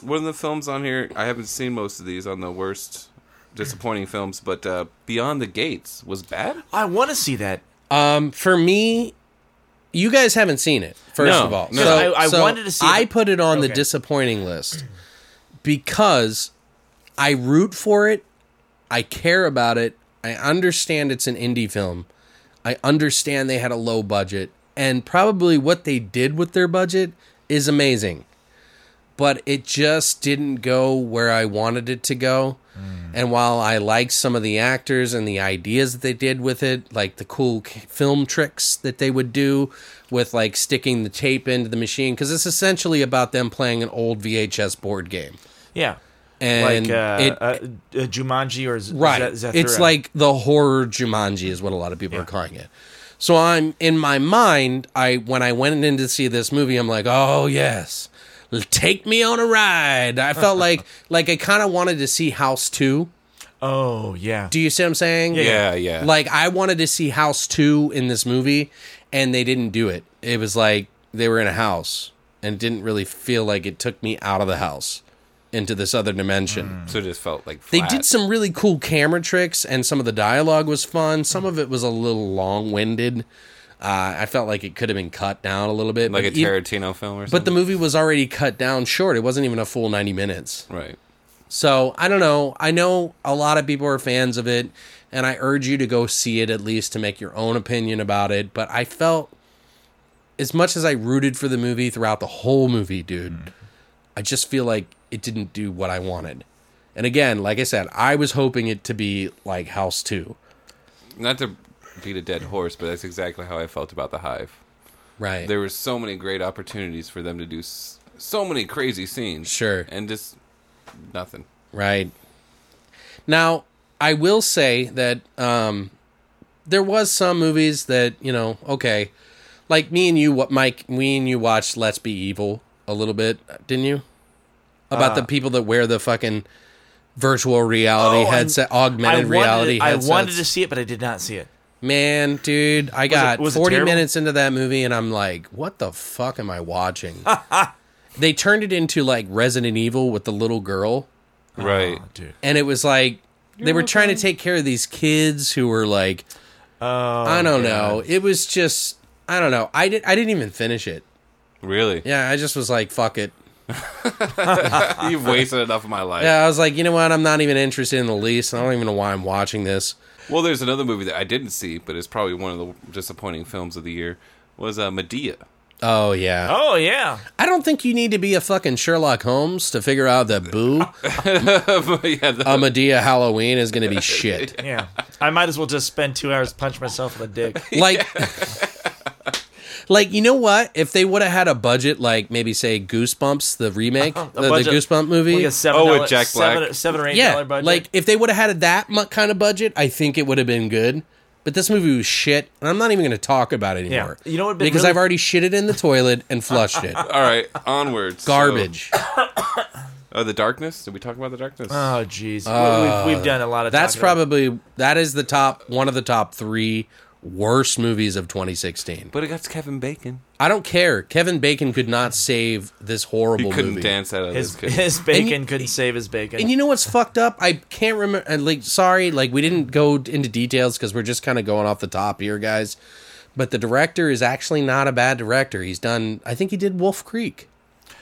one of the films on here. I haven't seen most of these on the worst disappointing films, but uh, Beyond the Gates was bad. I want to see that. Um, for me, you guys haven't seen it. First No, of all, no. so, I- I so wanted to see I it. put it on the Okay. disappointing list because I root for it. I care about it. I understand it's an indie film. I understand they had a low budget, and probably what they did with their budget is amazing. But it just didn't go where I wanted it to go. Mm. And while I like some of the actors and the ideas that they did with it, like the cool c- film tricks that they would do with like sticking the tape into the machine, because it's essentially about them playing an old VHS board game. Yeah. And like uh, it, uh, uh, Jumanji or Z- right Z- Zathura. it's like the horror jumanji is what a lot of people are calling it so i'm in my mind i when i went in to see this movie i'm like oh yes L- take me on a ride i felt like like i kind of wanted to see house 2 oh yeah. do you see what i'm saying Yeah, yeah. like i wanted to see house 2 in this movie and they didn't do it it was like they were in a house and didn't really feel like it took me out of the house into this other dimension so it just felt like they flat. did some really cool camera tricks, and some of the dialogue was fun. Some of it was a little long winded. Uh, I felt like it could have been cut down a little bit. like a but e- Tarantino film or But the something. movie was already cut down short. It wasn't even a full 90 minutes. right. So I don't know. I know a lot of people are fans of it, and I urge you to go see it at least to make your own opinion about it. But I felt, as much as I rooted for the movie throughout the whole movie, dude, I just feel like it didn't do what I wanted. And again, like I said, I was hoping it to be like House 2, Not to beat a dead horse, but that's exactly how I felt about the Hive. right? there were so many great opportunities for them to do s- so many crazy scenes. Sure. And just nothing. Right. Now, I will say that um, there was some movies that you know, okay, like me and you, what Mike, me and you watched Let's Be Evil a little bit, didn't you? About the people that wear the fucking virtual reality Uh. Oh, and headset, I augmented wanted, reality I headsets. wanted to see it, but I did not see it. Man, dude, I got was it 40 terrible? minutes into that movie and I'm like, what the fuck am I watching? they turned it into like Resident Evil with the little girl Right. Oh, dude. and it was like they were trying to take care of these kids who were like Oh, I don't know. It was just I don't know. I did I didn't even finish it. Really? Yeah, I just was like fuck it. You've wasted enough of my life. Uh-huh. Yeah, I was like, you know what? I'm not even interested in the least. I don't even know why I'm watching this. Well, there's another movie that I didn't see, but it's probably one of the disappointing films of the year. Was uh, Medea? Oh yeah. Oh yeah. I don't think you need to be a fucking Sherlock Holmes to figure out that Boo yeah, the, a Medea Halloween is going to be shit. Yeah. I might as well just spend two hours punch myself in the dick. Like Like you know what? If they would have had a budget, like maybe say Goosebumps, the remake, the, the Uh-huh. budget- Goosebump movie, Like a seven Oh, with dollar- Jack Black. seven, seven or eight dollar yeah, budget. like if they would have had that mu- kind of budget, I think it would have been good. But this movie was shit, and I'm not even going to talk about it Yeah. anymore. You know what would've been Because really- I've already shitted in the toilet and flushed it. All right, onwards. So- Garbage. oh, the darkness. Did we talk about the darkness? Uh, Oh, jeez. we, we've, we've done a lot of. That's talking about- probably that is the top one of the top three worst movies of 2016. but it got Kevin Bacon. I don't care. Kevin Bacon could not save this horrible He couldn't movie. dance out of his this. could he? his bacon couldn't save his bacon. And you know what's fucked up? I can't remember. Like, sorry, like we didn't go into details because we're just kind of going off the top here, guys. But the director is actually not a bad director. He's done. I think he did Wolf Creek.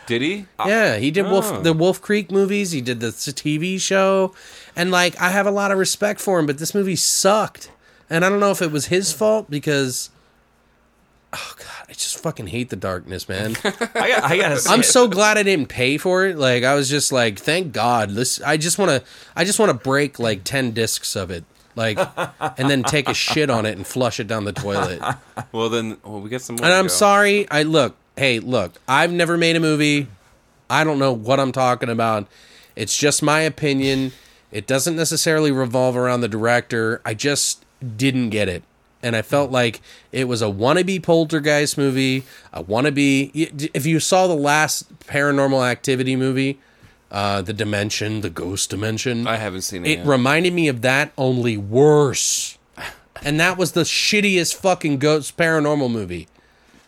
Did he? Yeah, he did Oh. Wolf the Wolf Creek movies. He did the s- TV show, and like I have a lot of respect for him, but this movie sucked, and I don't know if it was his fault because. Oh god, I just fucking hate the darkness, man. I, got, I gotta. Say I'm it. so glad I didn't pay for it. Like I was just like, thank God. This I just want to I just want to break like 10 discs of it. Like and then take a shit on it and flush it down the toilet. Well, then, well, we got some more. And to I'm go. sorry. I look, hey, look. I've never made a movie. I don't know what I'm talking about. It's just my opinion. It doesn't necessarily revolve around the director. I just didn't get it. And I felt like it was a wannabe poltergeist movie. A wannabe. If you saw the last paranormal activity movie, uh, The Dimension, The Ghost Dimension, I haven't seen it. it yet. reminded me of that, only worse. And that was the shittiest fucking ghost paranormal movie.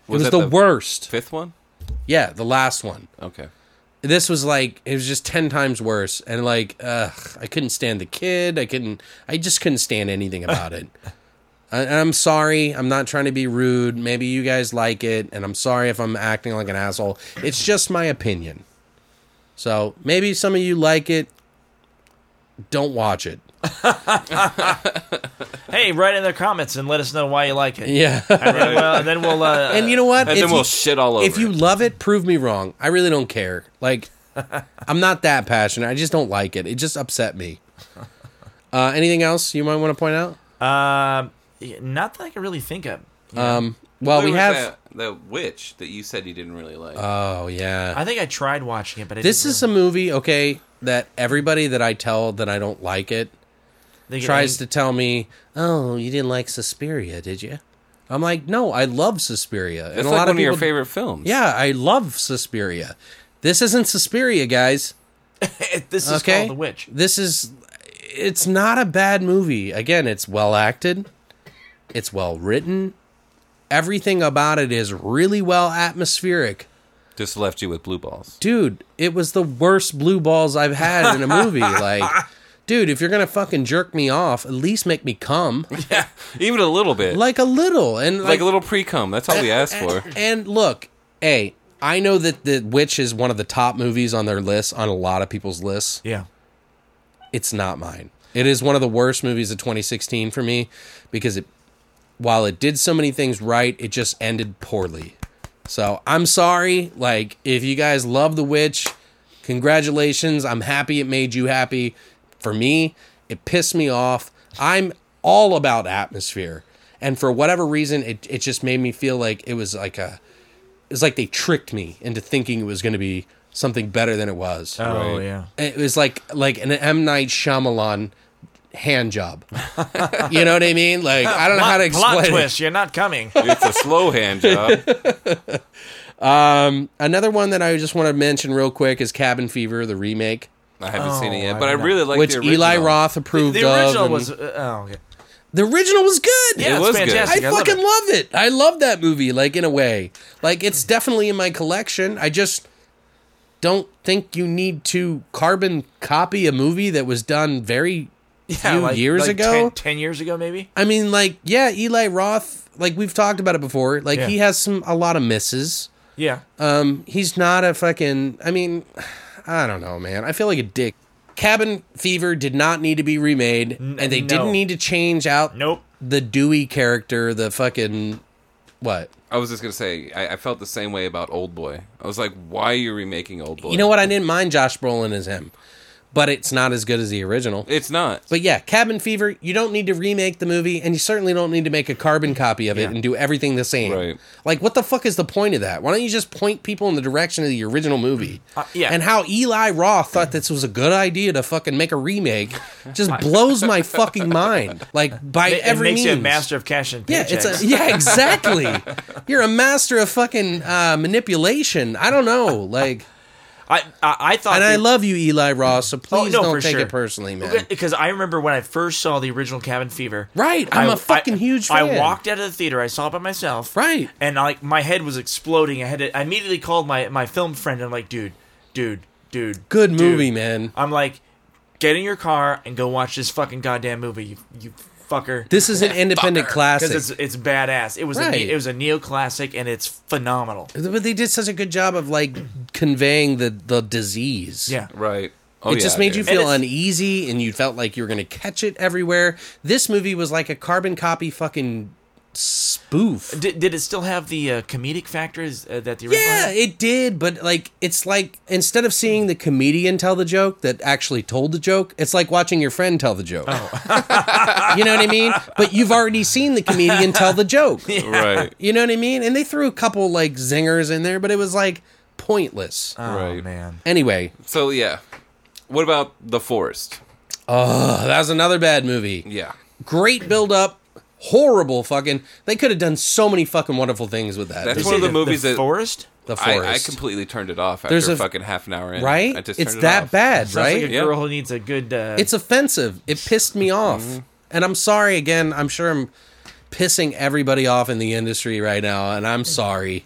was it was that the, the worst. fifth one. Yeah, the last one. Okay. This was like it was just ten times worse, and like ugh, I couldn't stand the kid. I couldn't. I just couldn't stand anything about it. I, I'm sorry. I'm not trying to be rude. Maybe you guys like it, and I'm sorry if I'm acting like an asshole. It's just my opinion. So maybe some of you like it. Don't watch it. Hey, write in the comments and let us know why you like it. Yeah. And then, well, and then we'll. Uh, and you know what? And If then we'll you- shit all over. if you it. love it, prove me wrong. I really don't care. Like, I'm not that passionate. I just don't like it. It just upset me. Uh, anything else you might want to point out? um, not that I can really think of. Um, well, Where we was have. that, the witch that you said you didn't really like. Oh yeah, I think I tried watching it, but I this didn't is a movie. Okay, that everybody that I tell that I don't like it really, tries to tell me, "Oh, you didn't like Suspiria, did you?" I'm like, "No, I love Suspiria." That's like one of your favorite films. Yeah, I love Suspiria. This isn't Suspiria, guys. this is okay? called The Witch. This is it's not a bad movie. Again, it's well acted. It's well written. Everything about it is really well atmospheric. Just left you with blue balls. Dude, it was the worst blue balls I've had in a movie. like Dude, if you're gonna fucking jerk me off, at least make me cum, Even a little bit. like Like, a little, and like, a little pre cum. That's all we asked for. And look, hey, I know that the Witch is one of the top movies on their list, on a lot of people's lists. Yeah. it's not mine. It is one of the worst movies of 2016 for me because it, while it did so many things right, it just ended poorly. So I'm sorry. Like, if you guys love The Witch, congratulations. I'm happy it made you happy. For me, it pissed me off. I'm all about atmosphere. And for whatever reason, it, it just made me feel like it was like a, it was like they tricked me into thinking it was going to be something better than it was. Oh Right. yeah. It was like like an M Night Shyamalan hand job. you know what I mean? Like I don't know how to Plot- Plot explain it. Oh, twist. You're not coming. It's a slow hand job. Another one that I just want to mention real quick is Cabin Fever, the remake, I haven't seen it Oh, yet, I but I don't know. really like which the Eli original. Roth approved The original of. was. Was, Uh, oh, okay. the original was good. Yeah, was it's good. I fantastic. I, fucking love it. love it. I love that movie. Like in a way, like it's definitely in my collection. I just don't think you need to carbon copy a movie that was done very Yeah, few years ago. ten- ten years ago maybe. I mean, like, yeah, Eli Roth, like we've talked about it before. Like Yeah. he has some a lot of misses. Yeah. Um, he's not a fucking I mean, I don't know, man. I feel like a dick. Cabin Fever did not need to be remade, and they no. didn't need to change out Nope. the Dewey character, the fucking what? I was just gonna say, I, I felt the same way about Old Boy. I was like, why are you remaking Old Boy? You know what? I didn't mind Josh Brolin as him, but it's not as good as the original. It's not. But yeah, Cabin Fever, you don't need to remake the movie, and you certainly don't need to make a carbon copy of it and do everything the same. Right. Like, what the fuck is the point of that? Why don't you just point people in the direction of the original movie? Uh, yeah. And how Eli Roth thought this was a good idea to fucking make a remake just blows my fucking mind. Like, by It, it every makes you a means. master of cash and Yeah, paychecks. it's a, yeah, exactly. You're a master of fucking uh, manipulation. I don't know, like, I, I, I thought and the- I love you, Eli Roth. So please Oh, no, for don't take sure. it personally, man. Because I remember when I first saw the original Cabin Fever. Right, I'm a a fucking huge fan. I walked out of the theater. I saw it by myself. Right. And like my head was exploding. I had to, I immediately called my my film friend. I'm like, dude, dude, dude. Good dude." movie, man. I'm like, get in your car and go watch this fucking goddamn movie. You you fucker. This is an independent classic. Because it's it's badass. It was a Right. ne- it was a neoclassic and it's phenomenal. But they did such a good job of like conveying the the disease. Yeah. Right. Oh, it just yeah, made you dude. feel it's- uneasy, and you felt like you were going to catch it everywhere. This movie was like a carbon copy fucking spoof. Did, did it still have the uh, comedic factors uh, that the original? Yeah, had? it did, but like it's like instead of seeing the comedian tell the joke that actually told the joke, it's like watching your friend tell the joke. you know what I mean? But you've already seen the comedian tell the joke. Right. You know what I mean? And they threw a couple like zingers in there, but it was like pointless. Oh Right. man. Anyway, So yeah. What about the forest? oh, that was another bad movie. Yeah. Great build up, horrible fucking. They could have done so many fucking wonderful things with that. That's movie. one of the movies that- Forest. the I, forest, I completely turned it off after There's a- fucking half an hour in. right? I just it's turned it that off. bad, Sounds right? Like a Yeah. girl who needs a good. Uh, It's offensive. It pissed me Mm-hmm. off. And I'm sorry again. I'm sure I'm pissing everybody off in the industry right now, and I'm sorry.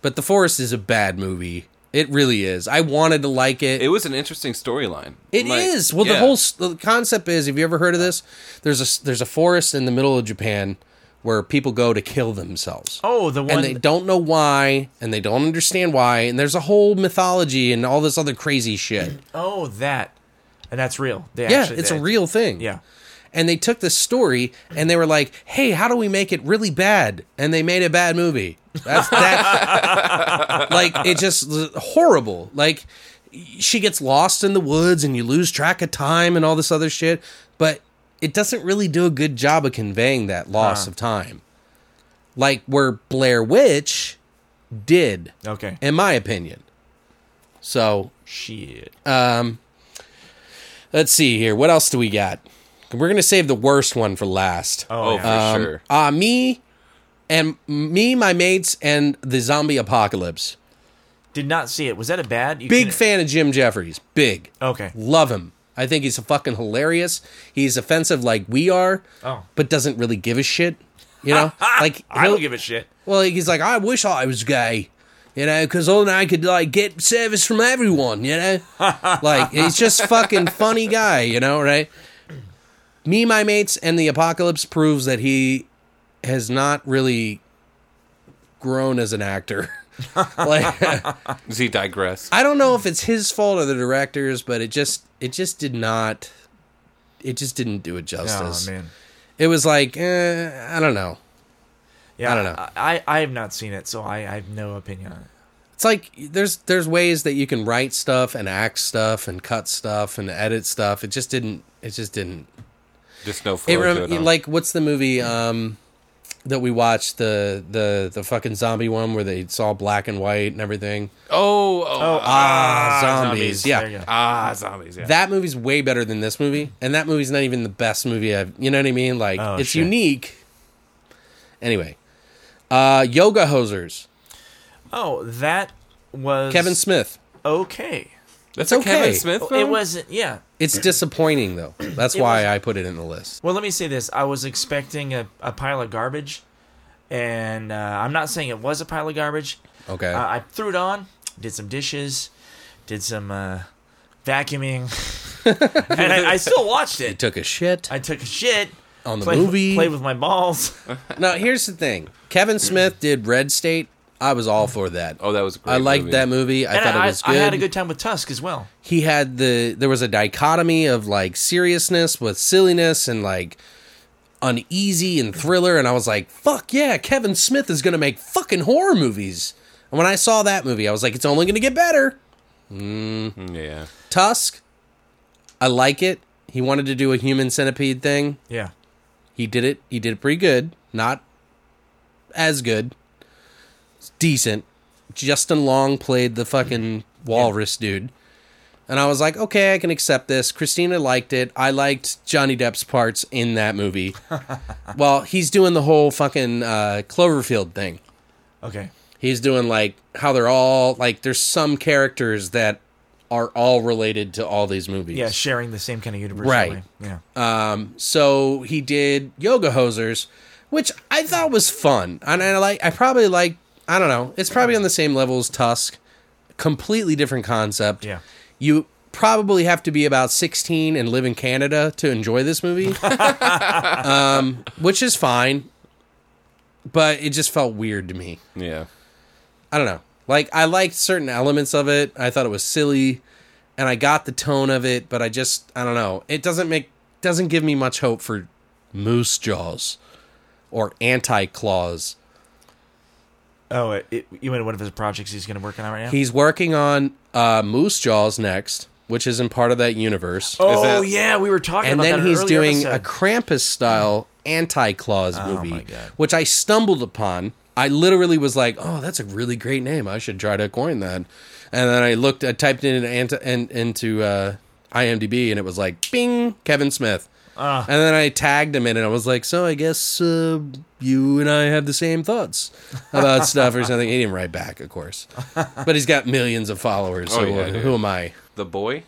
But The Forest is a bad movie. It really is. I wanted to like it. It was an interesting storyline. It is Like, Well, the yeah. whole s- the concept is. Have you ever heard of this? There's a s- there's a forest in the middle of Japan where people go to kill themselves. oh, the one. And they don't know why, and they don't understand why, and there's a whole mythology and all this other crazy shit. oh, that. And that's real. They Yeah, actually it's did. a real thing. Yeah. and they took this story and they were like, "Hey, how do we make it really bad?" And they made a bad movie. That's that. like it just horrible. Like she gets lost in the woods and you lose track of time and all this other shit, but it doesn't really do a good job of conveying that loss of time. Like where Blair Witch did, Okay. in my opinion. So Shit. uh, let's see here. What else do we got? We're gonna save the worst one for last. Oh, oh, yeah. for sure. Uh, me and me, my mates, and the zombie apocalypse. Did not see it. Was that a bad? You Big couldn't- fan of Jim Jeffries. Big. Okay. Love him. I think he's fucking hilarious. He's offensive like we are, Oh. but doesn't really give a shit. You know, like I he'll- don't give a shit. Well, he's like, I wish I was gay, you know, because then I could like get service from everyone, you know. like he's just fucking funny guy, you know, right? Me, my mates, and the apocalypse proves that he has not really grown as an actor. like Does he digress? I don't know if it's his fault or the director's, but it just it just did not it just didn't do it Oh justice. man. It was like eh, I don't know. Yeah. I don't know. I, I I have not seen it, so I, I have no opinion on it. It's like there's there's ways that you can write stuff and act stuff and cut stuff and edit stuff. It just didn't. It just didn't. Just no It flow rem- to it, huh? like what's the movie um that we watched the the the fucking zombie one where they saw black and white and everything. oh, oh, Ah, zombies. Yeah. Uh, There you go. ah, zombies. Yeah. That movie's way better than this movie, and that movie's not even the best movie I've. You know what I mean? Like Oh, it's shit. unique. Anyway, uh, yoga hosers. Oh, that was Kevin Smith. Okay. That's It's a Kevin okay. Smith. It film? wasn't. Yeah. It's disappointing though. That's It why was- I put it in the list. Well, let me say this. I was expecting a, a pile of garbage, and uh, I'm not saying it was a pile of garbage. Okay. Uh, I threw it on, did some dishes, did some uh, vacuuming, and I, I still watched it. took a shit I took a shit. on the played, movie. Played with my balls. now, here's the thing: Kevin Mm. Smith did Red State. I was all for that. Oh, that was a great I liked movie. that movie. I and thought I, it was I good. had a good time with Tusk as well. He had the there was a dichotomy of like seriousness with silliness and like uneasy and thriller, and I was like, "Fuck yeah, Kevin Smith is gonna make fucking horror movies." And when I saw Mm, that movie, I was like, "It's only gonna get better." Yeah. Tusk. I like it. He wanted to do a human centipede thing. Yeah. He did it. He did it pretty good. Not as good. It's decent. Justin Long played the fucking walrus dude. And I was like, okay, I can accept this. Christina liked it. I liked Johnny Depp's parts in that movie. well, he's doing the whole fucking uh, Cloverfield thing. Okay. He's doing like how they're all like there's some characters that are all related to all these movies. Yeah, sharing the same kind of universe. Right. really. Yeah. So he did yoga hosers, which I thought was fun, and I like. I probably like. I don't know. It's probably on the same level as Tusk. Completely different concept. Yeah. You probably have to be about 16 and live in Canada to enjoy this movie, um, which is fine. But it just felt weird to me. Yeah. I don't know. Like I liked certain elements of it. I thought it was silly and I got the tone of it, but I just I don't know. It doesn't make doesn't give me much hope for Moose Jaws or Anti Claws. Oh, it, it, you mean one of his projects he's going to work on right now? He's working on uh, Moose Jaws next, which isn't part of that universe. oh, that- yeah. We were talking and about then that he's earlier doing a episode. Oh Krampus style Anti Claws movie, my God. which I stumbled upon. I literally was like, "Oh, that's a really great name. I should try to coin that." And then I looked, I typed in anti, and into uh, IMDb, and it was like, "Bing, Kevin Smith." Ah. And then I tagged him in, and I was like, "So I guess uh, you and I have the same thoughts about stuff or something." He didn't write back, of course, but he's got millions of followers. So Oh, yeah, who, yeah. who am I? The boy?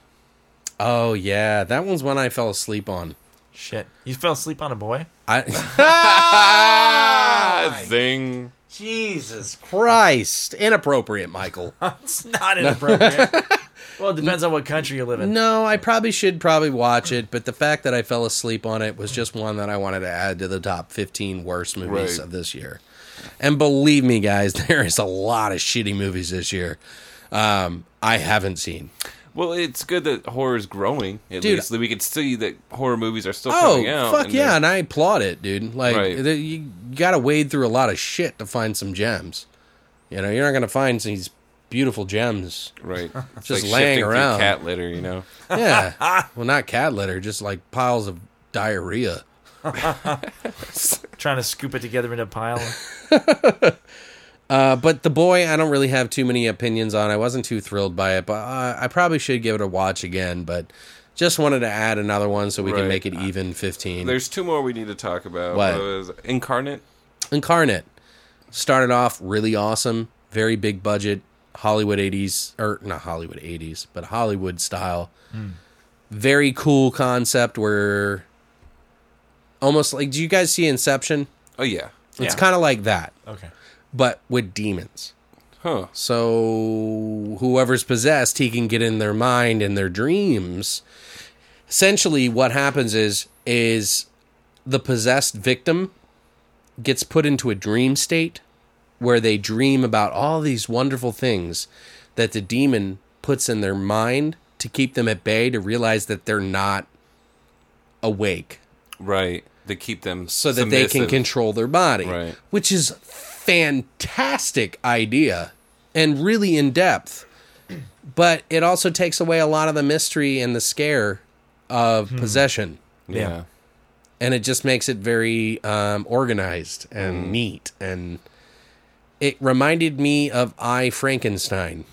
Oh yeah, that one's one I fell asleep on. Shit. You fell asleep on a boy? I. Ah, zing. Jesus. Christ. Inappropriate, Michael. It's not inappropriate. well, it depends on what country you live in. no, I probably should probably watch it, but the fact that I fell asleep on it was just one that I wanted to add to the top 15 worst movies Right. of this year. And believe me, guys, there is a lot of shitty movies this year. Um, I haven't seen. Well, it's good that horror is growing. At Dude. least that we can see that horror movies are still Oh, coming out. fuck and yeah, they're- and I applaud it, dude. Like, Right. the- you got to wade through a lot of shit to find some gems. You know, you're not going to find these beautiful gems Right. It's Just laying shifting through around. Cat litter, you know. Yeah. well, not cat litter, just like piles of diarrhea. Trying to scoop it together in a pile. Uh, but the boy, I don't really have too many opinions on. I wasn't too thrilled by it, but uh, I probably should give it a watch again. But just wanted to add another one so we can Right. make it even fifteen. There's two more we need to talk about. Uh, What? It was Incarnate. Incarnate started off really awesome, very big budget, Hollywood 80s, or not Hollywood 80s, but Hollywood style. Very cool concept where almost like, do you guys see Inception? Oh yeah. It's Yeah. kind of like that. Okay. but with demons. Huh. So whoever's possessed, he can get in their mind and their dreams. Essentially, what happens is is the possessed victim gets put into a dream state where they dream about all these wonderful things that the demon puts in their mind to keep them at bay to realize that they're not awake Right. They keep them so that they can submissive. control their body, Right. which is fantastic idea and really in depth. But it also takes away a lot of the mystery and the scare of Hmm. possession, Yeah. and it just makes it very um, organized Hmm. and neat. And it reminded me of I Frankenstein.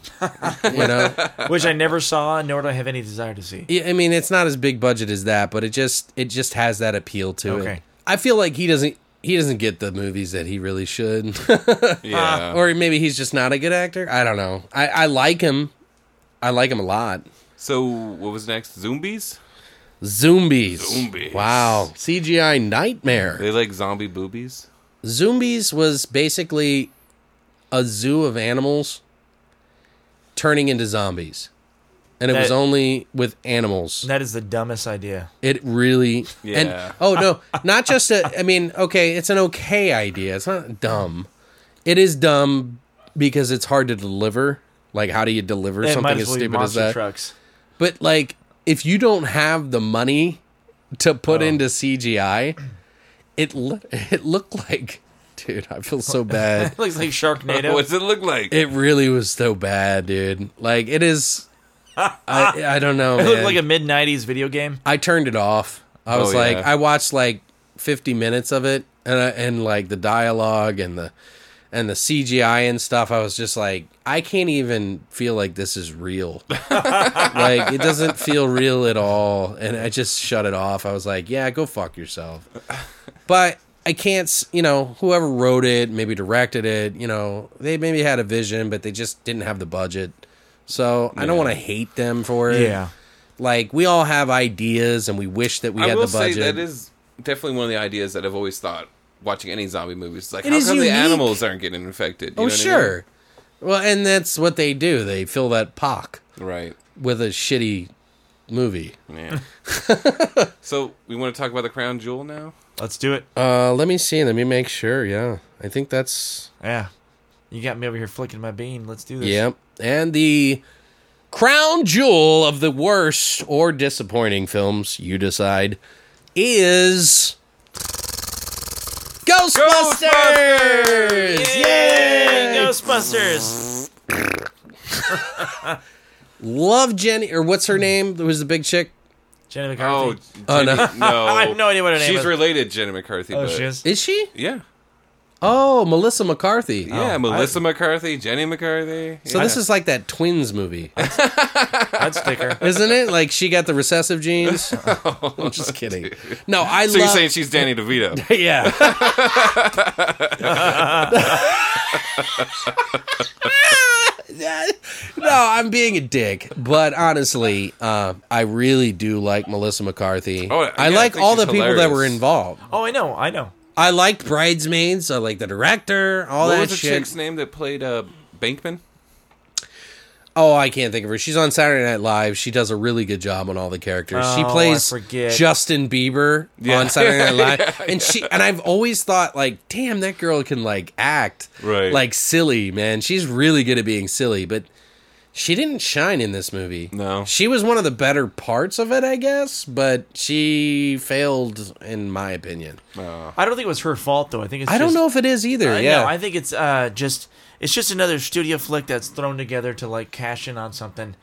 you know, Which I never saw, nor do I have any desire to see. Yeah, I mean, it's not as big budget as that, but it just it just has that appeal to it. Okay. I feel like he doesn't he doesn't get the movies that he really should, Uh-huh. Yeah. or maybe he's just not a good actor. I don't know. I, I like him. I like him a lot. so what was next? Zombies? Zombies. Zombies. Wow. CGI nightmare. They like zombie boobies? Zombies was basically a zoo of animals turning into zombies. And it That- was only with animals. That is the dumbest idea. It really Yeah. and oh no, not just a I mean, okay, it's an okay idea. It's not dumb. It is dumb because it's hard to deliver. Like how do you deliver It might something as as well be stupid as monster that? trucks. But like if you don't have the money to Oh. put into CGI, it lo- it looked like dude, I feel so bad. It looks like Sharknado. What's it look like? It really was so bad, dude. Like it is I, I don't know. It looked man. like a mid '90s video game. I turned it off. I was Oh, like, yeah. I watched like 50 minutes of it, and I, and like the dialogue and the and the CGI and stuff. I was just like, I can't even feel like this is real. like it doesn't feel real at all, and I just shut it off. I was like, yeah, go fuck yourself. But I can't, s- you know, whoever wrote it, maybe directed it, you know, they maybe had a vision, but they just didn't have the budget. So I don't want to hate them for it like we all have ideas and we wish that we I had will the budget. say that is definitely one of the ideas that I've always thought watching any zombie movies. It's Like, It how is come unique. the animals aren't getting infected? You know oh what I mean? sure. Well, and that's what they do. They fill that pock Right. with a shitty movie. Yeah. so we want to talk about the crown jewel now. Let's do it. Uh, let me see. Let me make sure. Yeah, I think that's Yeah. You got me over here flicking my bean. Let's do this. Yep. And the crown jewel of the worst or disappointing films, you decide, is Ghostbusters! Yay! Ghostbusters. Love Jenny, or what's her name? Who was the big chick? Jenny Oh, McCarthy. Oh, no. Jenny- no. I have no idea what her name She's is. related, Jenny McCarthy. Oh, but- she is. Is she? Yeah. Oh, Melissa McCarthy. Yeah, Oh, I- Melissa McCarthy, Jenny McCarthy. So yeah. this is like that twins movie, I'd stick her. isn't it? Like she got the recessive genes. I'm just kidding. No, I Oh, So love. you're saying she's Danny DeVito? yeah. no, I'm being a dick, but honestly, uh, I really do like Melissa McCarthy. Oh, yeah, I I like think all she's the people that hilarious. were involved. Oh, I know. I know. I liked Bridesmaids. I like the director. All What that was the shit. chick's name that played uh, Bankman? Oh, I can't think of her. She's on Saturday Night Live. She does a really good job on all the characters. she Oh, I plays forget. Justin Bieber Yeah. on Saturday Night Live, and she and I've always thought like, damn, that girl can like act, Right. Like silly, man. She's really good at being silly, but she didn't shine in this movie. No. she was one of the better parts of it, I guess, but she failed, in my opinion. I don't think it was her fault though. I think it's Oh. I don't just- know if it is either. I yeah, know. I think it's uh just it's just another studio flick that's thrown together to like cash in on something.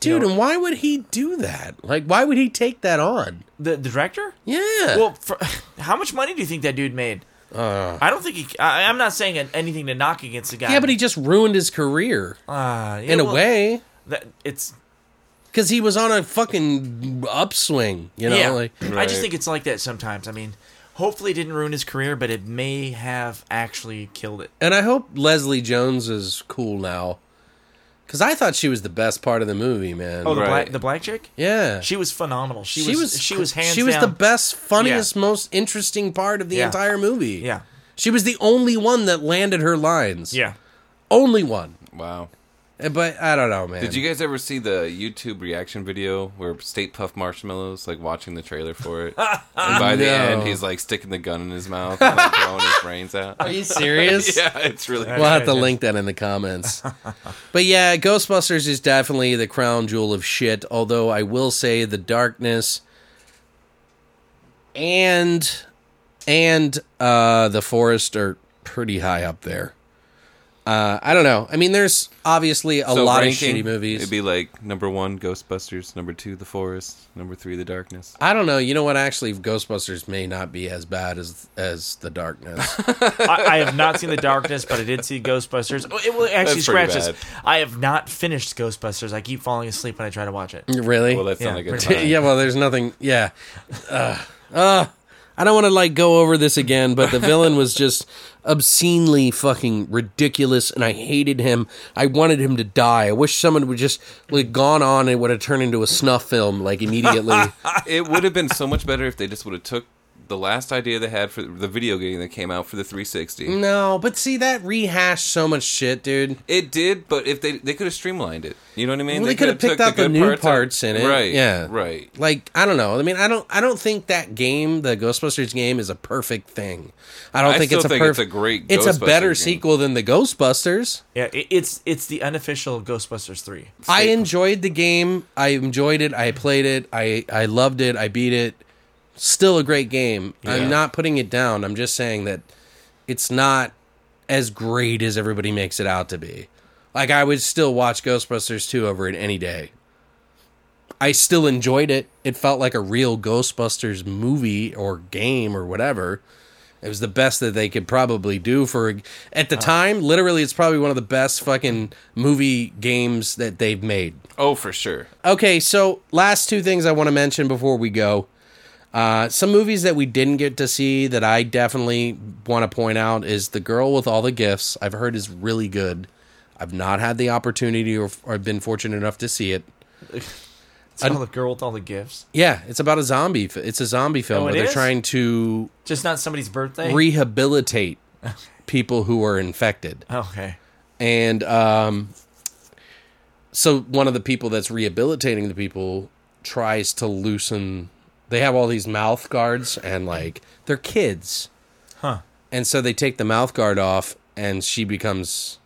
dude. know- and why would he do that? Like, why would he take that on? The, the director? Yeah. Well, for, how much money do you think that dude made? I don't think he. I, I'm not saying anything to knock against the guy. Uh. Yeah, but he just ruined his career uh, yeah, in a well, way that, it's because he was on a fucking upswing. You know, yeah. like I just Right. think it's like that sometimes. I mean, hopefully it didn't ruin his career, but it may have actually killed it. and I hope Leslie Jones is cool now because I thought she was the best part of the movie, man. Oh, the Right. black the black chick. yeah, She was phenomenal. She, was, she was hands she was the down- best, funniest, most interesting part of the Yeah. entire movie. Yeah, she was the only one that landed her lines. yeah. only one. Eh, Wow. But I don't know, man. Did you guys ever see the YouTube reaction video where State Puff Marshmallow's like watching the trailer for it? and by the No. end, he's like sticking the gun in his mouth and like, blowing his brains out. Are you serious? Yeah, it's really. We'll have to That's- link that in the comments. but yeah, Ghostbusters is definitely the crown jewel of shit. Although I will say the darkness and and uh, the forest are pretty high up there. Uh, I don't know. I mean, there's obviously a So lot ranking, of shitty movies. It'd be like number one, Ghostbusters. Number two, The Forest. Number three, The Darkness. I don't know. You know what? Actually, Ghostbusters may not be as bad as as the darkness. I, I have not seen The Darkness, but I did see Ghostbusters. Oh, It will actually That's pretty scratch this. bad. I have not finished Ghostbusters. I keep falling asleep when I try to watch it. really? Well, that's Yeah, not a good pretty time. yeah, well, there's nothing. Yeah. Uh, uh, I don't want to like go over this again, but the villain was just obscenely fucking ridiculous, and I hated him. I wanted him to die. I wish someone would just like gone on and would have turned into a snuff film like immediately. It would have been so much better if they just would have took the last idea they had for the video game that came out for the 360. no, but see that rehashed so much shit, dude. It did, but if they they could have streamlined it, you know what I mean? Well, they could have could picked took out the good new out. parts in it. right? Yeah. right. Like I don't know. I mean, I don't. I don't think that game, the Ghostbusters game, is a perfect thing. I don't I think still it's a think it's perfect. a great It's a Ghostbusters better game. sequel than the Ghostbusters. Yeah, it, it's it's the unofficial Ghostbusters three. I enjoyed the game. I enjoyed it. I played it. I, I loved it. I beat it. Still a great game. I'm not putting it down. I'm just saying that it's not as great as everybody makes it out to be. Like I would still watch Ghostbusters 2 over it any day. I still enjoyed it. It felt like a real Ghostbusters movie or game or whatever. It was the best that they could probably do for at the time. Literally, it's probably one of the best fucking movie games that they've made. Oh, for sure. Okay, so last two things I want to mention before we go. Uh, some movies that we didn't get to see that I definitely want to point out is The Girl with All the Gifts. I've heard is really good. I've not had the opportunity or, or been fortunate enough to see it. It's all the girl with all the gifts. Yeah, it's about a zombie. f- It's a zombie film Oh, where it they're is? trying to Just not somebody's birthday. rehabilitate people who are infected. okay. and um, so one of the people that's rehabilitating the people tries to loosen. They have all these mouth guards, and like they're kids, Huh. and so they take the mouth guard off, and she becomes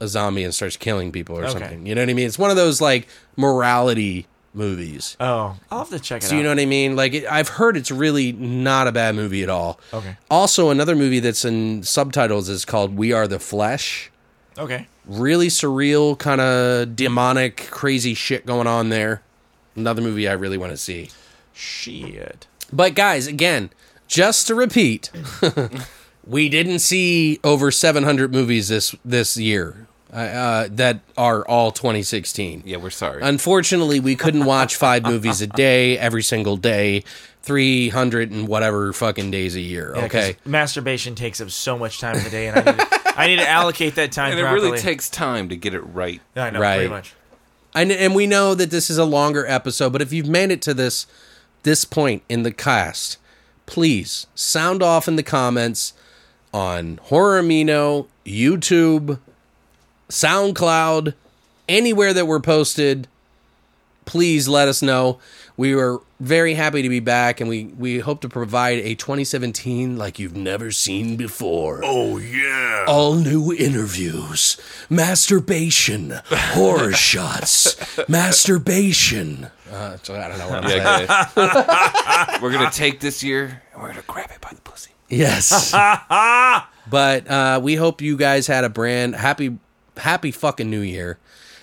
a zombie and starts killing people or Okay. something. You know what I mean? It's one of those like morality movies. Oh, I'll have to check it Do out. you know what I mean? Like it, I've heard it's really not a bad movie at all. Okay. Also, another movie that's in subtitles is called "We Are the Flesh." okay. really surreal, kind of demonic, crazy shit going on there. Another movie I really want to see. Shit. But guys, again, just to repeat, we didn't see over 700 movies this this year uh, uh, that are all 2016. Yeah, we're sorry. Unfortunately, we couldn't watch five movies a day every single day, 300 and whatever fucking days a year. Yeah, 'cause okay. Masturbation takes up so much time in the day, and I need to, I need to allocate that time and it properly. really takes time to get it right. Yeah, I know, Right. pretty much. and and we know that this is a longer episode, but if you've made it to this this point in the cast, please sound off in the comments on Horror Amino, YouTube, SoundCloud, anywhere that we're posted. Please let us know. We were very happy to be back, and we we hope to provide a 2017 like you've never seen before Oh, all new interviews, masturbation, horror shots, masturbation. Uh, so I don't know what I'm saying. Yeah, guys. we're gonna take this year and we're gonna grab it by the pussy. Yes. but uh, we hope you guys had a brand happy, happy fucking New Year,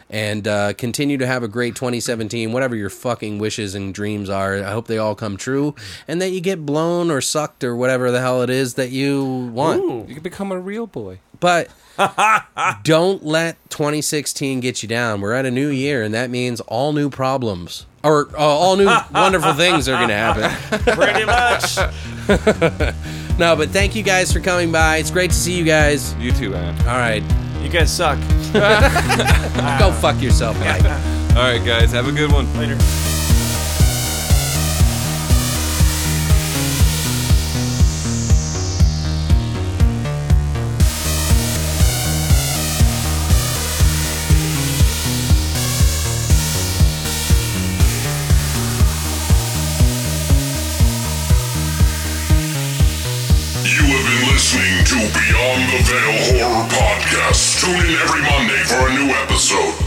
and uh, continue to have a great 2017. Whatever your fucking wishes and dreams are, I hope they all come true, and that you get blown or sucked or whatever the hell it is that you want. You can become a real boy. But don't let 2016 get you down. We're at a new year, and that means all new problems or uh, all new wonderful things are going to happen. Pretty much. No, but thank you guys for coming by. It's great to see you guys. You too, man. All right, You guys suck. go fuck yourself, Mike. All right, guys. Have a good one. Later. You have been listening to Beyond the Veil Horror Podcast. Tune in every Monday for a new episode.